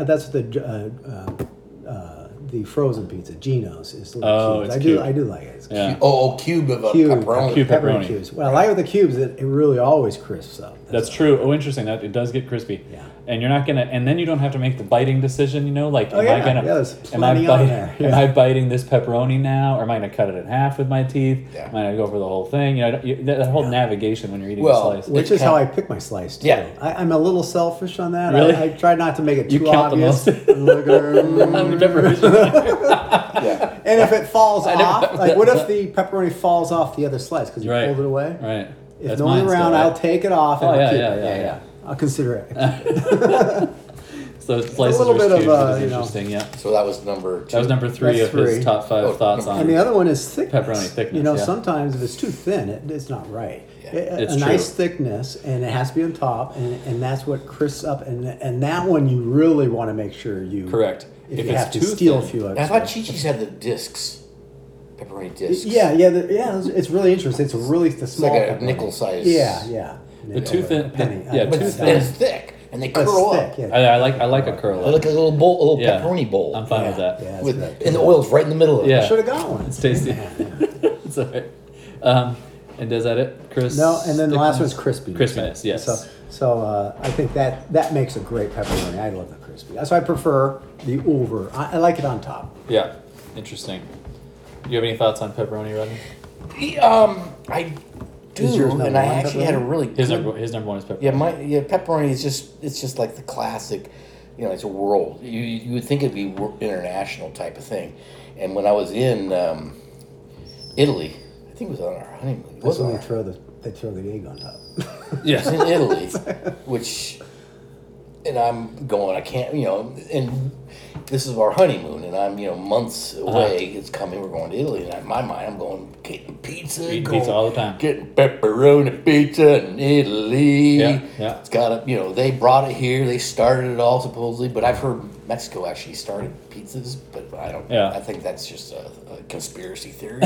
[SPEAKER 3] that's what the uh, uh, uh, the frozen pizza Geno's is. Little
[SPEAKER 1] Oh,
[SPEAKER 3] cubes.
[SPEAKER 1] it's
[SPEAKER 3] I do
[SPEAKER 1] cube.
[SPEAKER 3] I do like it. It's
[SPEAKER 1] Yeah.
[SPEAKER 2] Oh, oh, cube of a
[SPEAKER 3] Cube,
[SPEAKER 2] pepperoni.
[SPEAKER 1] Cube
[SPEAKER 3] pepperoni
[SPEAKER 1] pepperoni.
[SPEAKER 3] cubes. Well, I like with the cubes, it, it really always crisps up.
[SPEAKER 1] That's true. Oh, interesting. That it does get crispy.
[SPEAKER 3] Yeah.
[SPEAKER 1] And you're not gonna, and then you don't have to make the biting decision. You know, like,
[SPEAKER 3] Oh,
[SPEAKER 1] am I
[SPEAKER 3] yeah.
[SPEAKER 1] gonna,
[SPEAKER 3] Yeah, there's
[SPEAKER 1] am I
[SPEAKER 3] plenty on
[SPEAKER 1] biting,
[SPEAKER 3] there.
[SPEAKER 1] am
[SPEAKER 3] Yeah.
[SPEAKER 1] I biting this pepperoni now, or am I gonna cut it in half with my teeth?
[SPEAKER 2] Yeah.
[SPEAKER 1] Am I gonna go for the whole thing? You know, I don't- you, that, that whole navigation when you're eating
[SPEAKER 2] Well,
[SPEAKER 1] a slice.
[SPEAKER 3] Which
[SPEAKER 2] It
[SPEAKER 3] is how I
[SPEAKER 2] count-
[SPEAKER 3] pick my slice too.
[SPEAKER 2] Yeah.
[SPEAKER 3] I, I'm a little selfish on that.
[SPEAKER 1] Really?
[SPEAKER 3] I, I try not to make it too
[SPEAKER 1] You count the
[SPEAKER 3] obvious.
[SPEAKER 1] most.
[SPEAKER 3] I'm like, um,
[SPEAKER 1] How many pepperonis?
[SPEAKER 2] Yeah.
[SPEAKER 3] and if it falls
[SPEAKER 1] never-
[SPEAKER 3] off, like what if the pepperoni falls off the other slice because you
[SPEAKER 1] Right.
[SPEAKER 3] pulled it away?
[SPEAKER 1] right.
[SPEAKER 3] If
[SPEAKER 1] That's
[SPEAKER 3] no one's
[SPEAKER 1] mine still,
[SPEAKER 3] around,
[SPEAKER 1] right?
[SPEAKER 3] I'll take it off.
[SPEAKER 1] Oh,
[SPEAKER 3] and I'll
[SPEAKER 1] yeah,
[SPEAKER 3] keep
[SPEAKER 1] yeah,
[SPEAKER 3] it.
[SPEAKER 1] yeah, yeah.
[SPEAKER 3] I'll consider it.
[SPEAKER 1] So slices
[SPEAKER 3] little
[SPEAKER 1] versus
[SPEAKER 3] bit of,
[SPEAKER 1] cubes, that
[SPEAKER 3] uh,
[SPEAKER 1] is
[SPEAKER 3] you know-
[SPEAKER 1] interesting. Yeah.
[SPEAKER 2] So that was number two.
[SPEAKER 1] That was number three
[SPEAKER 3] That's
[SPEAKER 1] of his
[SPEAKER 3] three.
[SPEAKER 1] top five
[SPEAKER 2] Oh,
[SPEAKER 1] thoughts
[SPEAKER 2] number-
[SPEAKER 1] on.
[SPEAKER 3] And the other one is thickness.
[SPEAKER 1] Pepperoni thickness,
[SPEAKER 3] You know,
[SPEAKER 1] yeah.
[SPEAKER 3] sometimes if it's too thin, it, it's not right.
[SPEAKER 2] Yeah.
[SPEAKER 3] A- a
[SPEAKER 1] It's
[SPEAKER 3] a
[SPEAKER 1] true.
[SPEAKER 3] nice thickness, and it has to be on top, and, and that's what crisps up. And and that one you really want to make sure you
[SPEAKER 1] Correct.
[SPEAKER 3] If,
[SPEAKER 1] If
[SPEAKER 3] you
[SPEAKER 1] it's
[SPEAKER 3] have to
[SPEAKER 1] too
[SPEAKER 3] steal a
[SPEAKER 1] thin-
[SPEAKER 3] few
[SPEAKER 2] I
[SPEAKER 3] extra.
[SPEAKER 2] thought Chi Chi's had the discs, pepperoni discs.
[SPEAKER 3] yeah, yeah, the, yeah. It's, it's really interesting. It's really the
[SPEAKER 2] It's
[SPEAKER 3] small.
[SPEAKER 2] like a
[SPEAKER 3] pepperoni.
[SPEAKER 2] nickel size.
[SPEAKER 3] Yeah, yeah.
[SPEAKER 1] the
[SPEAKER 3] Nickel
[SPEAKER 1] two
[SPEAKER 3] or
[SPEAKER 1] thin,
[SPEAKER 3] penny.
[SPEAKER 1] yeah,
[SPEAKER 3] Uh,
[SPEAKER 2] But
[SPEAKER 1] two
[SPEAKER 2] it's,
[SPEAKER 3] it's,
[SPEAKER 1] thin.
[SPEAKER 2] and it's thick, and they curl
[SPEAKER 3] thick.
[SPEAKER 2] up.
[SPEAKER 3] Yeah,
[SPEAKER 1] I, I like I like a curl.
[SPEAKER 2] They look
[SPEAKER 1] Up.
[SPEAKER 2] like a little bowl, a little
[SPEAKER 1] Yeah.
[SPEAKER 2] pepperoni bowl.
[SPEAKER 1] I'm fine with that.
[SPEAKER 3] Yeah, it's
[SPEAKER 2] With,
[SPEAKER 3] good.
[SPEAKER 2] and the oil's right in the middle of
[SPEAKER 1] Yeah.
[SPEAKER 2] it.
[SPEAKER 3] should have got one.
[SPEAKER 1] It's tasty. it's all right. Um, and does that it, Chris?
[SPEAKER 3] No, and then the last
[SPEAKER 1] Thickness?
[SPEAKER 3] one's crispy.
[SPEAKER 1] Crispiness, yes.
[SPEAKER 3] So, so uh, I think that that makes a great pepperoni. I love the crispy. That's why I prefer the over. I, I like it on top.
[SPEAKER 1] Yeah, interesting. Do you have any thoughts on pepperoni, Rodney?
[SPEAKER 2] He- Um, I
[SPEAKER 3] Is yours
[SPEAKER 2] do, and
[SPEAKER 3] number
[SPEAKER 2] I
[SPEAKER 3] one
[SPEAKER 2] actually had a
[SPEAKER 3] pepperoni?
[SPEAKER 2] really
[SPEAKER 1] His
[SPEAKER 2] good-
[SPEAKER 1] number his number one is pepperoni.
[SPEAKER 2] Yeah, my yeah, pepperoni is just it's just like the classic, you know, it's a world. You you would think it'd be wor- international type of thing, and when I was in um, Italy, I think it was on our honeymoon. It
[SPEAKER 3] That's
[SPEAKER 2] was
[SPEAKER 3] when
[SPEAKER 2] on
[SPEAKER 3] they
[SPEAKER 2] our,
[SPEAKER 3] throw the they throw the egg on top.
[SPEAKER 2] it was in Italy, which, and I'm going. I can't, you know, and this is our honeymoon, and I'm you know months
[SPEAKER 1] Uh-huh.
[SPEAKER 2] away. It's coming. We're going to Italy, and in my mind, I'm going getting pizza,
[SPEAKER 1] Eating
[SPEAKER 2] going-
[SPEAKER 1] pizza all the time.
[SPEAKER 2] getting pepperoni pizza in Italy.
[SPEAKER 1] Yeah, yeah.
[SPEAKER 2] It's got a, you know, they brought it here. They started it all supposedly, but I've heard Mexico actually started pizzas, but I don't.
[SPEAKER 1] Yeah.
[SPEAKER 2] I think that's just a, a conspiracy theory.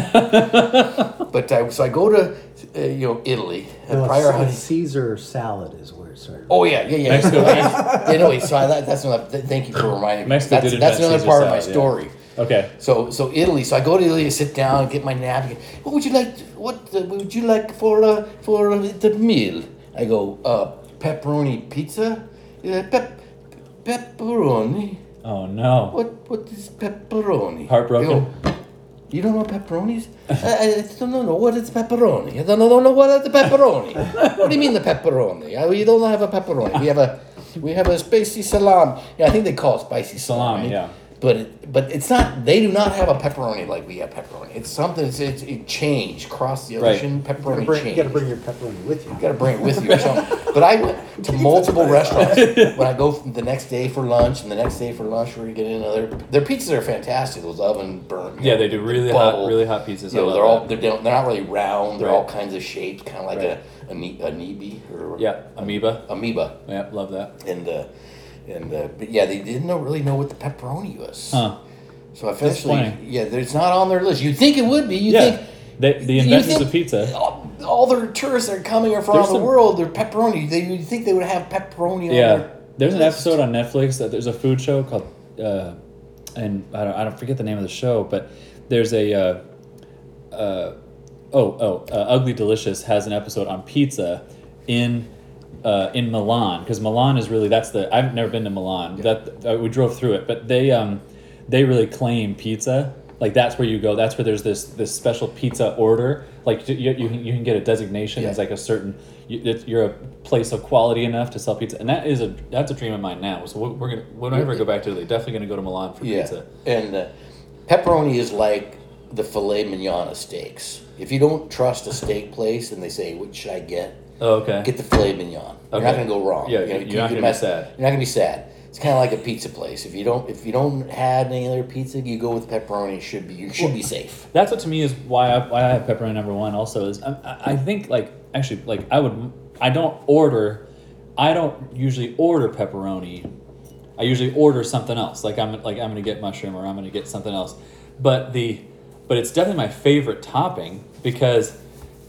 [SPEAKER 2] but I, so I go to uh, you know Italy and
[SPEAKER 3] No,
[SPEAKER 2] prior
[SPEAKER 3] it's-
[SPEAKER 2] honey.
[SPEAKER 3] Oh, it's Caesar salad is where it started.
[SPEAKER 2] Oh yeah, yeah, yeah.
[SPEAKER 1] Mexico-
[SPEAKER 2] yeah, no, wait, so I, that, that's another. th- Thank you for reminding me.
[SPEAKER 1] Mexico
[SPEAKER 2] that's
[SPEAKER 1] did
[SPEAKER 2] that's
[SPEAKER 1] invent
[SPEAKER 2] another
[SPEAKER 1] Caesar
[SPEAKER 2] part of
[SPEAKER 1] salad,
[SPEAKER 2] my
[SPEAKER 1] yeah.
[SPEAKER 2] story.
[SPEAKER 1] Okay.
[SPEAKER 2] So so Italy. So I go to Italy to sit down, get my napkin. What would you like? What uh, would you like for uh, for uh, the meal? I go uh, pepperoni pizza. Uh, pep, pepperoni.
[SPEAKER 1] Oh no.
[SPEAKER 2] What what is pepperoni?
[SPEAKER 1] Heartbroken?
[SPEAKER 2] They go, you don't know pepperonis? Uh, I, I don't know what is pepperoni. I don't, I don't know what is the pepperoni. what do you mean the pepperoni? I, we don't have a pepperoni. We have a we have a spicy salami. Yeah, I think they call it spicy salami.
[SPEAKER 1] Salami, yeah.
[SPEAKER 2] But it, but it's not. They do not have a pepperoni like we have pepperoni. It's something. It's, it's it changed across the
[SPEAKER 1] Right.
[SPEAKER 2] ocean.
[SPEAKER 3] You
[SPEAKER 2] Pepperoni
[SPEAKER 3] gotta bring- you
[SPEAKER 2] changed.
[SPEAKER 3] gotta bring your pepperoni with you.
[SPEAKER 2] You gotta bring it with you or something. But I went to multiple restaurants when I go from the next day for lunch and the next day for lunch we're getting another. Their pizzas are fantastic. Those oven burn.
[SPEAKER 1] Yeah, they do really hot,
[SPEAKER 2] Bubble.
[SPEAKER 1] really hot pizzas.
[SPEAKER 2] You
[SPEAKER 1] I
[SPEAKER 2] know,
[SPEAKER 1] love
[SPEAKER 2] they're all
[SPEAKER 1] that.
[SPEAKER 2] they're, don't- they're not really round. They're all
[SPEAKER 1] Right.
[SPEAKER 2] kinds of shapes, kind of like
[SPEAKER 1] Right.
[SPEAKER 2] a a, ne- a nebi or
[SPEAKER 1] yeah, amoeba.
[SPEAKER 2] amoeba.
[SPEAKER 1] Yeah, love that.
[SPEAKER 2] And uh, and uh, but yeah, they didn't know, really know what the pepperoni was.
[SPEAKER 1] Huh.
[SPEAKER 2] So eventually,
[SPEAKER 1] funny.
[SPEAKER 2] yeah, it's not on their list. You'd think it would be. You
[SPEAKER 1] yeah.
[SPEAKER 2] think
[SPEAKER 1] They, the
[SPEAKER 2] you
[SPEAKER 1] inventors
[SPEAKER 2] think
[SPEAKER 1] of pizza.
[SPEAKER 2] All, all their tourists that are coming from
[SPEAKER 1] There's
[SPEAKER 2] around the
[SPEAKER 1] some-
[SPEAKER 2] world. They're pepperoni. They you'd think they would have pepperoni. on
[SPEAKER 1] Yeah.
[SPEAKER 2] their
[SPEAKER 1] There's an
[SPEAKER 2] list.
[SPEAKER 1] episode on Netflix that there's a food show called, uh, and I don't, I don't forget the name of the show, but there's a, uh, uh, oh oh, uh, Ugly Delicious has an episode on pizza in. Uh, in Milan, because Milan is really that's the I've never been to Milan. That uh, we drove through it, but they um, they really claim pizza. Like that's where you go. That's where there's this this special pizza order. Like you, you, can, you can get a designation as
[SPEAKER 2] Yeah.
[SPEAKER 1] like a certain you, it's, you're a place of quality enough to sell pizza, and that is a that's a dream of mine now. So we're, we're gonna whenever I go back to Italy, definitely gonna go to Milan for
[SPEAKER 2] Yeah,
[SPEAKER 1] pizza.
[SPEAKER 2] and uh, pepperoni is like the filet mignon of steaks. If you don't trust a steak place and they say, "What should I get?"
[SPEAKER 1] Oh, okay.
[SPEAKER 2] Get the filet mignon. You're not
[SPEAKER 1] Okay.
[SPEAKER 2] going to go wrong.
[SPEAKER 1] Yeah,
[SPEAKER 2] You know,
[SPEAKER 1] you're
[SPEAKER 2] you
[SPEAKER 1] not
[SPEAKER 2] can
[SPEAKER 1] gonna be
[SPEAKER 2] mess-
[SPEAKER 1] sad.
[SPEAKER 2] You're not going to be sad. It's kind of like a pizza place. If you don't if you don't had any other pizza, you go with pepperoni. It should be you should be safe.
[SPEAKER 1] That's what to me is why I, why I have pepperoni number one. Also, is I- I, I think like actually like I would I don't order, I don't usually order pepperoni. I usually order something else. Like I'm like I'm gonna get mushroom or I'm gonna get something else. But the but it's definitely my favorite topping because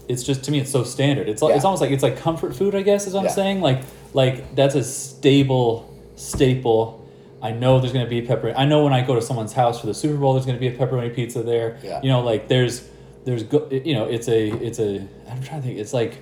[SPEAKER 1] it's just to me it's so standard. It's like it's
[SPEAKER 2] Yeah.
[SPEAKER 1] almost like it's like comfort food. I guess is what I'm
[SPEAKER 2] Yeah.
[SPEAKER 1] saying. Like like that's a stable staple. I know there's gonna be pepperoni. I know when I go to someone's house for the Super Bowl, there's gonna be a pepperoni pizza there.
[SPEAKER 2] Yeah.
[SPEAKER 1] You know, like there's there's go- you know it's a it's a I'm trying to think it's like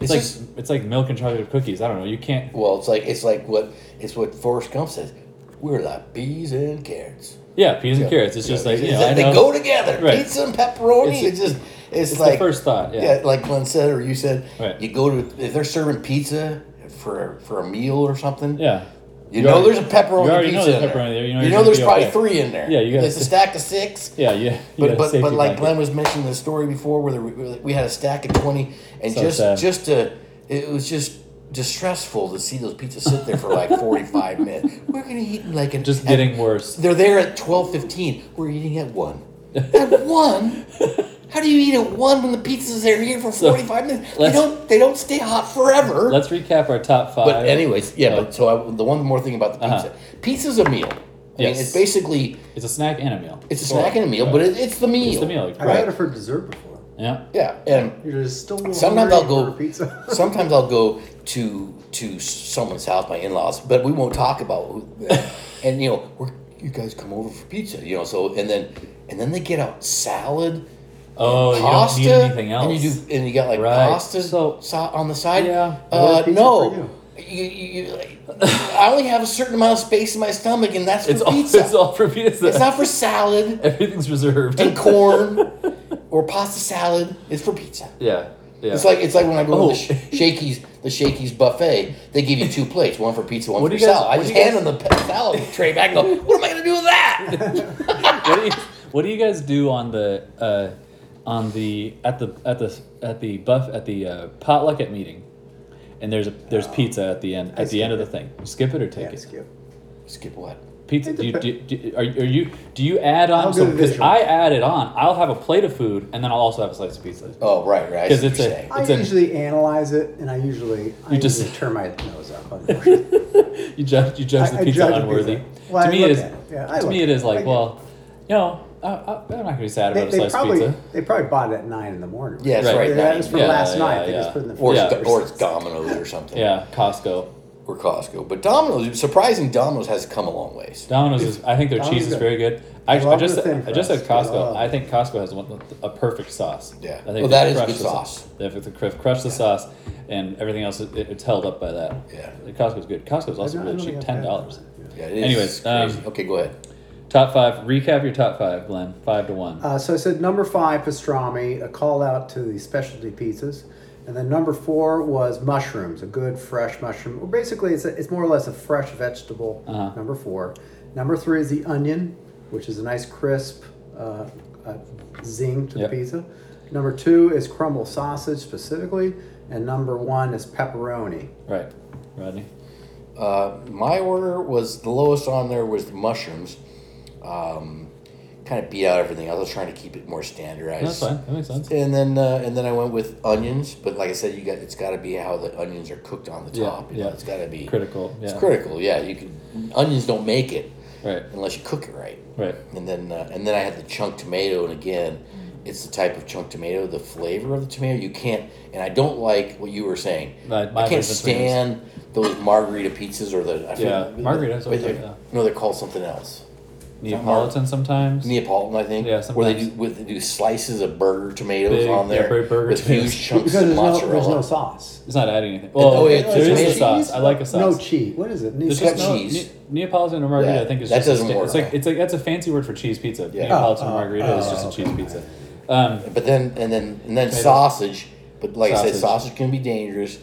[SPEAKER 1] it's,
[SPEAKER 2] It's
[SPEAKER 1] like
[SPEAKER 2] just-
[SPEAKER 1] it's like milk and chocolate cookies. I don't know. You can't.
[SPEAKER 2] Well, it's like it's like what it's what Forrest Gump says. We're like peas and carrots.
[SPEAKER 1] Yeah, peas and
[SPEAKER 2] Yeah.
[SPEAKER 1] carrots. It's just
[SPEAKER 2] Yeah.
[SPEAKER 1] like you
[SPEAKER 2] It's
[SPEAKER 1] know,
[SPEAKER 2] like
[SPEAKER 1] I
[SPEAKER 2] they
[SPEAKER 1] know.
[SPEAKER 2] go together.
[SPEAKER 1] Right.
[SPEAKER 2] Pizza and pepperoni.
[SPEAKER 1] It's-
[SPEAKER 2] It's, just it's,
[SPEAKER 1] it's the
[SPEAKER 2] like
[SPEAKER 1] first thought, yeah.
[SPEAKER 2] like Glenn said or you said.
[SPEAKER 1] Right.
[SPEAKER 2] You go to if they're serving pizza for for a meal or something.
[SPEAKER 1] yeah. You
[SPEAKER 2] You, know,
[SPEAKER 1] already-
[SPEAKER 2] there's a pepperoni
[SPEAKER 1] you already know
[SPEAKER 2] pizza.
[SPEAKER 1] there's
[SPEAKER 2] in
[SPEAKER 1] pepperoni there. You know you're
[SPEAKER 2] there's
[SPEAKER 1] gonna be
[SPEAKER 2] probably
[SPEAKER 1] okay.
[SPEAKER 2] three in there.
[SPEAKER 1] Yeah, you gotta-
[SPEAKER 2] It's a stack of six.
[SPEAKER 1] Yeah, yeah. You got a
[SPEAKER 2] But, but,
[SPEAKER 1] safety
[SPEAKER 2] but like
[SPEAKER 1] blanket.
[SPEAKER 2] Glenn was mentioning the story before, where there, we had a stack of twenty, and
[SPEAKER 1] So
[SPEAKER 2] just
[SPEAKER 1] sad.
[SPEAKER 2] just to it was just distressful to see those pizzas sit there for like forty five minutes. We're gonna eat like an,
[SPEAKER 1] Just
[SPEAKER 2] at-
[SPEAKER 1] getting worse.
[SPEAKER 2] They're there at twelve fifteen. We're eating at one. At one. How do you eat at one when the pizzas are here for
[SPEAKER 1] So,
[SPEAKER 2] forty five minutes? They
[SPEAKER 1] let's-
[SPEAKER 2] don't they don't stay hot forever.
[SPEAKER 1] Let's recap our top five.
[SPEAKER 2] But anyways, yeah.
[SPEAKER 1] Yeah.
[SPEAKER 2] But so I, the one more thing about the
[SPEAKER 1] Uh-huh.
[SPEAKER 2] pizza, pizza's a meal. I
[SPEAKER 1] Yes.
[SPEAKER 2] mean, it's basically
[SPEAKER 1] it's a snack and a meal.
[SPEAKER 2] it's a snack and a meal, but it, it's the meal.
[SPEAKER 1] It's the meal.
[SPEAKER 3] I've
[SPEAKER 1] Right.
[SPEAKER 3] had it for dessert before.
[SPEAKER 1] Yeah.
[SPEAKER 2] Yeah, and
[SPEAKER 3] You're just still
[SPEAKER 2] sometimes
[SPEAKER 3] hungry
[SPEAKER 2] I'll go.
[SPEAKER 3] for pizza.
[SPEAKER 2] sometimes I'll go to to someone's house, my in laws, but we won't talk about. Who, and you know, we're, you guys come over for pizza, you know. So and then and then they get out salad.
[SPEAKER 1] Oh, you
[SPEAKER 2] pasta,
[SPEAKER 1] don't need anything else.
[SPEAKER 2] And you do, and you got like
[SPEAKER 1] Right.
[SPEAKER 2] pasta
[SPEAKER 1] So-
[SPEAKER 2] so, on the side.
[SPEAKER 1] Yeah.
[SPEAKER 2] Uh,
[SPEAKER 3] More pizza for
[SPEAKER 2] no,
[SPEAKER 3] you.
[SPEAKER 2] you, you, you, like, I only have a certain amount of space in my stomach, and that's for
[SPEAKER 1] it's all
[SPEAKER 2] pizza.
[SPEAKER 1] it's all for pizza.
[SPEAKER 2] it's not for salad
[SPEAKER 1] Everything's reserved.
[SPEAKER 2] and corn or pasta salad. It's for pizza.
[SPEAKER 1] yeah. Yeah.
[SPEAKER 2] It's like it's like when I go
[SPEAKER 1] Oh.
[SPEAKER 2] to the sh- Shakey's, the Shakey's buffet. They give you two plates, one for pizza, one
[SPEAKER 1] What
[SPEAKER 2] for
[SPEAKER 1] do you guys-
[SPEAKER 2] salad. I
[SPEAKER 1] what do
[SPEAKER 2] just
[SPEAKER 1] you
[SPEAKER 2] hand them the pe- salad tray back and go, "What am I going to do with
[SPEAKER 1] what,
[SPEAKER 2] that?"
[SPEAKER 1] do you, what do you guys do on the uh, on the at the at the at the buff at the uh, potluck at meeting? And there's a there's pizza at the end at the
[SPEAKER 3] Oh. skip
[SPEAKER 1] end of the thing. Skip it or take
[SPEAKER 3] Yeah,
[SPEAKER 1] it.
[SPEAKER 3] skip.
[SPEAKER 2] Skip what?
[SPEAKER 1] Pizza? Do you, do, you- do, you- are, you- are you do you add on?
[SPEAKER 3] I'll
[SPEAKER 1] So
[SPEAKER 3] go to
[SPEAKER 1] because
[SPEAKER 3] visual.
[SPEAKER 1] I add it on, I'll have a plate of food and then I'll also have a slice of pizza.
[SPEAKER 2] Oh, right, right. I see
[SPEAKER 1] 'Cause
[SPEAKER 2] what
[SPEAKER 1] it's
[SPEAKER 2] you're
[SPEAKER 1] a-
[SPEAKER 2] saying.
[SPEAKER 3] I
[SPEAKER 1] It's an-
[SPEAKER 3] usually analyze it, and I usually I
[SPEAKER 1] You just-
[SPEAKER 3] usually turn my nose up. unfortunately.
[SPEAKER 1] You judge you judge
[SPEAKER 3] I-
[SPEAKER 1] the
[SPEAKER 3] I
[SPEAKER 1] pizza
[SPEAKER 3] judge the
[SPEAKER 1] unworthy.
[SPEAKER 3] pizza. Well,
[SPEAKER 1] to
[SPEAKER 3] I
[SPEAKER 1] me it
[SPEAKER 3] look
[SPEAKER 1] is.
[SPEAKER 3] at it. Yeah, I
[SPEAKER 1] to
[SPEAKER 3] look
[SPEAKER 1] me it
[SPEAKER 3] at
[SPEAKER 1] is
[SPEAKER 3] it.
[SPEAKER 1] like
[SPEAKER 3] I-
[SPEAKER 1] well, you know, I, I, I'm not gonna be sad
[SPEAKER 3] They,
[SPEAKER 1] about
[SPEAKER 3] they
[SPEAKER 1] a slice of
[SPEAKER 3] probably
[SPEAKER 1] pizza.
[SPEAKER 3] they probably bought it at nine in the morning.
[SPEAKER 2] Yeah, it's
[SPEAKER 1] Right.
[SPEAKER 2] right.
[SPEAKER 3] That
[SPEAKER 2] nine.
[SPEAKER 3] was for
[SPEAKER 1] Yeah,
[SPEAKER 3] last
[SPEAKER 1] yeah,
[SPEAKER 3] night. They
[SPEAKER 1] yeah.
[SPEAKER 3] just put it in the
[SPEAKER 2] or,
[SPEAKER 1] Yeah.
[SPEAKER 2] it's, or it's Domino's or something.
[SPEAKER 1] Yeah, Costco.
[SPEAKER 2] Or Costco. But Domino's, surprising Domino's has come a long ways.
[SPEAKER 1] Domino's is. I think their
[SPEAKER 3] Domino's
[SPEAKER 1] cheese is
[SPEAKER 3] good.
[SPEAKER 1] very good. I, I
[SPEAKER 3] love
[SPEAKER 1] just
[SPEAKER 3] the thin
[SPEAKER 1] I just said
[SPEAKER 3] crust. I
[SPEAKER 1] Costco.
[SPEAKER 3] love
[SPEAKER 1] I think Costco has one, a perfect sauce.
[SPEAKER 2] Yeah.
[SPEAKER 1] I think
[SPEAKER 2] Well,
[SPEAKER 1] they've
[SPEAKER 2] that is
[SPEAKER 1] crushed
[SPEAKER 2] good
[SPEAKER 1] the
[SPEAKER 2] sauce.
[SPEAKER 1] They've they've cr- crushed the sauce, and everything else it, it's held up by that.
[SPEAKER 2] Yeah.
[SPEAKER 1] Costco's good. Costco's also
[SPEAKER 3] don't- I
[SPEAKER 1] really
[SPEAKER 3] don't
[SPEAKER 1] cheap.
[SPEAKER 3] think I've
[SPEAKER 1] Ten
[SPEAKER 3] had
[SPEAKER 1] dollars.
[SPEAKER 2] Yeah, it is
[SPEAKER 1] Anyways, um,
[SPEAKER 2] crazy. okay, go ahead.
[SPEAKER 1] Top five. Recap your top five, Glenn. Five to one.
[SPEAKER 3] Uh, so I said number five pastrami, a call out to the specialty pizzas, and then number four was mushrooms, a good fresh mushroom. Well, basically, it's a, it's more or less a fresh vegetable.
[SPEAKER 1] Uh-huh.
[SPEAKER 3] Number four. Number three is the onion, which is a nice crisp uh, uh, zing to
[SPEAKER 1] Yep.
[SPEAKER 3] the pizza. Number two is crumble sausage specifically, and number one is pepperoni.
[SPEAKER 1] right, Rodney.
[SPEAKER 2] Uh, my order was the lowest on there was the mushrooms. Um, kind of beat out everything else. I was trying to keep it more standardized.
[SPEAKER 1] That's fine. That makes sense.
[SPEAKER 2] And then uh, and then I went with onions, but like I said, you got it's got to be how the onions are cooked on the
[SPEAKER 1] Yeah,
[SPEAKER 2] top. you know,
[SPEAKER 1] yeah.
[SPEAKER 2] it's got to be
[SPEAKER 1] Critical. Yeah.
[SPEAKER 2] It's critical. Yeah, you can onions don't make it
[SPEAKER 1] Right.
[SPEAKER 2] unless you cook it right.
[SPEAKER 1] Right.
[SPEAKER 2] And then uh, and then I had the chunk tomato, and again, it's the type of chunk tomato, the flavor of the tomato. You can't, and I don't like what you were saying.
[SPEAKER 1] My- my
[SPEAKER 2] I can't
[SPEAKER 1] version of tomatoes.
[SPEAKER 2] stand those margarita pizzas or the
[SPEAKER 1] Yeah,
[SPEAKER 2] I forget-
[SPEAKER 1] margaritas, okay,
[SPEAKER 2] wait, they're-
[SPEAKER 1] yeah.
[SPEAKER 2] No, they're called something else.
[SPEAKER 1] Neapolitan sometimes.
[SPEAKER 2] Neapolitan, I think.
[SPEAKER 1] Yeah,
[SPEAKER 2] where they do
[SPEAKER 1] sometimes.
[SPEAKER 2] with they do slices of burger tomatoes
[SPEAKER 1] Big,
[SPEAKER 2] on
[SPEAKER 1] yeah,
[SPEAKER 2] there
[SPEAKER 1] big burger
[SPEAKER 2] with
[SPEAKER 1] tomatoes.
[SPEAKER 2] huge chunks
[SPEAKER 3] Because
[SPEAKER 2] of
[SPEAKER 3] there's no,
[SPEAKER 2] mozzarella.
[SPEAKER 3] there's no sauce.
[SPEAKER 1] It's not adding anything.
[SPEAKER 2] oh,
[SPEAKER 1] Well,
[SPEAKER 2] yeah, it's
[SPEAKER 1] there is a
[SPEAKER 2] amazing.
[SPEAKER 1] sauce. I like a sauce.
[SPEAKER 3] No cheese. What is it?
[SPEAKER 1] There's
[SPEAKER 2] got
[SPEAKER 1] just no,
[SPEAKER 2] cheese.
[SPEAKER 1] Ne- Neapolitan or margarita,
[SPEAKER 2] Yeah,
[SPEAKER 1] I think is
[SPEAKER 2] that
[SPEAKER 1] just a
[SPEAKER 2] doesn't
[SPEAKER 1] sta-
[SPEAKER 2] work,
[SPEAKER 1] It's like
[SPEAKER 2] right?
[SPEAKER 1] it's like that's a fancy word for cheese pizza.
[SPEAKER 2] Yeah.
[SPEAKER 1] Neapolitan
[SPEAKER 3] Oh, oh,
[SPEAKER 1] margarita is just a
[SPEAKER 3] oh,
[SPEAKER 1] cheese
[SPEAKER 3] okay.
[SPEAKER 1] pizza. Um,
[SPEAKER 2] But then and then and then sausage. But like I said,
[SPEAKER 1] Sausage.
[SPEAKER 2] sausage can be dangerous.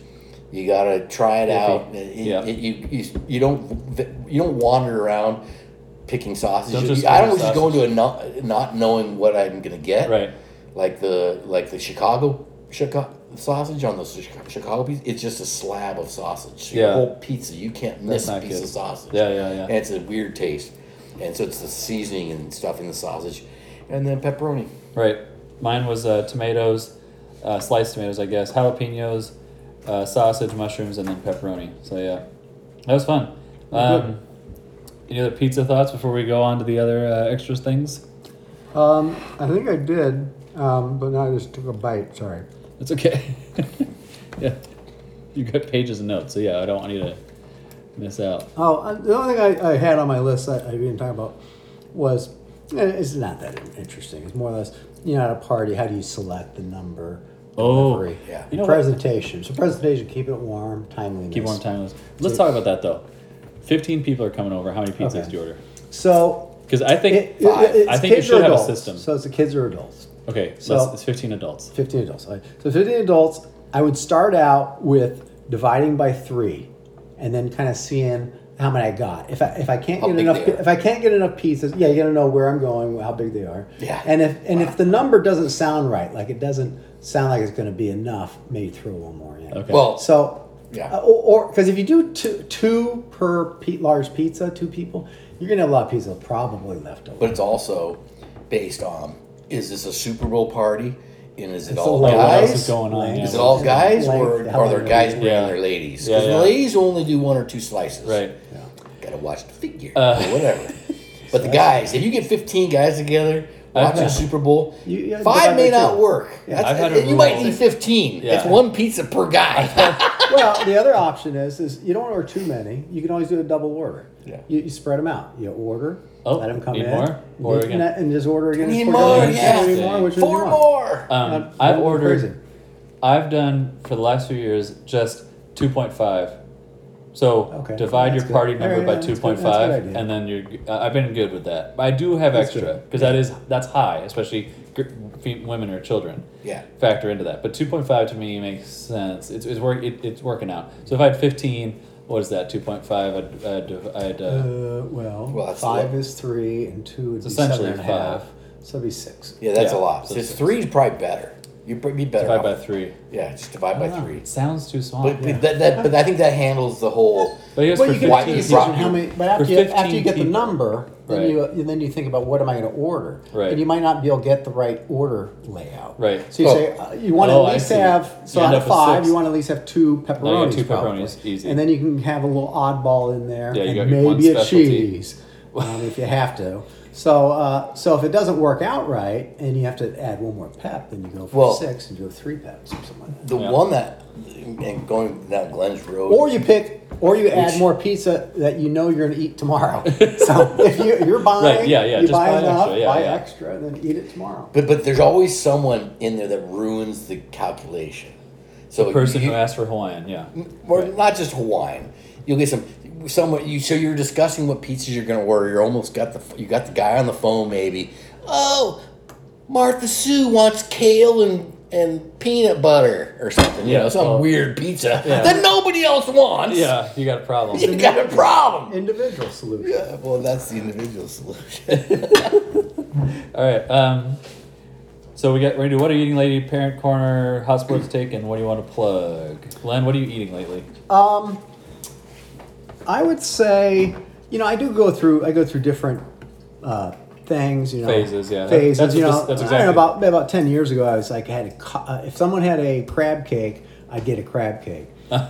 [SPEAKER 2] You gotta try it
[SPEAKER 1] Iffy.
[SPEAKER 2] out. It-
[SPEAKER 1] Yeah.
[SPEAKER 2] it- you, you you don't you don't wander around picking sausage.
[SPEAKER 1] Don't just
[SPEAKER 2] I
[SPEAKER 1] order
[SPEAKER 2] don't just go
[SPEAKER 1] sausage.
[SPEAKER 2] into a not, not knowing what I'm gonna get.
[SPEAKER 1] Right.
[SPEAKER 2] Like the like the Chicago Chicago sausage on those Chica- Chicago pizza. It's just a slab of sausage. Your
[SPEAKER 1] Yeah.
[SPEAKER 2] whole pizza. You can't miss a
[SPEAKER 1] not
[SPEAKER 2] piece
[SPEAKER 1] good.
[SPEAKER 2] of sausage.
[SPEAKER 1] Yeah, yeah, yeah.
[SPEAKER 2] And it's a weird taste, and so it's the seasoning and stuff in the sausage, and then pepperoni.
[SPEAKER 1] Right. Mine was uh, tomatoes, uh, sliced tomatoes, I guess, jalapenos, uh, sausage, mushrooms, and then pepperoni. So yeah, that was fun. Um, any other pizza thoughts before we go on to the other uh, extras things?
[SPEAKER 3] Um, I think I did, um, but now I just took a bite. Sorry.
[SPEAKER 1] That's okay. yeah, you got pages of notes, so yeah, I don't want you to miss out.
[SPEAKER 3] Oh, uh, the only thing I, I had on my list that I didn't talk about was eh, it's not that in- interesting. It's more or less you know at a party, how do you select the number?
[SPEAKER 1] Oh,
[SPEAKER 3] delivery,
[SPEAKER 2] yeah.
[SPEAKER 1] You know what?
[SPEAKER 3] presentation. So presentation, keep it warm, timely.
[SPEAKER 1] Keep warm, timeless. Let's talk about that though. Fifteen people are coming over. How many pizzas
[SPEAKER 3] Okay.
[SPEAKER 1] do you order?
[SPEAKER 3] So
[SPEAKER 1] Because I think
[SPEAKER 3] it, it-
[SPEAKER 2] Five.
[SPEAKER 3] it's
[SPEAKER 1] I think you
[SPEAKER 3] kids
[SPEAKER 1] should
[SPEAKER 3] or
[SPEAKER 1] have a
[SPEAKER 3] adults.
[SPEAKER 1] system.
[SPEAKER 3] So it's the kids or adults.
[SPEAKER 1] okay,
[SPEAKER 3] So-
[SPEAKER 1] so it's fifteen adults.
[SPEAKER 3] 15 adults. All right. So 15 adults, I would start out with dividing by three and then kind of seeing how many I got. If I, if I can't
[SPEAKER 2] How
[SPEAKER 3] get
[SPEAKER 2] big
[SPEAKER 3] enough
[SPEAKER 2] they are.
[SPEAKER 3] if I can't get enough pieces, yeah, you got to know where I'm going, how big they are.
[SPEAKER 2] Yeah.
[SPEAKER 3] And if and if the number doesn't sound right, like it doesn't sound like it's going to be enough, maybe throw one more in.
[SPEAKER 1] Okay.
[SPEAKER 2] Well,
[SPEAKER 3] So,
[SPEAKER 2] Yeah.
[SPEAKER 3] uh, or because if you do two, two per pe- large pizza, two people, you're going to have a lot of pizza probably left over.
[SPEAKER 2] but it's also based on is this a Super Bowl party, and is it
[SPEAKER 3] It's
[SPEAKER 2] all
[SPEAKER 3] a lot.
[SPEAKER 1] Like, what
[SPEAKER 2] guys?
[SPEAKER 1] else is going on?
[SPEAKER 3] Guys?
[SPEAKER 1] Yeah.
[SPEAKER 2] Is it all guys, or
[SPEAKER 3] Like, how
[SPEAKER 2] are there
[SPEAKER 3] many-
[SPEAKER 2] guys bringing
[SPEAKER 1] Yeah.
[SPEAKER 2] their ladies?
[SPEAKER 1] Yeah,
[SPEAKER 2] Because
[SPEAKER 1] yeah.
[SPEAKER 2] the ladies only do one or two slices.
[SPEAKER 1] Right. Uh,
[SPEAKER 3] Yeah.
[SPEAKER 2] Gotta watch the figure or whatever. But the guys, if you get 15 guys together watching
[SPEAKER 1] had-
[SPEAKER 2] Super Bowl,
[SPEAKER 3] You- you had
[SPEAKER 2] five
[SPEAKER 3] divide
[SPEAKER 2] may
[SPEAKER 3] by two.
[SPEAKER 2] not work.
[SPEAKER 3] Yeah,
[SPEAKER 2] That's-
[SPEAKER 1] I've had a
[SPEAKER 2] you might
[SPEAKER 1] rule.
[SPEAKER 2] need 15.
[SPEAKER 1] Yeah.
[SPEAKER 2] It's one pizza per guy.
[SPEAKER 3] well, the other option is is you don't order too many. You can always do a double order.
[SPEAKER 2] Yeah.
[SPEAKER 3] You, you spread them out. You order.
[SPEAKER 1] Oh,
[SPEAKER 3] let them come
[SPEAKER 1] need
[SPEAKER 3] in.
[SPEAKER 1] more? Order
[SPEAKER 3] and,
[SPEAKER 1] again.
[SPEAKER 3] and just order again.
[SPEAKER 2] Need
[SPEAKER 3] Just order
[SPEAKER 2] more,
[SPEAKER 3] again.
[SPEAKER 2] yeah.
[SPEAKER 3] Order more, which one do you
[SPEAKER 2] Four
[SPEAKER 3] want?
[SPEAKER 2] more.
[SPEAKER 1] Um,
[SPEAKER 3] Not-
[SPEAKER 1] I've
[SPEAKER 3] don't go
[SPEAKER 1] ordered.
[SPEAKER 3] crazy.
[SPEAKER 1] I've done for the last few years just two point five. So
[SPEAKER 3] Okay,
[SPEAKER 1] divide
[SPEAKER 3] that's
[SPEAKER 1] your
[SPEAKER 3] good.
[SPEAKER 1] party
[SPEAKER 3] All
[SPEAKER 1] number
[SPEAKER 3] right,
[SPEAKER 1] by
[SPEAKER 3] that's
[SPEAKER 1] two
[SPEAKER 3] good-
[SPEAKER 1] point
[SPEAKER 3] that's a good
[SPEAKER 1] five,
[SPEAKER 3] idea.
[SPEAKER 1] and then you're. I- I've been good with that, but I do have
[SPEAKER 3] That's
[SPEAKER 1] extra
[SPEAKER 3] good.
[SPEAKER 1] because that is that's high, especially gr- fe- women or children.
[SPEAKER 2] Yeah.
[SPEAKER 1] factor into that. But two point five to me makes sense. It's it's work. It, it's working out. So if I had fifteen, what is that? Two point five. I'd I'd, I'd uh,
[SPEAKER 3] Uh, well,
[SPEAKER 2] Well, that's a
[SPEAKER 3] five
[SPEAKER 2] lot.
[SPEAKER 3] is three, and two would be
[SPEAKER 1] essentially
[SPEAKER 3] seven and a half.
[SPEAKER 1] five.
[SPEAKER 3] So it'd be six.
[SPEAKER 2] Yeah, that's
[SPEAKER 1] Yeah.
[SPEAKER 2] a lot.
[SPEAKER 1] So
[SPEAKER 2] So it's
[SPEAKER 1] six.
[SPEAKER 2] three is probably better. You'd be better.
[SPEAKER 1] divide
[SPEAKER 2] off-
[SPEAKER 1] by three.
[SPEAKER 2] Yeah, just divide by
[SPEAKER 1] Ah,
[SPEAKER 2] three.
[SPEAKER 1] It sounds too small.
[SPEAKER 2] But, but, that, that, but I think that handles the whole.
[SPEAKER 1] But yes, for
[SPEAKER 2] why
[SPEAKER 1] 15
[SPEAKER 2] you
[SPEAKER 1] people-
[SPEAKER 2] brought
[SPEAKER 3] How
[SPEAKER 2] your-
[SPEAKER 3] many, but after
[SPEAKER 1] For
[SPEAKER 3] you, after you
[SPEAKER 1] 15
[SPEAKER 3] get the
[SPEAKER 1] people.
[SPEAKER 3] number, then
[SPEAKER 1] Right.
[SPEAKER 3] you and then you think about what am I going to order,
[SPEAKER 1] Right.
[SPEAKER 3] and you might not be able to get the right order layout.
[SPEAKER 1] Right.
[SPEAKER 3] So you
[SPEAKER 2] Oh.
[SPEAKER 3] say uh, you want
[SPEAKER 1] Oh,
[SPEAKER 3] to
[SPEAKER 1] I
[SPEAKER 3] at least
[SPEAKER 1] see.
[SPEAKER 3] have so
[SPEAKER 1] You end
[SPEAKER 3] out
[SPEAKER 1] up
[SPEAKER 3] of
[SPEAKER 1] with
[SPEAKER 3] five,
[SPEAKER 1] six.
[SPEAKER 3] you want at least have two pepperonis,
[SPEAKER 1] two
[SPEAKER 3] probably.
[SPEAKER 1] pepperonis, easy.
[SPEAKER 3] and then you can have a little oddball in there,
[SPEAKER 1] Yeah, you
[SPEAKER 3] and
[SPEAKER 1] got your one
[SPEAKER 3] maybe a
[SPEAKER 1] specialty.
[SPEAKER 3] cheese um, if you have to. So uh, so if it doesn't work out right, and you have to add one more pep, then you go for
[SPEAKER 2] Well-
[SPEAKER 3] six and you go three peps or something like that.
[SPEAKER 2] The
[SPEAKER 1] Yeah.
[SPEAKER 2] one that, and going down Glenn's road.
[SPEAKER 3] Or you pick, or you add
[SPEAKER 2] Which-
[SPEAKER 3] more pizza that you know you're going to eat tomorrow. so if you, you're buying,
[SPEAKER 1] Right, yeah, yeah,
[SPEAKER 3] you
[SPEAKER 1] just
[SPEAKER 3] buy,
[SPEAKER 1] buy
[SPEAKER 3] enough,
[SPEAKER 1] extra, yeah,
[SPEAKER 3] buy
[SPEAKER 1] yeah.
[SPEAKER 3] extra, then eat it tomorrow.
[SPEAKER 2] But but there's always someone in there that ruins the calculation. So
[SPEAKER 1] The person
[SPEAKER 2] you,
[SPEAKER 1] who asked for Hawaiian, yeah.
[SPEAKER 2] or not just Hawaiian. You'll get some someone. You so you're discussing what pizzas you're gonna order. You're almost got the you got the guy on the phone maybe. Oh, Martha Sue wants kale and. And peanut butter or something, you
[SPEAKER 1] Yeah,
[SPEAKER 2] know, some
[SPEAKER 1] well-
[SPEAKER 2] weird pizza
[SPEAKER 1] Yeah.
[SPEAKER 2] that nobody else wants.
[SPEAKER 1] Yeah, you got a problem.
[SPEAKER 2] you got a problem.
[SPEAKER 3] Individual solution.
[SPEAKER 2] Yeah, well, that's the individual solution.
[SPEAKER 1] All right. Um, so we got we're gonna do what are you eating, lady? Parent corner, hot sports take, and what do you want to plug? Glenn, what are you eating lately?
[SPEAKER 3] Um, I would say, you know, I do go through. I go through different uh, things. You know,
[SPEAKER 1] Phases, yeah.
[SPEAKER 3] Phases.
[SPEAKER 1] That's
[SPEAKER 3] you know,
[SPEAKER 1] just- that's
[SPEAKER 3] I don't
[SPEAKER 1] exactly-
[SPEAKER 3] know, about about ten years ago, I was like, I had a, co- uh, if someone had a crab cake, I'd get a crab cake.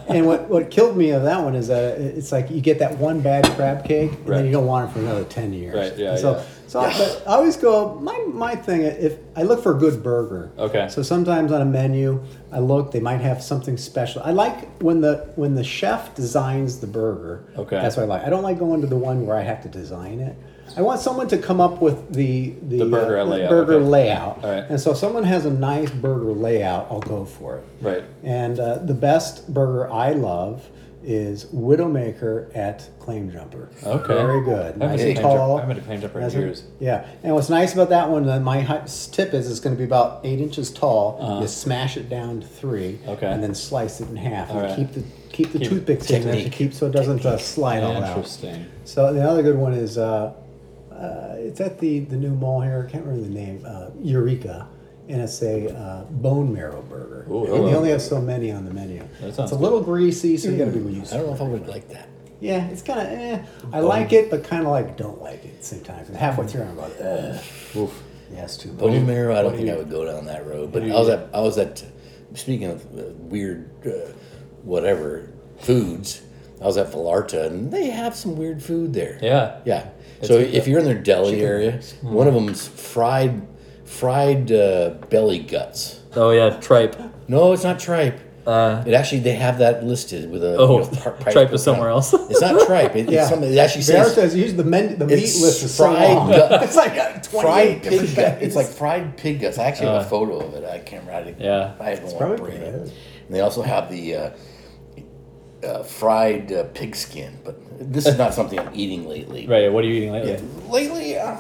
[SPEAKER 3] and what, what killed me of that one is that it- it's like you get that one bad crab cake and
[SPEAKER 1] Right.
[SPEAKER 3] then you don't want it for another ten years.
[SPEAKER 1] Right, yeah,
[SPEAKER 3] And so
[SPEAKER 1] yeah.
[SPEAKER 3] so I, but I always go my my thing if I look for a good burger.
[SPEAKER 1] Okay.
[SPEAKER 3] So sometimes on a menu, I look they might have something special. I like when the when the chef designs the burger.
[SPEAKER 1] Okay.
[SPEAKER 3] That's what I like. I don't like going to the one where I have to design it. I want someone to come up with the the, uh,
[SPEAKER 1] The burger layout,
[SPEAKER 3] burger
[SPEAKER 1] okay.
[SPEAKER 3] layout.
[SPEAKER 1] All right.
[SPEAKER 3] And so if someone has a nice burger layout, I'll go for it.
[SPEAKER 1] Right.
[SPEAKER 3] And uh, the best burger I love is Widowmaker at Claim Jumper.
[SPEAKER 1] Okay.
[SPEAKER 3] Very good.
[SPEAKER 1] I haven't
[SPEAKER 3] Nice
[SPEAKER 1] been
[SPEAKER 3] and
[SPEAKER 1] to Claim Jump-
[SPEAKER 3] tall.
[SPEAKER 1] I haven't been to Claim Jumper in
[SPEAKER 3] Nice and-
[SPEAKER 1] years.
[SPEAKER 3] Yeah. And what's nice about that one, uh, my hi- tip is it's going to be about eight inches tall. You smash it down to three.
[SPEAKER 1] Uh-huh. Okay.
[SPEAKER 3] And then slice it in half.
[SPEAKER 1] All
[SPEAKER 3] and
[SPEAKER 1] right.
[SPEAKER 3] keep the keep the
[SPEAKER 1] Keep-
[SPEAKER 3] toothpicks in there to
[SPEAKER 2] technique.
[SPEAKER 3] keep so it doesn't uh, slide all out.
[SPEAKER 1] Interesting.
[SPEAKER 3] So the other good one is uh, uh, it's at the the new mall here. I can't remember the name. Uh, Eureka. and it's a uh, bone marrow burger.
[SPEAKER 1] Ooh,
[SPEAKER 3] and
[SPEAKER 1] hello.
[SPEAKER 3] they only have so many on the menu. It's
[SPEAKER 1] sounds
[SPEAKER 3] a little greasy, so you got to be
[SPEAKER 2] I
[SPEAKER 3] useful.
[SPEAKER 2] don't know if I would like that.
[SPEAKER 3] Yeah, it's kind of eh. I like it, but kind of like don't like it at the same time. And halfway through, I'm going, eh. Yeah, it's too much.
[SPEAKER 2] Bone marrow. I don't think I would go down that road. But I was at I was at speaking of uh, weird uh, whatever foods. I was at Vallarta and they have some weird food there.
[SPEAKER 1] Yeah.
[SPEAKER 2] Yeah. So if you're in their deli area, one of them's fried fried uh, belly guts.
[SPEAKER 1] Oh yeah, tripe.
[SPEAKER 2] No, it's not tripe. it actually they have that listed with a
[SPEAKER 1] Oh,
[SPEAKER 2] par-
[SPEAKER 1] tripe is somewhere else.
[SPEAKER 2] It's not tripe. It,
[SPEAKER 3] Yeah.
[SPEAKER 2] it's something, it actually
[SPEAKER 3] Barrett
[SPEAKER 2] says
[SPEAKER 3] says use the, men, the meat
[SPEAKER 2] It's
[SPEAKER 3] list is so
[SPEAKER 2] fried
[SPEAKER 3] long.
[SPEAKER 2] gut-
[SPEAKER 3] it's like uh, 28
[SPEAKER 2] fried
[SPEAKER 3] different
[SPEAKER 2] pig gut.
[SPEAKER 3] things.
[SPEAKER 2] It's like fried pig guts. I actually have a photo of it. I can't write it.
[SPEAKER 1] Uh, Yeah.
[SPEAKER 2] I have one
[SPEAKER 3] probably
[SPEAKER 2] on brain.
[SPEAKER 3] good.
[SPEAKER 2] And they also have the uh, uh, fried uh, pig skin. But this is not something I'm eating lately.
[SPEAKER 1] Right. What are you eating lately?
[SPEAKER 2] Yeah. Lately, uh,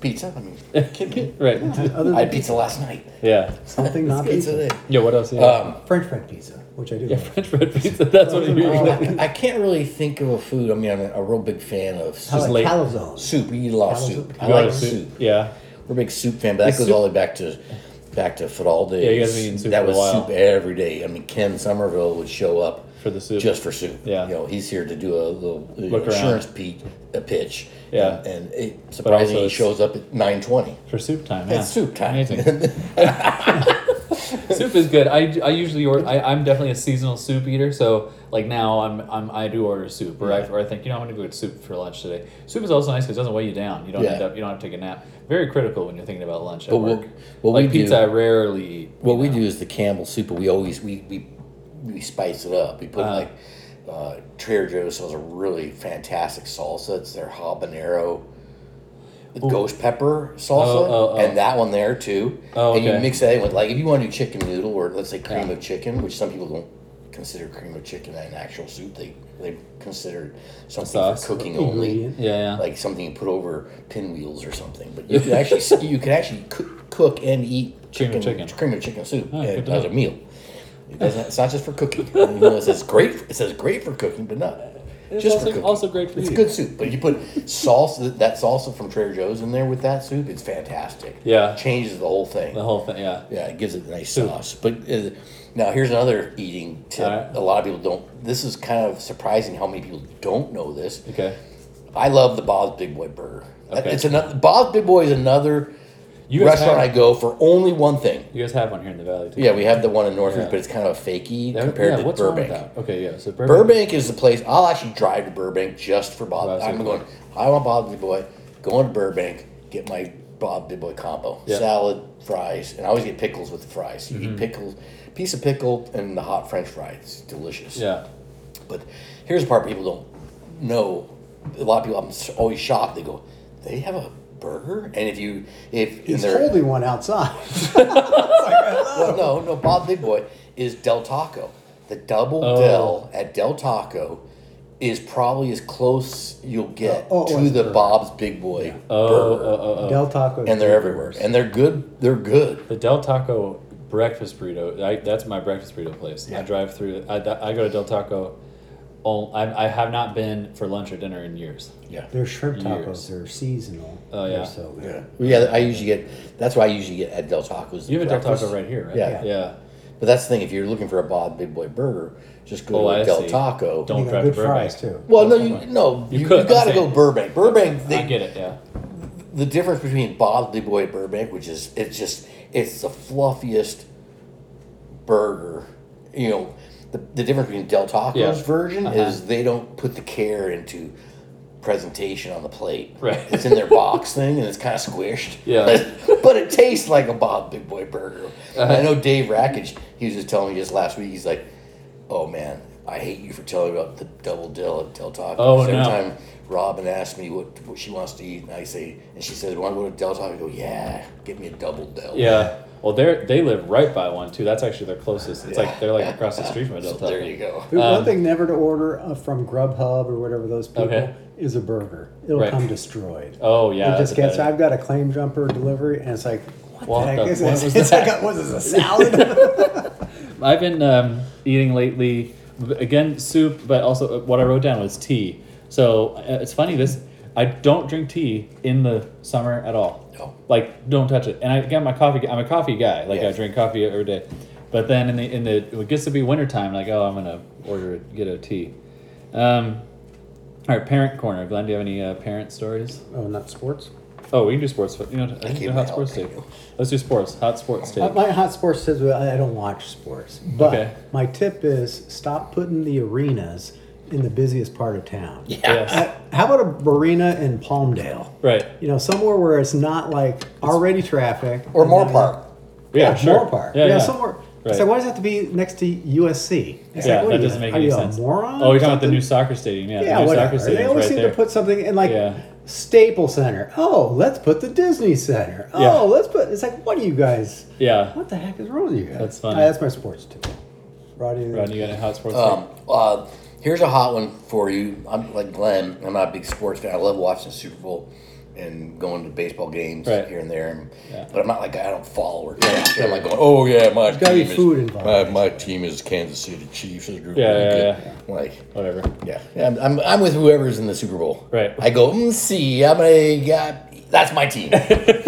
[SPEAKER 2] pizza. I mean, kid me.
[SPEAKER 1] Right.
[SPEAKER 3] other
[SPEAKER 2] I
[SPEAKER 3] than
[SPEAKER 2] had pizza last night.
[SPEAKER 1] Yeah.
[SPEAKER 3] something not
[SPEAKER 2] Pizza
[SPEAKER 3] pizza.
[SPEAKER 2] today.
[SPEAKER 1] Yeah. What else? Are you
[SPEAKER 2] Um,
[SPEAKER 3] French fried pizza, which I do.
[SPEAKER 1] eating?
[SPEAKER 3] like.
[SPEAKER 1] French bread pizza. That's what you're eating.
[SPEAKER 2] I, I can't really think of a food. I mean, I'm a real big fan of
[SPEAKER 3] I
[SPEAKER 2] soup.
[SPEAKER 1] Just
[SPEAKER 3] like
[SPEAKER 1] late.
[SPEAKER 3] calzones.
[SPEAKER 2] soup. We eat a lot of
[SPEAKER 3] Calzone.
[SPEAKER 2] soup. I
[SPEAKER 1] You want
[SPEAKER 2] like
[SPEAKER 1] a
[SPEAKER 2] soup.
[SPEAKER 1] Yeah.
[SPEAKER 2] We're a big soup fan, but that
[SPEAKER 1] Yeah,
[SPEAKER 2] goes
[SPEAKER 1] soup-
[SPEAKER 2] all the way back to back to football days.
[SPEAKER 1] Yeah, you guys been eating soup
[SPEAKER 2] That
[SPEAKER 1] for a
[SPEAKER 2] was
[SPEAKER 1] while.
[SPEAKER 2] soup every day. I mean, Ken Somerville would show up
[SPEAKER 1] For the soup.
[SPEAKER 2] just for soup.
[SPEAKER 1] Yeah.
[SPEAKER 2] you know, he's here to do a little you know,
[SPEAKER 1] Look around.
[SPEAKER 2] insurance pe- a pitch.
[SPEAKER 1] Yeah.
[SPEAKER 2] and it surprisingly he
[SPEAKER 1] it's-
[SPEAKER 2] shows up at nine twenty.
[SPEAKER 1] For soup time. Yeah.
[SPEAKER 2] It's soup time.
[SPEAKER 1] Amazing. soup is good. I, I usually order. I, I'm definitely a seasonal soup eater. So like now I'm, I'm I do order soup, or I or I think you know I'm gonna go get soup for lunch today. Soup is also nice because it doesn't weigh you down. You don't
[SPEAKER 2] Yeah.
[SPEAKER 1] end up. You don't have to take a nap. Very critical when you're thinking about lunch at
[SPEAKER 2] But what-
[SPEAKER 1] work.
[SPEAKER 2] what we
[SPEAKER 1] like pizza,
[SPEAKER 2] do-
[SPEAKER 1] I rarely eat.
[SPEAKER 2] What we do is the Campbell soup, but we always we we, we spice it up. We put
[SPEAKER 1] Uh-huh.
[SPEAKER 2] like uh, Trader Joe's sells a really fantastic salsa. It's their habanero ghost pepper salsa,
[SPEAKER 1] Oh, oh, oh.
[SPEAKER 2] and that one there too.
[SPEAKER 1] Oh,
[SPEAKER 2] And you
[SPEAKER 1] okay.
[SPEAKER 2] mix that in with like if you want to do chicken noodle or let's say cream of chicken, which some people don't consider cream of chicken an actual soup. They they consider something
[SPEAKER 1] Sauce.
[SPEAKER 2] for cooking only
[SPEAKER 3] Ingredient.
[SPEAKER 1] Yeah, yeah.
[SPEAKER 2] like something you put over pinwheels or something. But you could actually you could actually cook, cook and eat
[SPEAKER 1] Cream
[SPEAKER 2] chicken
[SPEAKER 1] of
[SPEAKER 2] cream of
[SPEAKER 1] chicken.
[SPEAKER 2] chicken, soup
[SPEAKER 1] Oh, good
[SPEAKER 2] and-
[SPEAKER 1] to
[SPEAKER 2] as a
[SPEAKER 1] know.
[SPEAKER 2] meal. It doesn't, it's not just for cooking. You know, it says great. It says great for cooking, but not
[SPEAKER 1] it's
[SPEAKER 2] just for
[SPEAKER 1] also,
[SPEAKER 2] cooking.
[SPEAKER 1] also great for
[SPEAKER 2] it's
[SPEAKER 1] you.
[SPEAKER 2] good soup, but you put salsa that salsa from Trader Joe's in there with that soup. It's fantastic.
[SPEAKER 1] Yeah.
[SPEAKER 2] changes the whole thing.
[SPEAKER 1] The whole thing. Yeah.
[SPEAKER 2] Yeah, it gives it a nice sauce. But uh, now here's another eating tip.
[SPEAKER 1] All right.
[SPEAKER 2] A lot of people don't. This is kind of surprising how many people don't know this.
[SPEAKER 1] Okay.
[SPEAKER 2] I love the Bob's Big Boy burger.
[SPEAKER 1] Okay.
[SPEAKER 2] It's another Bob's Big Boy is another
[SPEAKER 1] You guys
[SPEAKER 2] restaurant
[SPEAKER 1] have-
[SPEAKER 2] I go for only one thing.
[SPEAKER 1] You guys have one here in the valley too.
[SPEAKER 2] Yeah, we have the one in Northridge,
[SPEAKER 1] Yeah.
[SPEAKER 2] but it's kind of a fakey
[SPEAKER 1] Yeah,
[SPEAKER 2] compared
[SPEAKER 1] yeah,
[SPEAKER 2] to
[SPEAKER 1] what's
[SPEAKER 2] Burbank.
[SPEAKER 1] Wrong with that? Okay. Yeah. So Burbank.
[SPEAKER 2] Burbank is the place. I'll actually drive to Burbank just for Bob.
[SPEAKER 1] Bob's
[SPEAKER 2] I'm
[SPEAKER 1] Big
[SPEAKER 2] going. I want Bob's Big Boy. Going to Burbank, get my Bob Big Boy combo,
[SPEAKER 1] Yeah. Mm-hmm.
[SPEAKER 2] salad, fries, and I always get pickles with the fries. You get pickles, piece of pickle, and the hot French fries. It's delicious.
[SPEAKER 1] Yeah.
[SPEAKER 2] But here's the part people don't know. A lot of people, I'm s- always shocked. They go, they have a burger, and if you if and
[SPEAKER 3] He's
[SPEAKER 2] they're-
[SPEAKER 3] holding one outside.
[SPEAKER 2] well, no, no, Bob Big Boy is Del Taco. The double
[SPEAKER 1] Oh.
[SPEAKER 2] Del at Del Taco is probably as close you'll get
[SPEAKER 3] Oh, oh,
[SPEAKER 2] to
[SPEAKER 3] it's
[SPEAKER 2] the
[SPEAKER 3] burger.
[SPEAKER 2] Bob's Big Boy
[SPEAKER 1] Oh,
[SPEAKER 2] burger,
[SPEAKER 1] oh, oh, oh.
[SPEAKER 3] Del Taco.
[SPEAKER 2] and they're everywhere, and they're good. They're good.
[SPEAKER 1] The Del Taco breakfast burrito. I, that's my breakfast burrito place. I drive through. I, I go to Del Taco. All, I, I have not been for lunch or dinner in years.
[SPEAKER 2] Yeah.
[SPEAKER 3] Their shrimp tacos
[SPEAKER 1] Years.
[SPEAKER 3] are seasonal.
[SPEAKER 1] Oh,
[SPEAKER 3] They're
[SPEAKER 1] yeah.
[SPEAKER 3] so good.
[SPEAKER 2] Yeah, yeah. I usually get. That's why I usually get at Del Taco's.
[SPEAKER 1] You have a Del
[SPEAKER 2] breakfast.
[SPEAKER 1] Taco right here, right?
[SPEAKER 2] Yeah.
[SPEAKER 1] Yeah.
[SPEAKER 2] But that's the thing. If you're looking for a Bob Big Boy burger, just go
[SPEAKER 1] Oh,
[SPEAKER 2] to
[SPEAKER 1] I
[SPEAKER 2] a Del
[SPEAKER 1] see.
[SPEAKER 2] Taco.
[SPEAKER 1] Don't
[SPEAKER 3] They
[SPEAKER 1] drive
[SPEAKER 3] got
[SPEAKER 1] to
[SPEAKER 3] good
[SPEAKER 1] Burbank.
[SPEAKER 3] fries too.
[SPEAKER 2] Well, no, you no,
[SPEAKER 1] You
[SPEAKER 2] you,
[SPEAKER 1] could,
[SPEAKER 2] you got to
[SPEAKER 1] I'm
[SPEAKER 2] go
[SPEAKER 1] saying.
[SPEAKER 2] Burbank. Burbank. They,
[SPEAKER 1] I get it. Yeah.
[SPEAKER 2] The difference between Bob the Boy Burbank, which is it's just it's the fluffiest burger. You know, the, the difference between Del Taco's
[SPEAKER 1] Yeah.
[SPEAKER 2] version
[SPEAKER 1] Uh-huh.
[SPEAKER 2] is they don't put the care into presentation on the plate.
[SPEAKER 1] Right.
[SPEAKER 2] It's in their box thing and it's kind of squished.
[SPEAKER 1] Yeah. Uh-huh.
[SPEAKER 2] But, but it tastes like a Bob Big Boy burger. And I know Dave Rackage, he was just telling me just last week, he's like, oh man, I hate you for telling me about the double dill at Del Taco.
[SPEAKER 1] Oh,
[SPEAKER 2] Every
[SPEAKER 1] no.
[SPEAKER 2] time Robin asks me what, what she wants to eat, and I say, and she says, want to go to Del Taco? I go, yeah, get me a double dill.
[SPEAKER 1] Yeah. Well, they are they live right by one too. That's actually their closest. It's like they're like across the street from a Del
[SPEAKER 2] So
[SPEAKER 1] Taco.
[SPEAKER 2] there you go.
[SPEAKER 3] Dude,
[SPEAKER 1] Um,
[SPEAKER 3] one thing never to order uh, from Grubhub or whatever those people
[SPEAKER 1] Okay.
[SPEAKER 3] is a burger. It'll
[SPEAKER 1] Right.
[SPEAKER 3] come destroyed.
[SPEAKER 1] Oh yeah.
[SPEAKER 3] it just
[SPEAKER 1] that's
[SPEAKER 3] gets.
[SPEAKER 1] better.
[SPEAKER 3] I've got a claim jumper delivery, and it's like, what,
[SPEAKER 1] What
[SPEAKER 3] the heck
[SPEAKER 1] the-
[SPEAKER 3] is
[SPEAKER 1] what
[SPEAKER 3] this?
[SPEAKER 1] was
[SPEAKER 3] It's
[SPEAKER 1] that?
[SPEAKER 3] like, a, what is this, a salad?
[SPEAKER 1] I've been um, eating lately again soup, but also uh, what I wrote down was tea. So uh, it's funny this I don't drink tea in the summer at all.
[SPEAKER 2] No.
[SPEAKER 1] Like, don't touch it. And I got my coffee. I'm a coffee guy. Like,
[SPEAKER 2] Yeah.
[SPEAKER 1] I drink coffee every day. But then in the in the it gets to be wintertime. Like, oh, I'm gonna order get a tea. Um, all right, parent corner. Glenn, do you have any uh, parent stories?
[SPEAKER 3] Oh, not sports.
[SPEAKER 1] Oh, we can do sports. but, You know, I can
[SPEAKER 2] gave
[SPEAKER 1] do
[SPEAKER 2] my
[SPEAKER 1] hot sports
[SPEAKER 2] help.
[SPEAKER 1] tape. Let's do sports. Hot sports
[SPEAKER 3] Uh,
[SPEAKER 1] tape.
[SPEAKER 3] My hot sports says well, I I don't watch sports, but
[SPEAKER 1] Okay.
[SPEAKER 3] my tip is stop putting the arenas in the busiest part of town.
[SPEAKER 1] Yes.
[SPEAKER 3] Uh, how about a arena in Palmdale?
[SPEAKER 1] Right.
[SPEAKER 3] You know, somewhere where it's not like already traffic
[SPEAKER 2] Or
[SPEAKER 3] and
[SPEAKER 2] more
[SPEAKER 3] then-
[SPEAKER 2] park.
[SPEAKER 1] Yeah,
[SPEAKER 3] Yeah,
[SPEAKER 1] sure.
[SPEAKER 3] more park.
[SPEAKER 1] Yeah,
[SPEAKER 3] Yeah,
[SPEAKER 1] yeah.
[SPEAKER 3] somewhere. It's
[SPEAKER 1] Right.
[SPEAKER 3] like, why does it have to be next to USC? It's
[SPEAKER 1] yeah,
[SPEAKER 3] like, what
[SPEAKER 1] that
[SPEAKER 3] are you-
[SPEAKER 1] doesn't make
[SPEAKER 3] are
[SPEAKER 1] any
[SPEAKER 3] you
[SPEAKER 1] sense.
[SPEAKER 3] A moron?
[SPEAKER 1] oh,
[SPEAKER 3] or
[SPEAKER 1] you're talking about the
[SPEAKER 3] something?
[SPEAKER 1] new soccer stadium. Yeah,
[SPEAKER 3] Yeah,
[SPEAKER 1] the new
[SPEAKER 3] whatever.
[SPEAKER 1] soccer stadium.
[SPEAKER 3] They always
[SPEAKER 1] right
[SPEAKER 3] seem
[SPEAKER 1] there.
[SPEAKER 3] to put something in like
[SPEAKER 1] Yeah.
[SPEAKER 3] Staples Center. Oh, let's put the Disney Center. Oh,
[SPEAKER 1] Yeah.
[SPEAKER 3] let's put. It's like, what are you guys?
[SPEAKER 1] Yeah.
[SPEAKER 3] What the heck is wrong with you guys?
[SPEAKER 1] That's funny.
[SPEAKER 3] Uh, that's my sports tip. Rodney.
[SPEAKER 1] Ron, you got a hot sports
[SPEAKER 2] Um,
[SPEAKER 1] tape?
[SPEAKER 2] uh, here's a hot one for you. I'm like Glenn. I'm not a big sports fan. I love watching the Super Bowl and going to baseball games
[SPEAKER 1] Right.
[SPEAKER 2] here and there. And,
[SPEAKER 1] Yeah.
[SPEAKER 2] But I'm not like I don't follow or yeah, I'm like going, oh yeah, my
[SPEAKER 3] gotta be
[SPEAKER 2] team
[SPEAKER 3] food
[SPEAKER 2] is
[SPEAKER 3] involved.
[SPEAKER 2] my, my team is Kansas City Chiefs. Is really
[SPEAKER 1] Yeah, yeah,
[SPEAKER 2] good.
[SPEAKER 1] yeah.
[SPEAKER 2] Like
[SPEAKER 1] Whatever.
[SPEAKER 2] yeah, yeah, I'm, I'm, I'm with whoever's in the Super Bowl.
[SPEAKER 1] Right.
[SPEAKER 2] I go, mm, see, I'm a yeah, that's my team.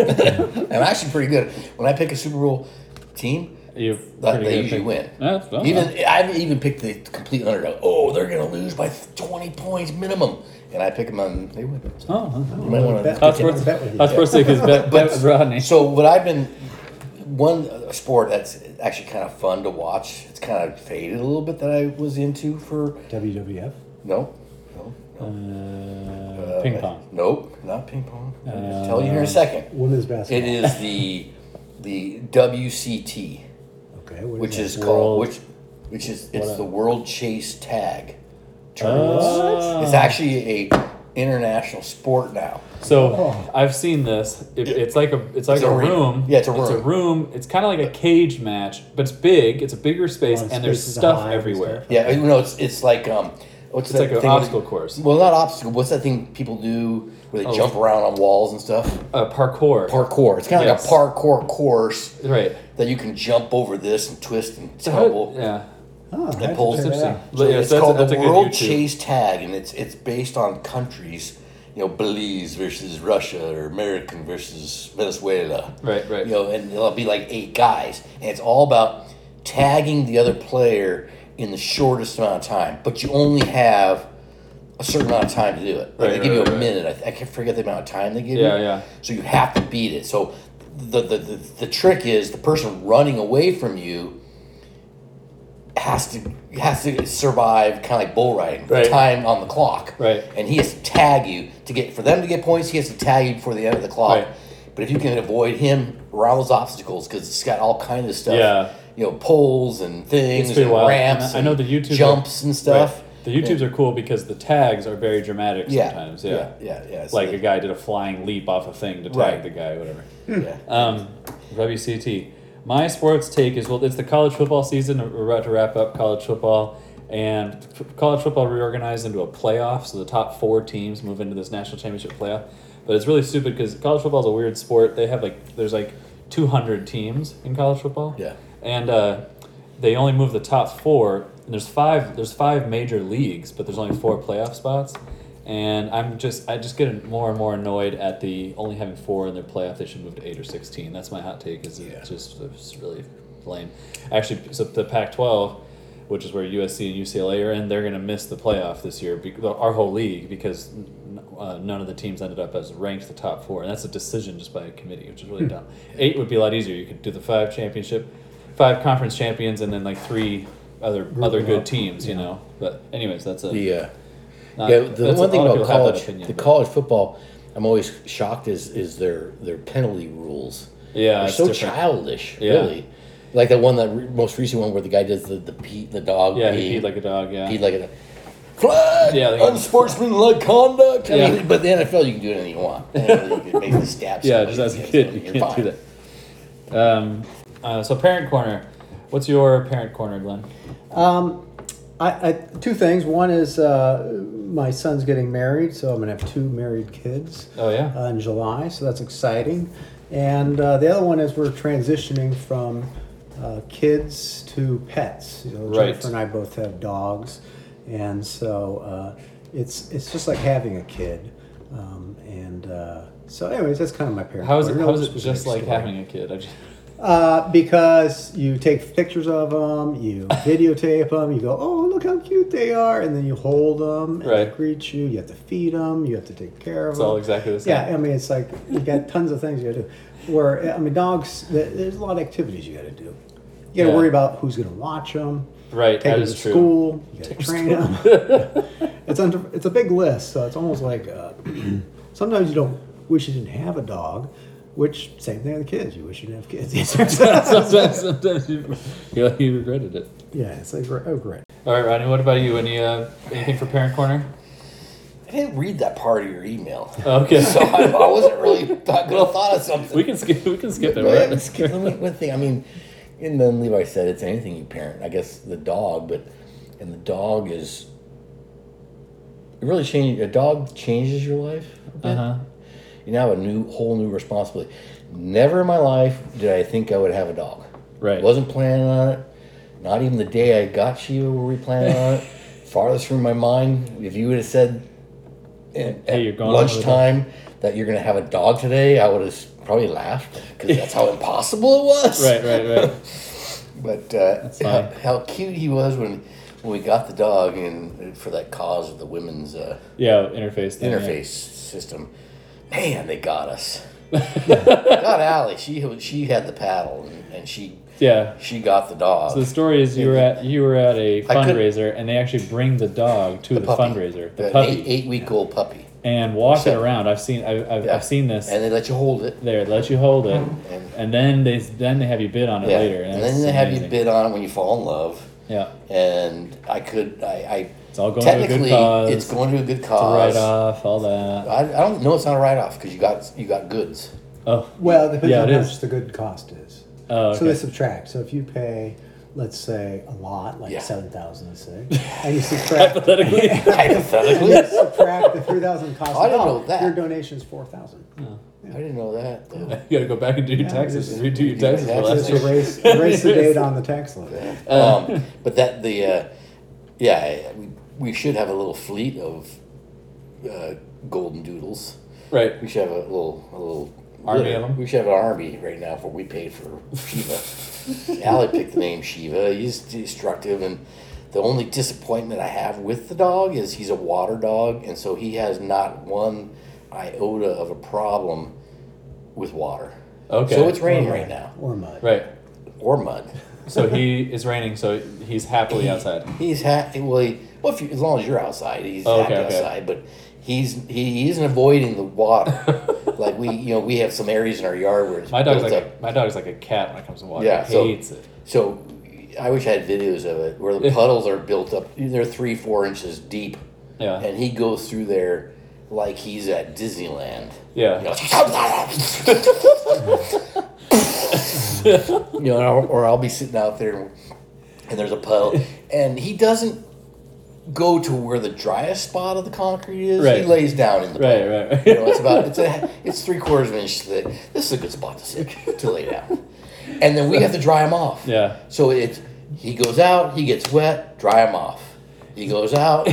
[SPEAKER 2] I'm actually pretty good when I pick a Super Bowl team.
[SPEAKER 1] You
[SPEAKER 2] That,
[SPEAKER 1] pretty
[SPEAKER 2] they
[SPEAKER 1] good
[SPEAKER 2] usually
[SPEAKER 1] pick.
[SPEAKER 2] win.
[SPEAKER 1] Yeah, that's- oh, that's
[SPEAKER 2] even
[SPEAKER 1] not-
[SPEAKER 2] I haven't even picked the complete underdog. Oh, they're gonna lose by twenty points minimum, and I pick them and they win. So
[SPEAKER 1] Oh, huh.
[SPEAKER 2] you might wanna-
[SPEAKER 3] bet-
[SPEAKER 1] hot
[SPEAKER 3] Yeah,
[SPEAKER 1] sports.
[SPEAKER 3] bet with you.
[SPEAKER 1] Hot sports tape is bet, bet with Rodney.
[SPEAKER 2] So what I've been one uh, sport that's actually kind of fun to watch. It's kind of faded a little bit that I was into for
[SPEAKER 3] WWF.
[SPEAKER 2] no, no, no,
[SPEAKER 1] Uh, ping pong.
[SPEAKER 2] nope, not ping pong. i will tell you here in a second.
[SPEAKER 3] Women's
[SPEAKER 2] Uh, It
[SPEAKER 3] basketball.
[SPEAKER 2] is the the WCT,
[SPEAKER 3] Okay. what
[SPEAKER 2] which
[SPEAKER 3] that?
[SPEAKER 2] is called
[SPEAKER 1] World-
[SPEAKER 2] which which is it's the World Chase Tag tournament.
[SPEAKER 1] Oh.
[SPEAKER 2] It's actually a international sport now.
[SPEAKER 1] So
[SPEAKER 3] Oh.
[SPEAKER 1] I've seen this. It, it's like a it's like
[SPEAKER 2] It's
[SPEAKER 1] a
[SPEAKER 2] a ring.
[SPEAKER 1] room.
[SPEAKER 2] Yeah, it's a
[SPEAKER 1] It's a
[SPEAKER 2] room.
[SPEAKER 1] room. It's kind of like a cage match, but it's big. It's a bigger space,
[SPEAKER 3] Oh, it's
[SPEAKER 1] and there's
[SPEAKER 3] spaces are
[SPEAKER 1] stuff
[SPEAKER 3] high and
[SPEAKER 1] everywhere.
[SPEAKER 2] Yeah, you know, it's it's like um, what's
[SPEAKER 1] It's
[SPEAKER 2] that
[SPEAKER 1] like an
[SPEAKER 2] thing with-
[SPEAKER 1] obstacle course.
[SPEAKER 2] Well, not obstacle. What's that thing people do where they
[SPEAKER 1] Oh.
[SPEAKER 2] jump around on walls and stuff?
[SPEAKER 1] Uh, parkour.
[SPEAKER 2] Parkour. It's kind of
[SPEAKER 1] Yes.
[SPEAKER 2] like a parkour course
[SPEAKER 1] Right.
[SPEAKER 2] that you can jump over this and twist and
[SPEAKER 1] So how-
[SPEAKER 2] tumble.
[SPEAKER 1] yeah.
[SPEAKER 3] Oh, I have
[SPEAKER 2] That
[SPEAKER 3] to
[SPEAKER 2] pulls.
[SPEAKER 3] check that out.
[SPEAKER 1] Yeah,
[SPEAKER 2] So
[SPEAKER 1] so
[SPEAKER 2] it's
[SPEAKER 1] that's-
[SPEAKER 2] called
[SPEAKER 1] that's a
[SPEAKER 2] the
[SPEAKER 1] good
[SPEAKER 2] World
[SPEAKER 1] YouTube.
[SPEAKER 2] Chase Tag, and it's it's based on countries. You know, Belize versus Russia or American versus Venezuela.
[SPEAKER 1] Right, right.
[SPEAKER 2] You know, and there'll be like eight guys, and it's all about tagging the other player in the shortest amount of time. But you only have a certain amount of time to do it.
[SPEAKER 1] Right,
[SPEAKER 2] Like they give
[SPEAKER 1] right,
[SPEAKER 2] you a
[SPEAKER 1] right.
[SPEAKER 2] minute. I, th- I can't forget the amount of time they give
[SPEAKER 1] Yeah,
[SPEAKER 2] you.
[SPEAKER 1] yeah.
[SPEAKER 2] So you have to beat it. So the, the, the, the trick is the person running away from you has to has to survive kind of like bull riding
[SPEAKER 1] Right.
[SPEAKER 2] time on the clock
[SPEAKER 1] Right.
[SPEAKER 2] and he has to tag you to get for them to get points he has to tag you before the end of the clock
[SPEAKER 1] Right.
[SPEAKER 2] but if you can avoid him around those obstacles because it's got all kinds of stuff
[SPEAKER 1] Yeah.
[SPEAKER 2] you know poles and things
[SPEAKER 1] It's been
[SPEAKER 2] and
[SPEAKER 1] a while.
[SPEAKER 2] ramps
[SPEAKER 1] And I know the
[SPEAKER 2] and
[SPEAKER 1] YouTube
[SPEAKER 2] jumps and stuff
[SPEAKER 1] Right. The YouTubes are cool because the tags are very dramatic
[SPEAKER 2] yeah.
[SPEAKER 1] sometimes. Yeah.
[SPEAKER 2] yeah yeah, yeah. So
[SPEAKER 1] Like
[SPEAKER 2] they-
[SPEAKER 1] a guy did a flying leap off a thing to tag
[SPEAKER 2] Right.
[SPEAKER 1] the guy, whatever.
[SPEAKER 2] yeah.
[SPEAKER 1] Um, WCT. My sports take is well, it's the college football season. uh, We're about to wrap up college football, and f- college football reorganized into a playoff. So the top four teams move into this national championship playoff. But it's really stupid because college football is a weird sport. They have like there's like 200 teams in college football.
[SPEAKER 2] Yeah.
[SPEAKER 1] and uh, they only move the top four. And there's five there's five major leagues, but there's only four playoff spots. And I'm just I just get more and more annoyed at the only having four in their playoff. They should move to eight or sixteen. That's my hot take. Is
[SPEAKER 2] Yeah.
[SPEAKER 1] it's just it's really lame. Actually, so the Pac-12, which is where USC and UCLA are in, they're gonna miss the playoff this year. Be, our whole league because n- uh, none of the teams ended up as ranked the top four, and that's a decision just by a committee, which is really dumb. Eight would be a lot easier. You could do the five championship, five conference champions, and then like three other other
[SPEAKER 3] them
[SPEAKER 1] good
[SPEAKER 3] up,
[SPEAKER 1] teams. You know. But anyways, that's a
[SPEAKER 2] The, uh,
[SPEAKER 1] not-
[SPEAKER 2] yeah, the
[SPEAKER 1] that's-
[SPEAKER 2] one thing
[SPEAKER 1] a lot of people
[SPEAKER 2] about
[SPEAKER 1] have that
[SPEAKER 2] college,
[SPEAKER 1] opinion,
[SPEAKER 2] the
[SPEAKER 1] but-
[SPEAKER 2] college football, I'm always shocked is is their their penalty rules.
[SPEAKER 1] Yeah,
[SPEAKER 2] they're
[SPEAKER 1] it's
[SPEAKER 2] so
[SPEAKER 1] different.
[SPEAKER 2] childish,
[SPEAKER 1] Yeah.
[SPEAKER 2] really. Like that one, that re- most recent one where the guy does the the pee, the dog.
[SPEAKER 1] Yeah,
[SPEAKER 2] pee,
[SPEAKER 1] he peed like a dog. Yeah.
[SPEAKER 2] peed like a flag.
[SPEAKER 1] Yeah, they-
[SPEAKER 2] unsportsmanlike conduct. I
[SPEAKER 1] Yeah.
[SPEAKER 2] mean, but the NFL, you can do anything you want. You know, you can basically stab.
[SPEAKER 1] Yeah,
[SPEAKER 2] somebody
[SPEAKER 1] just as a
[SPEAKER 2] and
[SPEAKER 1] kid, you
[SPEAKER 2] you're
[SPEAKER 1] can't
[SPEAKER 2] fine.
[SPEAKER 1] do that. Um, uh, so parent corner, what's your parent corner, Glenn?
[SPEAKER 3] Um, I, I two things. One is uh, my son's getting married, so I'm gonna have two married kids
[SPEAKER 1] Oh yeah,
[SPEAKER 3] uh, in July, so that's exciting. And uh, the other one is we're transitioning from uh, kids to pets. You know,
[SPEAKER 1] Right.
[SPEAKER 3] Jennifer and I both have dogs, and so uh, it's it's just like having a kid, um, and uh, So, anyways, that's kind of my parents.
[SPEAKER 1] How is it?
[SPEAKER 3] corner. No
[SPEAKER 1] How is it
[SPEAKER 3] specific
[SPEAKER 1] just like
[SPEAKER 3] story.
[SPEAKER 1] having a kid? I just,
[SPEAKER 3] Uh, because you take pictures of them, you videotape them, you go, oh, look how cute they are, and then you hold them, and
[SPEAKER 1] Right.
[SPEAKER 3] they greet you, you have to feed them, you have to take care of
[SPEAKER 1] it's
[SPEAKER 3] them.
[SPEAKER 1] all exactly the same.
[SPEAKER 3] yeah, I mean, it's like you got tons of things you gotta do. Where, I mean, dogs, th- there's a lot of activities you gotta do. You gotta
[SPEAKER 1] Yeah.
[SPEAKER 3] worry about who's gonna watch them,
[SPEAKER 1] right.
[SPEAKER 3] take
[SPEAKER 1] That
[SPEAKER 3] them
[SPEAKER 1] is
[SPEAKER 3] to
[SPEAKER 1] true.
[SPEAKER 3] school, you gotta
[SPEAKER 1] Take 'em to
[SPEAKER 3] train them. it's, under, it's a big list, so it's almost like uh, sometimes you don't wish you didn't have a dog. Which same thing with kids. You wish you didn't have kids.
[SPEAKER 1] sometimes, sometimes you, you, you regretted it.
[SPEAKER 3] Yeah, it's like oh great.
[SPEAKER 1] All right, Rodney. What about you? Any uh, anything for Parent Corner?
[SPEAKER 2] I didn't read that part of your email,
[SPEAKER 1] Okay,
[SPEAKER 2] so I, I wasn't really thought, gonna thought of something.
[SPEAKER 1] we can skip. We can skip it.
[SPEAKER 2] Well,
[SPEAKER 1] Right?
[SPEAKER 2] yeah, it's good. Let me- one thing. I mean, and then Levi said it's anything you parent. I guess the dog, but and the dog is it really change. A dog changes your life. a bit.
[SPEAKER 1] Uh-huh.
[SPEAKER 2] You now have a new, whole new responsibility. Never in my life did I think I would have a dog.
[SPEAKER 1] Right.
[SPEAKER 2] Wasn't planning on it. Not even the day I got you were we planning on it. Farthest from my mind. If you would have said and
[SPEAKER 1] Hey,
[SPEAKER 2] at
[SPEAKER 1] you're going on with it.
[SPEAKER 2] lunchtime that you're going to have a dog today, I would have probably laughed because that's how impossible it was.
[SPEAKER 1] Right, right, right.
[SPEAKER 2] But uh, how,
[SPEAKER 1] fine.
[SPEAKER 2] how cute he was when, when we got the dog and for that cause of the women's uh,
[SPEAKER 1] Yeah, interface. Thing, yeah.
[SPEAKER 2] interface system. Man, they got us. got Allie. She was- she had the paddle and, and she
[SPEAKER 1] Yeah.
[SPEAKER 2] she got the dog.
[SPEAKER 1] So the story is you were at you were at a
[SPEAKER 2] I could-
[SPEAKER 1] fundraiser and they actually bring the dog to the,
[SPEAKER 2] puppy.
[SPEAKER 1] fundraiser, the
[SPEAKER 2] An
[SPEAKER 1] puppy,
[SPEAKER 2] eight, eight week old puppy.
[SPEAKER 1] and walk it
[SPEAKER 2] Yeah.
[SPEAKER 1] around. I've seen I've, I've,
[SPEAKER 2] Yeah.
[SPEAKER 1] I've seen this.
[SPEAKER 2] And they let you hold it.
[SPEAKER 1] there, let you hold it,
[SPEAKER 2] And-
[SPEAKER 1] and then they then they have you bid on it
[SPEAKER 2] Yeah.
[SPEAKER 1] later.
[SPEAKER 2] And
[SPEAKER 1] that's
[SPEAKER 2] then they have you
[SPEAKER 1] amazing.
[SPEAKER 2] bid on it when you fall in love.
[SPEAKER 1] Yeah,
[SPEAKER 2] And I could, I, I
[SPEAKER 1] it's all going to a good
[SPEAKER 2] technically,
[SPEAKER 1] cause.
[SPEAKER 2] it's going to a good
[SPEAKER 1] to
[SPEAKER 2] cause.
[SPEAKER 1] write off all that.
[SPEAKER 2] I, I don't know. It's not a write off because you got you got goods.
[SPEAKER 1] Oh,
[SPEAKER 3] Well, it depends
[SPEAKER 1] Yeah,
[SPEAKER 3] on
[SPEAKER 1] it
[SPEAKER 3] how
[SPEAKER 1] is.
[SPEAKER 3] much the good cost is.
[SPEAKER 1] oh, okay.
[SPEAKER 3] So they subtract. So if you pay, let's say, a lot, like
[SPEAKER 2] Yeah.
[SPEAKER 3] seven thousand, let's say, and you subtract,
[SPEAKER 1] Hypothetically.
[SPEAKER 2] Hypothetically,
[SPEAKER 3] you
[SPEAKER 2] I
[SPEAKER 3] subtract the three thousand cost.
[SPEAKER 2] I
[SPEAKER 3] of the
[SPEAKER 2] didn't
[SPEAKER 3] dog,
[SPEAKER 2] know that.
[SPEAKER 3] Your donation is four thousand.
[SPEAKER 2] didn't know that. though.
[SPEAKER 1] You gotta go back and do your
[SPEAKER 3] Yeah,
[SPEAKER 1] taxes
[SPEAKER 3] it's-
[SPEAKER 1] and redo your taxes for
[SPEAKER 2] taxes
[SPEAKER 1] last
[SPEAKER 3] Just
[SPEAKER 2] That's-
[SPEAKER 1] year.
[SPEAKER 3] erase, erase the date on the tax levy.
[SPEAKER 2] um, but that the uh, yeah, I- we, we should have a little fleet of uh, golden doodles.
[SPEAKER 1] Right.
[SPEAKER 2] We should have a little a little
[SPEAKER 1] Army
[SPEAKER 2] litter.
[SPEAKER 1] of 'em?
[SPEAKER 2] We should have an army right now for we paid for Shiva. Allie picked the name Shiva. He's destructive, and the only disappointment I have with the dog is he's a water dog, and so he has not one iota of a problem with water.
[SPEAKER 1] Okay.
[SPEAKER 2] So it's raining
[SPEAKER 3] Or
[SPEAKER 2] right
[SPEAKER 3] mud.
[SPEAKER 2] now,
[SPEAKER 3] Or mud.
[SPEAKER 1] Right.
[SPEAKER 2] or mud.
[SPEAKER 1] So he is raining, so he's happily outside.
[SPEAKER 2] He's happy. Well, he, well if you, as long as you're outside, he's
[SPEAKER 1] Oh,
[SPEAKER 2] happy
[SPEAKER 1] okay, okay.
[SPEAKER 2] outside. But he's he, he isn't avoiding the water. like we, you know, we have some areas in our yard where it's
[SPEAKER 1] My dog's
[SPEAKER 2] built
[SPEAKER 1] like
[SPEAKER 2] up.
[SPEAKER 1] a, my dog's like a cat when it comes to water.
[SPEAKER 2] Yeah,
[SPEAKER 1] He
[SPEAKER 2] so-
[SPEAKER 1] hates it.
[SPEAKER 2] So I wish I had videos of it where the puddles are built up. They're three, four inches deep,
[SPEAKER 1] Yeah.
[SPEAKER 2] and he goes through there like he's at Disneyland.
[SPEAKER 1] yeah.
[SPEAKER 2] You know, you know or, or I'll be sitting out there and, and there's a puddle, and he doesn't go to where the driest spot of the concrete is. He
[SPEAKER 1] Right.
[SPEAKER 2] lays down in the
[SPEAKER 1] Right, right.
[SPEAKER 2] you know, it's about it's a it's three quarters of an inch thick. This is a good spot to sit to lay down, and then we have to dry him off.
[SPEAKER 1] Yeah.
[SPEAKER 2] So it's he goes out, he gets wet, dry him off. He goes out,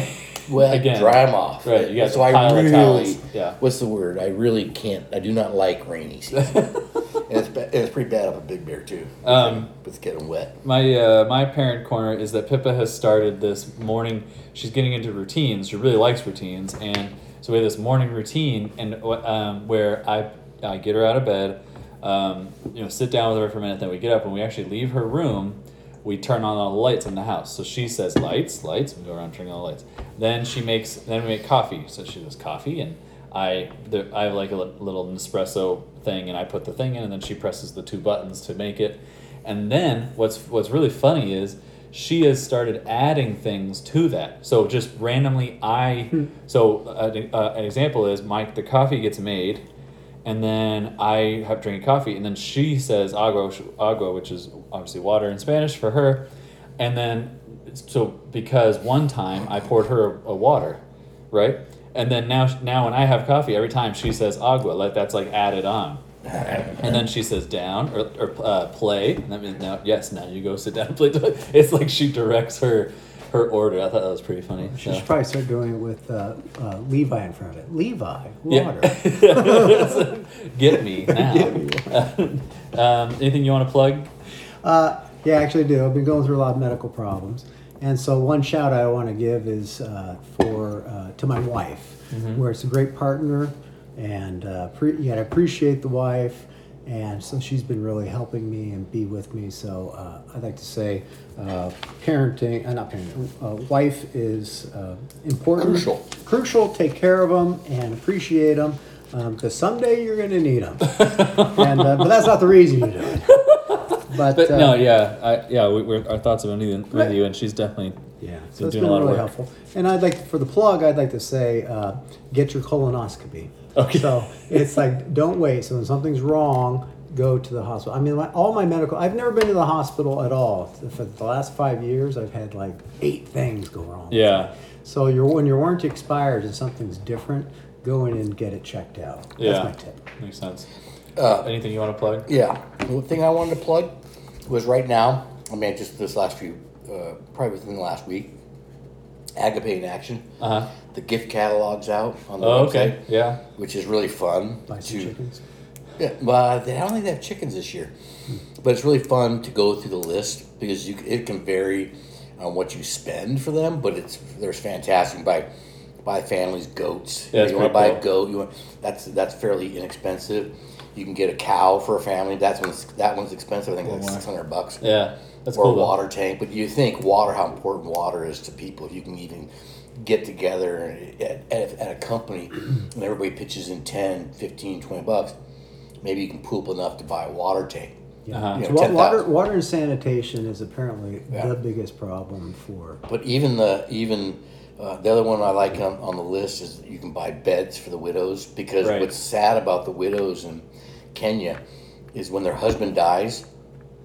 [SPEAKER 2] wet,
[SPEAKER 1] Again.
[SPEAKER 2] dry him off.
[SPEAKER 1] Right, you got
[SPEAKER 2] so
[SPEAKER 1] the
[SPEAKER 2] I
[SPEAKER 1] pile of
[SPEAKER 2] really
[SPEAKER 1] towels. Yeah.
[SPEAKER 2] what's the word? I really can't. I do not like rainy season, and it's ba- and it's pretty bad up a big bear too.
[SPEAKER 1] Um,
[SPEAKER 2] with getting wet.
[SPEAKER 1] My uh, my parent corner is that Pippa has started this morning. She's getting into routines. She really likes routines, and so we have this morning routine, and um, where I I get her out of bed, um, you know, sit down with her for a minute, then we get up. When we actually leave her room, we turn on all the lights in the house. So she says lights, lights. We go around turning on the lights. Then she makes then we make coffee. So she does coffee, and I there, I have like a li- little Nespresso thing, and I put the thing in, and then she presses the two buttons to make it. And then what's what's really funny is she has started adding things to that. So just randomly, I so uh, uh, an example is Mike. The coffee gets made, and then I have drinking coffee, and then she says agua, agua, which is obviously water in Spanish for her, and then so because one time I poured her a, a water, right, and then now now when I have coffee, every time she says agua, like that's like added on. And then she says down or, or uh, play. And that means now, yes, now you go sit down and play. It's like she directs her her order. I thought that was pretty funny.
[SPEAKER 3] She
[SPEAKER 1] so.
[SPEAKER 3] should probably start doing it with uh, uh, Levi in front of it. Levi, water.
[SPEAKER 1] Yeah. Get me now. um, anything you want to plug?
[SPEAKER 3] Uh, yeah, I actually do. I've been going through a lot of medical problems, and so one shout out I want to give is uh, for uh, to my wife,
[SPEAKER 1] Mm-hmm.
[SPEAKER 3] where it's a great partner, and uh, pre- you got to appreciate the wife, and so she's been really helping me and be with me. So uh, I'd like to say, uh, parenting, uh, not parenting, uh, wife is uh, important,
[SPEAKER 2] Crucial.
[SPEAKER 3] crucial. Take care of them and appreciate them. Because someday you're going to need them, and, uh, but that's not the reason you do it. But,
[SPEAKER 1] But
[SPEAKER 3] uh,
[SPEAKER 1] no, yeah, I, yeah. We, we're, our thoughts are with you, with you, and she's definitely
[SPEAKER 3] yeah,
[SPEAKER 1] been
[SPEAKER 3] so it's
[SPEAKER 1] doing
[SPEAKER 3] been
[SPEAKER 1] a lot of
[SPEAKER 3] really
[SPEAKER 1] work.
[SPEAKER 3] helpful. And I'd like for the plug, I'd like to say, uh, get your colonoscopy.
[SPEAKER 1] Okay.
[SPEAKER 3] So it's like don't wait. So when something's wrong, go to the hospital. I mean, my, all my medical. I've never been to the hospital at all for the last five years. I've had like eight things go wrong.
[SPEAKER 1] Yeah,
[SPEAKER 3] So your when your warranty expires and something's different, go in and get it checked out.
[SPEAKER 1] yeah.
[SPEAKER 3] That's my tip.
[SPEAKER 1] Makes sense.
[SPEAKER 2] Uh,
[SPEAKER 1] anything you want to plug?
[SPEAKER 2] Yeah. The thing I wanted to plug was right now, I mean, just this last few, uh, probably within the last week, Agape in Action.
[SPEAKER 1] Uh huh.
[SPEAKER 2] The gift catalog's out on the
[SPEAKER 1] Oh,
[SPEAKER 2] website,
[SPEAKER 1] okay. Yeah.
[SPEAKER 2] which is really fun.
[SPEAKER 3] Buy some
[SPEAKER 2] to-
[SPEAKER 3] chickens.
[SPEAKER 2] Yeah, well, they- I don't think they have chickens this year,
[SPEAKER 1] Hmm.
[SPEAKER 2] but it's really fun to go through the list because you c- it can vary on what you spend for them. But it's there's fantastic buy buy families goats.
[SPEAKER 1] Yeah, it's
[SPEAKER 2] you want to buy
[SPEAKER 1] pretty
[SPEAKER 2] a goat. You want that's that's fairly inexpensive. You can get a cow for a family. That's one's that one's expensive. I think like
[SPEAKER 1] wow.
[SPEAKER 2] six hundred bucks
[SPEAKER 1] Yeah. That's
[SPEAKER 2] or
[SPEAKER 1] cool.
[SPEAKER 2] a
[SPEAKER 1] though.
[SPEAKER 2] water tank. But you think water, how important water is to people. If you can even get together at, at, at a company and everybody pitches in 10, 15, 20 bucks, maybe you can pool up enough to buy a water tank.
[SPEAKER 3] Yeah.
[SPEAKER 1] Uh-huh.
[SPEAKER 2] Yeah,
[SPEAKER 3] So wa-
[SPEAKER 2] 10,000.
[SPEAKER 3] water, water and sanitation is apparently
[SPEAKER 2] Yeah.
[SPEAKER 3] the biggest problem for
[SPEAKER 2] But even the even uh, the other one I like on, on the list is you can buy beds for the widows because
[SPEAKER 1] Right.
[SPEAKER 2] what's sad about the widows in Kenya is when their husband dies,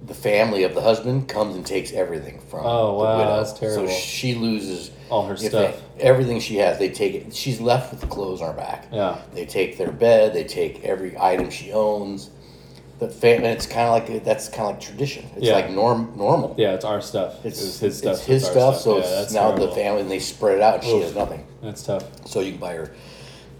[SPEAKER 2] the family of the husband comes and takes everything from.
[SPEAKER 1] Oh,
[SPEAKER 2] the
[SPEAKER 1] wow,
[SPEAKER 2] widow.
[SPEAKER 1] that's terrible.
[SPEAKER 2] So she loses
[SPEAKER 1] All her
[SPEAKER 2] if they-
[SPEAKER 1] stuff.
[SPEAKER 2] everything she has. They take it. She's left with the clothes on her back.
[SPEAKER 1] Yeah.
[SPEAKER 2] They take their bed. They take every item she owns. The fam- and it's kind of like that's kind of like tradition. It's
[SPEAKER 1] Yeah.
[SPEAKER 2] like norm normal.
[SPEAKER 1] Yeah, it's our stuff.
[SPEAKER 2] It's
[SPEAKER 1] it was his stuff.
[SPEAKER 2] It's his
[SPEAKER 1] our
[SPEAKER 2] stuff, so
[SPEAKER 1] Yeah,
[SPEAKER 2] it's
[SPEAKER 1] that's
[SPEAKER 2] now the
[SPEAKER 1] terrible.
[SPEAKER 2] family, and they spread it out, and she
[SPEAKER 1] Oof.
[SPEAKER 2] has nothing.
[SPEAKER 1] That's tough.
[SPEAKER 2] So you can buy her,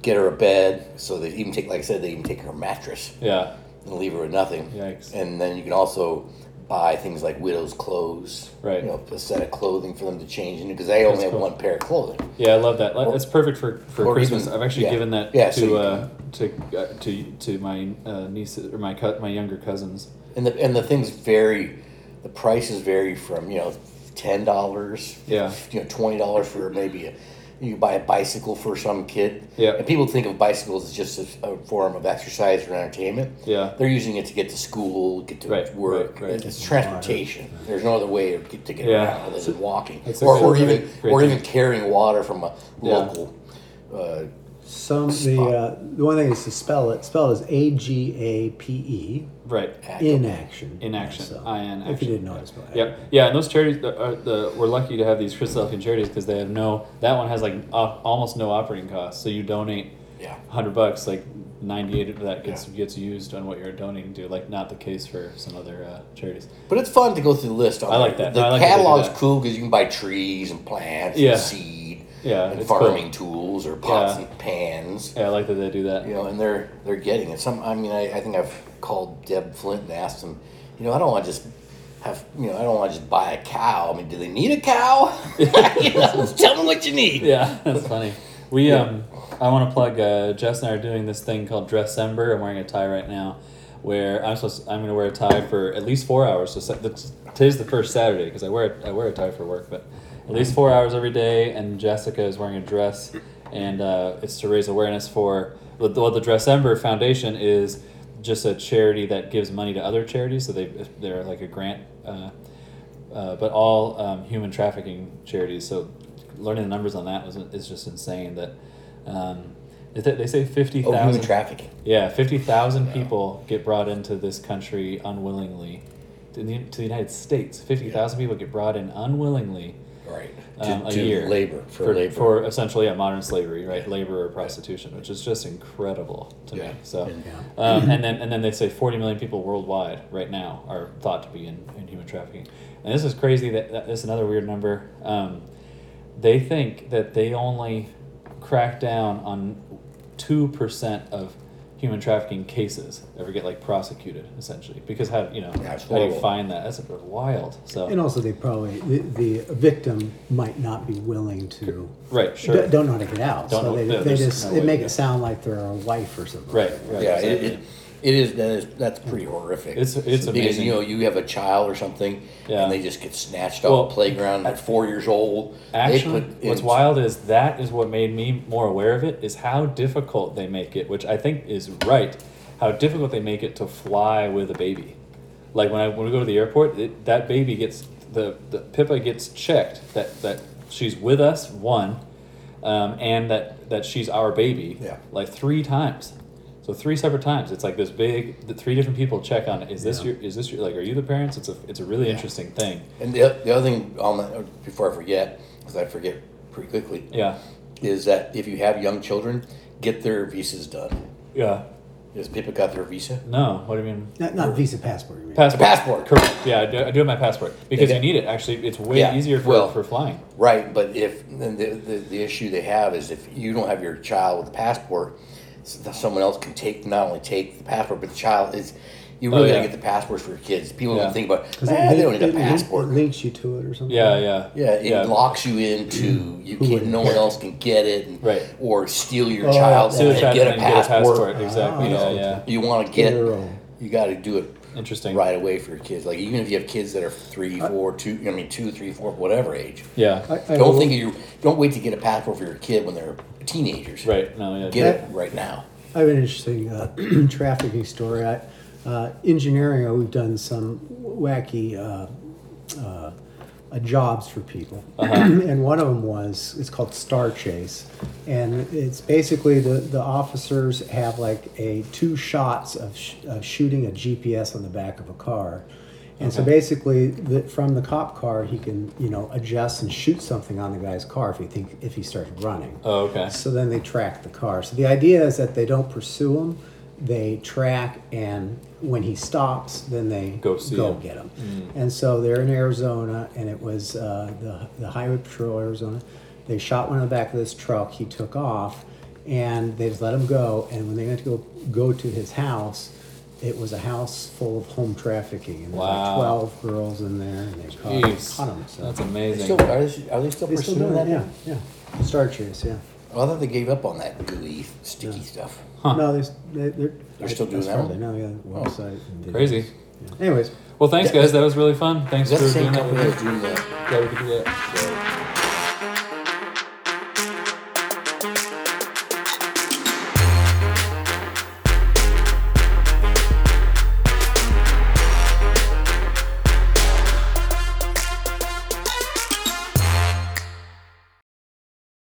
[SPEAKER 2] get her a bed. So they even take, like I said, they even take her mattress
[SPEAKER 1] Yeah.
[SPEAKER 2] and leave her with nothing.
[SPEAKER 1] Yikes.
[SPEAKER 2] And then you can also buy things like widow's clothes,
[SPEAKER 1] Right.
[SPEAKER 2] You know, a set of clothing for them to change into because they only
[SPEAKER 1] That's
[SPEAKER 2] have
[SPEAKER 1] cool.
[SPEAKER 2] one pair of clothing.
[SPEAKER 1] Yeah, I love that. Like, That's perfect for, for
[SPEAKER 2] Or
[SPEAKER 1] Christmas.
[SPEAKER 2] even-
[SPEAKER 1] I've actually
[SPEAKER 2] yeah.
[SPEAKER 1] given that
[SPEAKER 2] Yeah,
[SPEAKER 1] to
[SPEAKER 2] so you
[SPEAKER 1] uh, to uh, to to my uh, nieces or my co- my younger cousins.
[SPEAKER 2] And the and the things vary, the prices vary from you know ten dollars,
[SPEAKER 1] Yeah.
[SPEAKER 2] you know twenty dollars for maybe a, you can buy a bicycle for some kid.
[SPEAKER 1] Yeah.
[SPEAKER 2] and people think of bicycles as just a, a form of exercise or entertainment.
[SPEAKER 1] Yeah.
[SPEAKER 2] they're using it to get to school, get to
[SPEAKER 1] Right,
[SPEAKER 2] work.
[SPEAKER 1] right, right.
[SPEAKER 2] It's transportation. There's no other way to get, to get
[SPEAKER 1] Yeah.
[SPEAKER 2] around other than walking,
[SPEAKER 1] It's
[SPEAKER 2] or,
[SPEAKER 1] actually
[SPEAKER 2] or
[SPEAKER 1] a
[SPEAKER 2] even
[SPEAKER 1] great- great
[SPEAKER 2] or
[SPEAKER 1] thing.
[SPEAKER 2] even carrying water from a
[SPEAKER 1] Yeah.
[SPEAKER 2] local. Uh,
[SPEAKER 3] Some the uh, the one thing is to spell it. Spell it as A G A P
[SPEAKER 1] Right.
[SPEAKER 3] E in action.
[SPEAKER 1] In action.
[SPEAKER 3] So,
[SPEAKER 1] I N action.
[SPEAKER 3] If you didn't know how to spell it.
[SPEAKER 1] Yep. Yeah, and those charities, the, are the, we're lucky to have these Christadelphian charities because they have no, that one has like op, almost no operating costs. So you donate
[SPEAKER 2] yeah.
[SPEAKER 1] 100 bucks, like 98 of that gets,
[SPEAKER 2] Yeah.
[SPEAKER 1] gets used on what you're donating to, like not the case for some other uh, charities.
[SPEAKER 2] But it's fun to go through the list. On
[SPEAKER 1] I like
[SPEAKER 2] there.
[SPEAKER 1] that.
[SPEAKER 2] The
[SPEAKER 1] I like that they do
[SPEAKER 2] catalog's
[SPEAKER 1] that.
[SPEAKER 2] cool because you can buy trees and plants
[SPEAKER 1] Yeah.
[SPEAKER 2] and seed
[SPEAKER 1] Yeah,
[SPEAKER 2] and
[SPEAKER 1] it's cool.
[SPEAKER 2] farming tools or pots
[SPEAKER 1] Yeah.
[SPEAKER 2] and pans.
[SPEAKER 1] Yeah, I like that they do that.
[SPEAKER 2] You know, and they're they're getting it. Some, I mean, I, I think I've called Deb Flint and asked them. You know, I don't want to just have. You know, I don't want to just buy a cow. I mean, do they need a cow? you know, tell them what you need.
[SPEAKER 1] Yeah, that's funny. We um, I want to plug. Uh, Jess and I are doing this thing called Dressember. I'm wearing a tie right now, where I'm supposed. I'm gonna wear a tie for at least four hours. So sa- that's- today's the first Saturday because I wear I wear a tie for work, but at least four hours every day. And Jessica is wearing a dress, and uh, it's to raise awareness for well, the, well, the Dressember Foundation is just a charity that gives money to other charities. So they they're like a grant. Uh, uh, but all um, human trafficking charities. So learning the numbers on that was is just insane. That um, is that they say fifty
[SPEAKER 2] Oh, human
[SPEAKER 1] thousand.
[SPEAKER 2] trafficking.
[SPEAKER 1] yeah, fifty thousand people get brought into this country unwillingly. To the, to the United States, fifty thousand people get brought in unwillingly
[SPEAKER 2] right?
[SPEAKER 1] um,
[SPEAKER 2] to,
[SPEAKER 1] a
[SPEAKER 2] to
[SPEAKER 1] year
[SPEAKER 2] labor for, labor.
[SPEAKER 1] for essentially a modern slavery, right? Labor or prostitution, which is just incredible to
[SPEAKER 2] Yeah.
[SPEAKER 1] me. So,
[SPEAKER 2] Mm-hmm.
[SPEAKER 1] um, and then and then they say 40 million people worldwide right now are thought to be in, in human trafficking, and this is crazy. That, that this is another weird number. Um, they think that they only crack down on two percent of human trafficking cases ever get like prosecuted essentially because how you know
[SPEAKER 2] That's
[SPEAKER 1] how do you
[SPEAKER 2] horrible.
[SPEAKER 1] find that that's wild so
[SPEAKER 3] And also, they probably the, the victim might not be willing to.
[SPEAKER 1] right sure
[SPEAKER 3] d- don't know how to get out,
[SPEAKER 1] Don't know-
[SPEAKER 3] so they,
[SPEAKER 1] yeah,
[SPEAKER 3] they
[SPEAKER 1] there's
[SPEAKER 3] just
[SPEAKER 1] no
[SPEAKER 3] they
[SPEAKER 1] way
[SPEAKER 3] make
[SPEAKER 1] to-
[SPEAKER 3] it sound like they're a wife or something.
[SPEAKER 1] right right
[SPEAKER 2] yeah,
[SPEAKER 1] exactly.
[SPEAKER 2] it, it, it is that is that's pretty horrific.
[SPEAKER 1] It's- it's
[SPEAKER 2] because,
[SPEAKER 1] amazing.
[SPEAKER 2] You know, you have a child or something,
[SPEAKER 1] Yeah.
[SPEAKER 2] and they just get snatched
[SPEAKER 1] Well,
[SPEAKER 2] off the playground at four years old. They
[SPEAKER 1] Actually,
[SPEAKER 2] put in-
[SPEAKER 1] what's wild is that is what made me more aware of it is how difficult they make it, which I think is right. How difficult they make it to fly with a baby. Like when I when we go to the airport, it, that baby gets the, the Pippa gets checked that that she's with us one, um, and that that she's our baby.
[SPEAKER 2] Yeah.
[SPEAKER 1] Like three times. So three separate times. It's like this big. The three different people check on. Is this your? Is this your? Like, are you the parents? It's a. It's a really interesting thing.
[SPEAKER 2] And the, the other thing on that, before I forget, because I forget pretty quickly,
[SPEAKER 1] Yeah.
[SPEAKER 2] is that if you have young children, get their visas done.
[SPEAKER 1] Yeah.
[SPEAKER 2] Has Pippa got their visa?
[SPEAKER 1] No. What do you mean?
[SPEAKER 3] Not, not visa passport. You mean.
[SPEAKER 1] Passport.
[SPEAKER 2] Passport.
[SPEAKER 1] Correct. Yeah, I do, I do have my passport because
[SPEAKER 2] Yeah.
[SPEAKER 1] you need it. Actually, it's way
[SPEAKER 2] Yeah,
[SPEAKER 1] easier for,
[SPEAKER 2] well-
[SPEAKER 1] for flying.
[SPEAKER 2] Right, but if then the, the the issue they have is if you don't have your child with a passport, s- that someone else can take not only take the passport, but the child is. You
[SPEAKER 1] Oh,
[SPEAKER 2] really
[SPEAKER 1] yeah.
[SPEAKER 2] gotta get the passports for your kids. People
[SPEAKER 1] Yeah.
[SPEAKER 2] don't think about.
[SPEAKER 3] 'Cause
[SPEAKER 2] "Ah,
[SPEAKER 3] it
[SPEAKER 2] they don't
[SPEAKER 3] link-
[SPEAKER 2] need a
[SPEAKER 3] it link-
[SPEAKER 2] passport.
[SPEAKER 3] It links you to it or something.
[SPEAKER 1] Yeah, yeah.
[SPEAKER 2] Yeah, it locks you into you can't. No one else can get it, and,
[SPEAKER 1] Right.
[SPEAKER 2] Or steal your
[SPEAKER 3] Oh,
[SPEAKER 2] child
[SPEAKER 1] Steal
[SPEAKER 2] and
[SPEAKER 1] the child
[SPEAKER 2] get a
[SPEAKER 1] and then get a
[SPEAKER 2] passport.
[SPEAKER 1] passport. Exactly.
[SPEAKER 3] Ah,
[SPEAKER 1] yeah,
[SPEAKER 3] okay.
[SPEAKER 1] yeah.
[SPEAKER 2] You want to get.
[SPEAKER 3] Girl.
[SPEAKER 2] You got to do it
[SPEAKER 1] Interesting.
[SPEAKER 2] right away for your kids. Like even if you have kids that are three,
[SPEAKER 3] Uh,
[SPEAKER 2] four, two. I mean, two, three, four, whatever age.
[SPEAKER 1] Yeah.
[SPEAKER 3] I, I
[SPEAKER 2] Don't
[SPEAKER 3] will-
[SPEAKER 2] think of you. Don't wait to get a passport for your kid when they're teenagers.
[SPEAKER 1] right. No. Yeah.
[SPEAKER 2] Get it right now.
[SPEAKER 3] I have an interesting uh, trafficking story. I, uh, engineering, uh, we've done some wacky uh, uh, jobs for people, and one of them was it's called Star Chase, and it's basically the the officers have like a two shots of, sh- of shooting a GPS on the back of a car. And so basically, the, from the cop car, he can you know adjust and shoot something on the guy's car if he think if he starts running.
[SPEAKER 1] Oh, okay.
[SPEAKER 3] So then they track the car. So the idea is that they don't pursue him; they track, and when he stops, then they
[SPEAKER 1] Go see him. Mm.
[SPEAKER 3] get him. And so they're in Arizona, and it was uh, the the Highway Patrol Arizona. They shot one in the back of this truck. He took off, and they just let him go. And when they went to go go to his house. It was a house full of home trafficking, and there were
[SPEAKER 1] Wow.
[SPEAKER 3] like twelve girls in there, and they caught,
[SPEAKER 1] Jeez.
[SPEAKER 3] caught 'em, So
[SPEAKER 1] That's
[SPEAKER 2] They
[SPEAKER 1] amazing.
[SPEAKER 2] still, are, they, are they still
[SPEAKER 3] they still
[SPEAKER 2] pursuing
[SPEAKER 3] doing
[SPEAKER 2] that?
[SPEAKER 3] that, yeah, yeah. Star Chase, yeah.
[SPEAKER 2] Well, I thought they gave up on that gooey, sticky stuff.
[SPEAKER 3] No, there's, they, they're,
[SPEAKER 2] They're still doing
[SPEAKER 3] as
[SPEAKER 2] that
[SPEAKER 3] far
[SPEAKER 2] one? Oh.
[SPEAKER 3] as I know, yeah. Website. and videos.
[SPEAKER 1] Crazy.
[SPEAKER 3] Yeah. Anyways,
[SPEAKER 1] Well, thanks, guys. That was really fun. Thanks
[SPEAKER 2] Is
[SPEAKER 1] for
[SPEAKER 2] that the same
[SPEAKER 1] doing that.
[SPEAKER 2] company
[SPEAKER 1] With
[SPEAKER 2] that's
[SPEAKER 1] us.
[SPEAKER 2] doing that?
[SPEAKER 1] Yeah, we could do that.
[SPEAKER 2] So,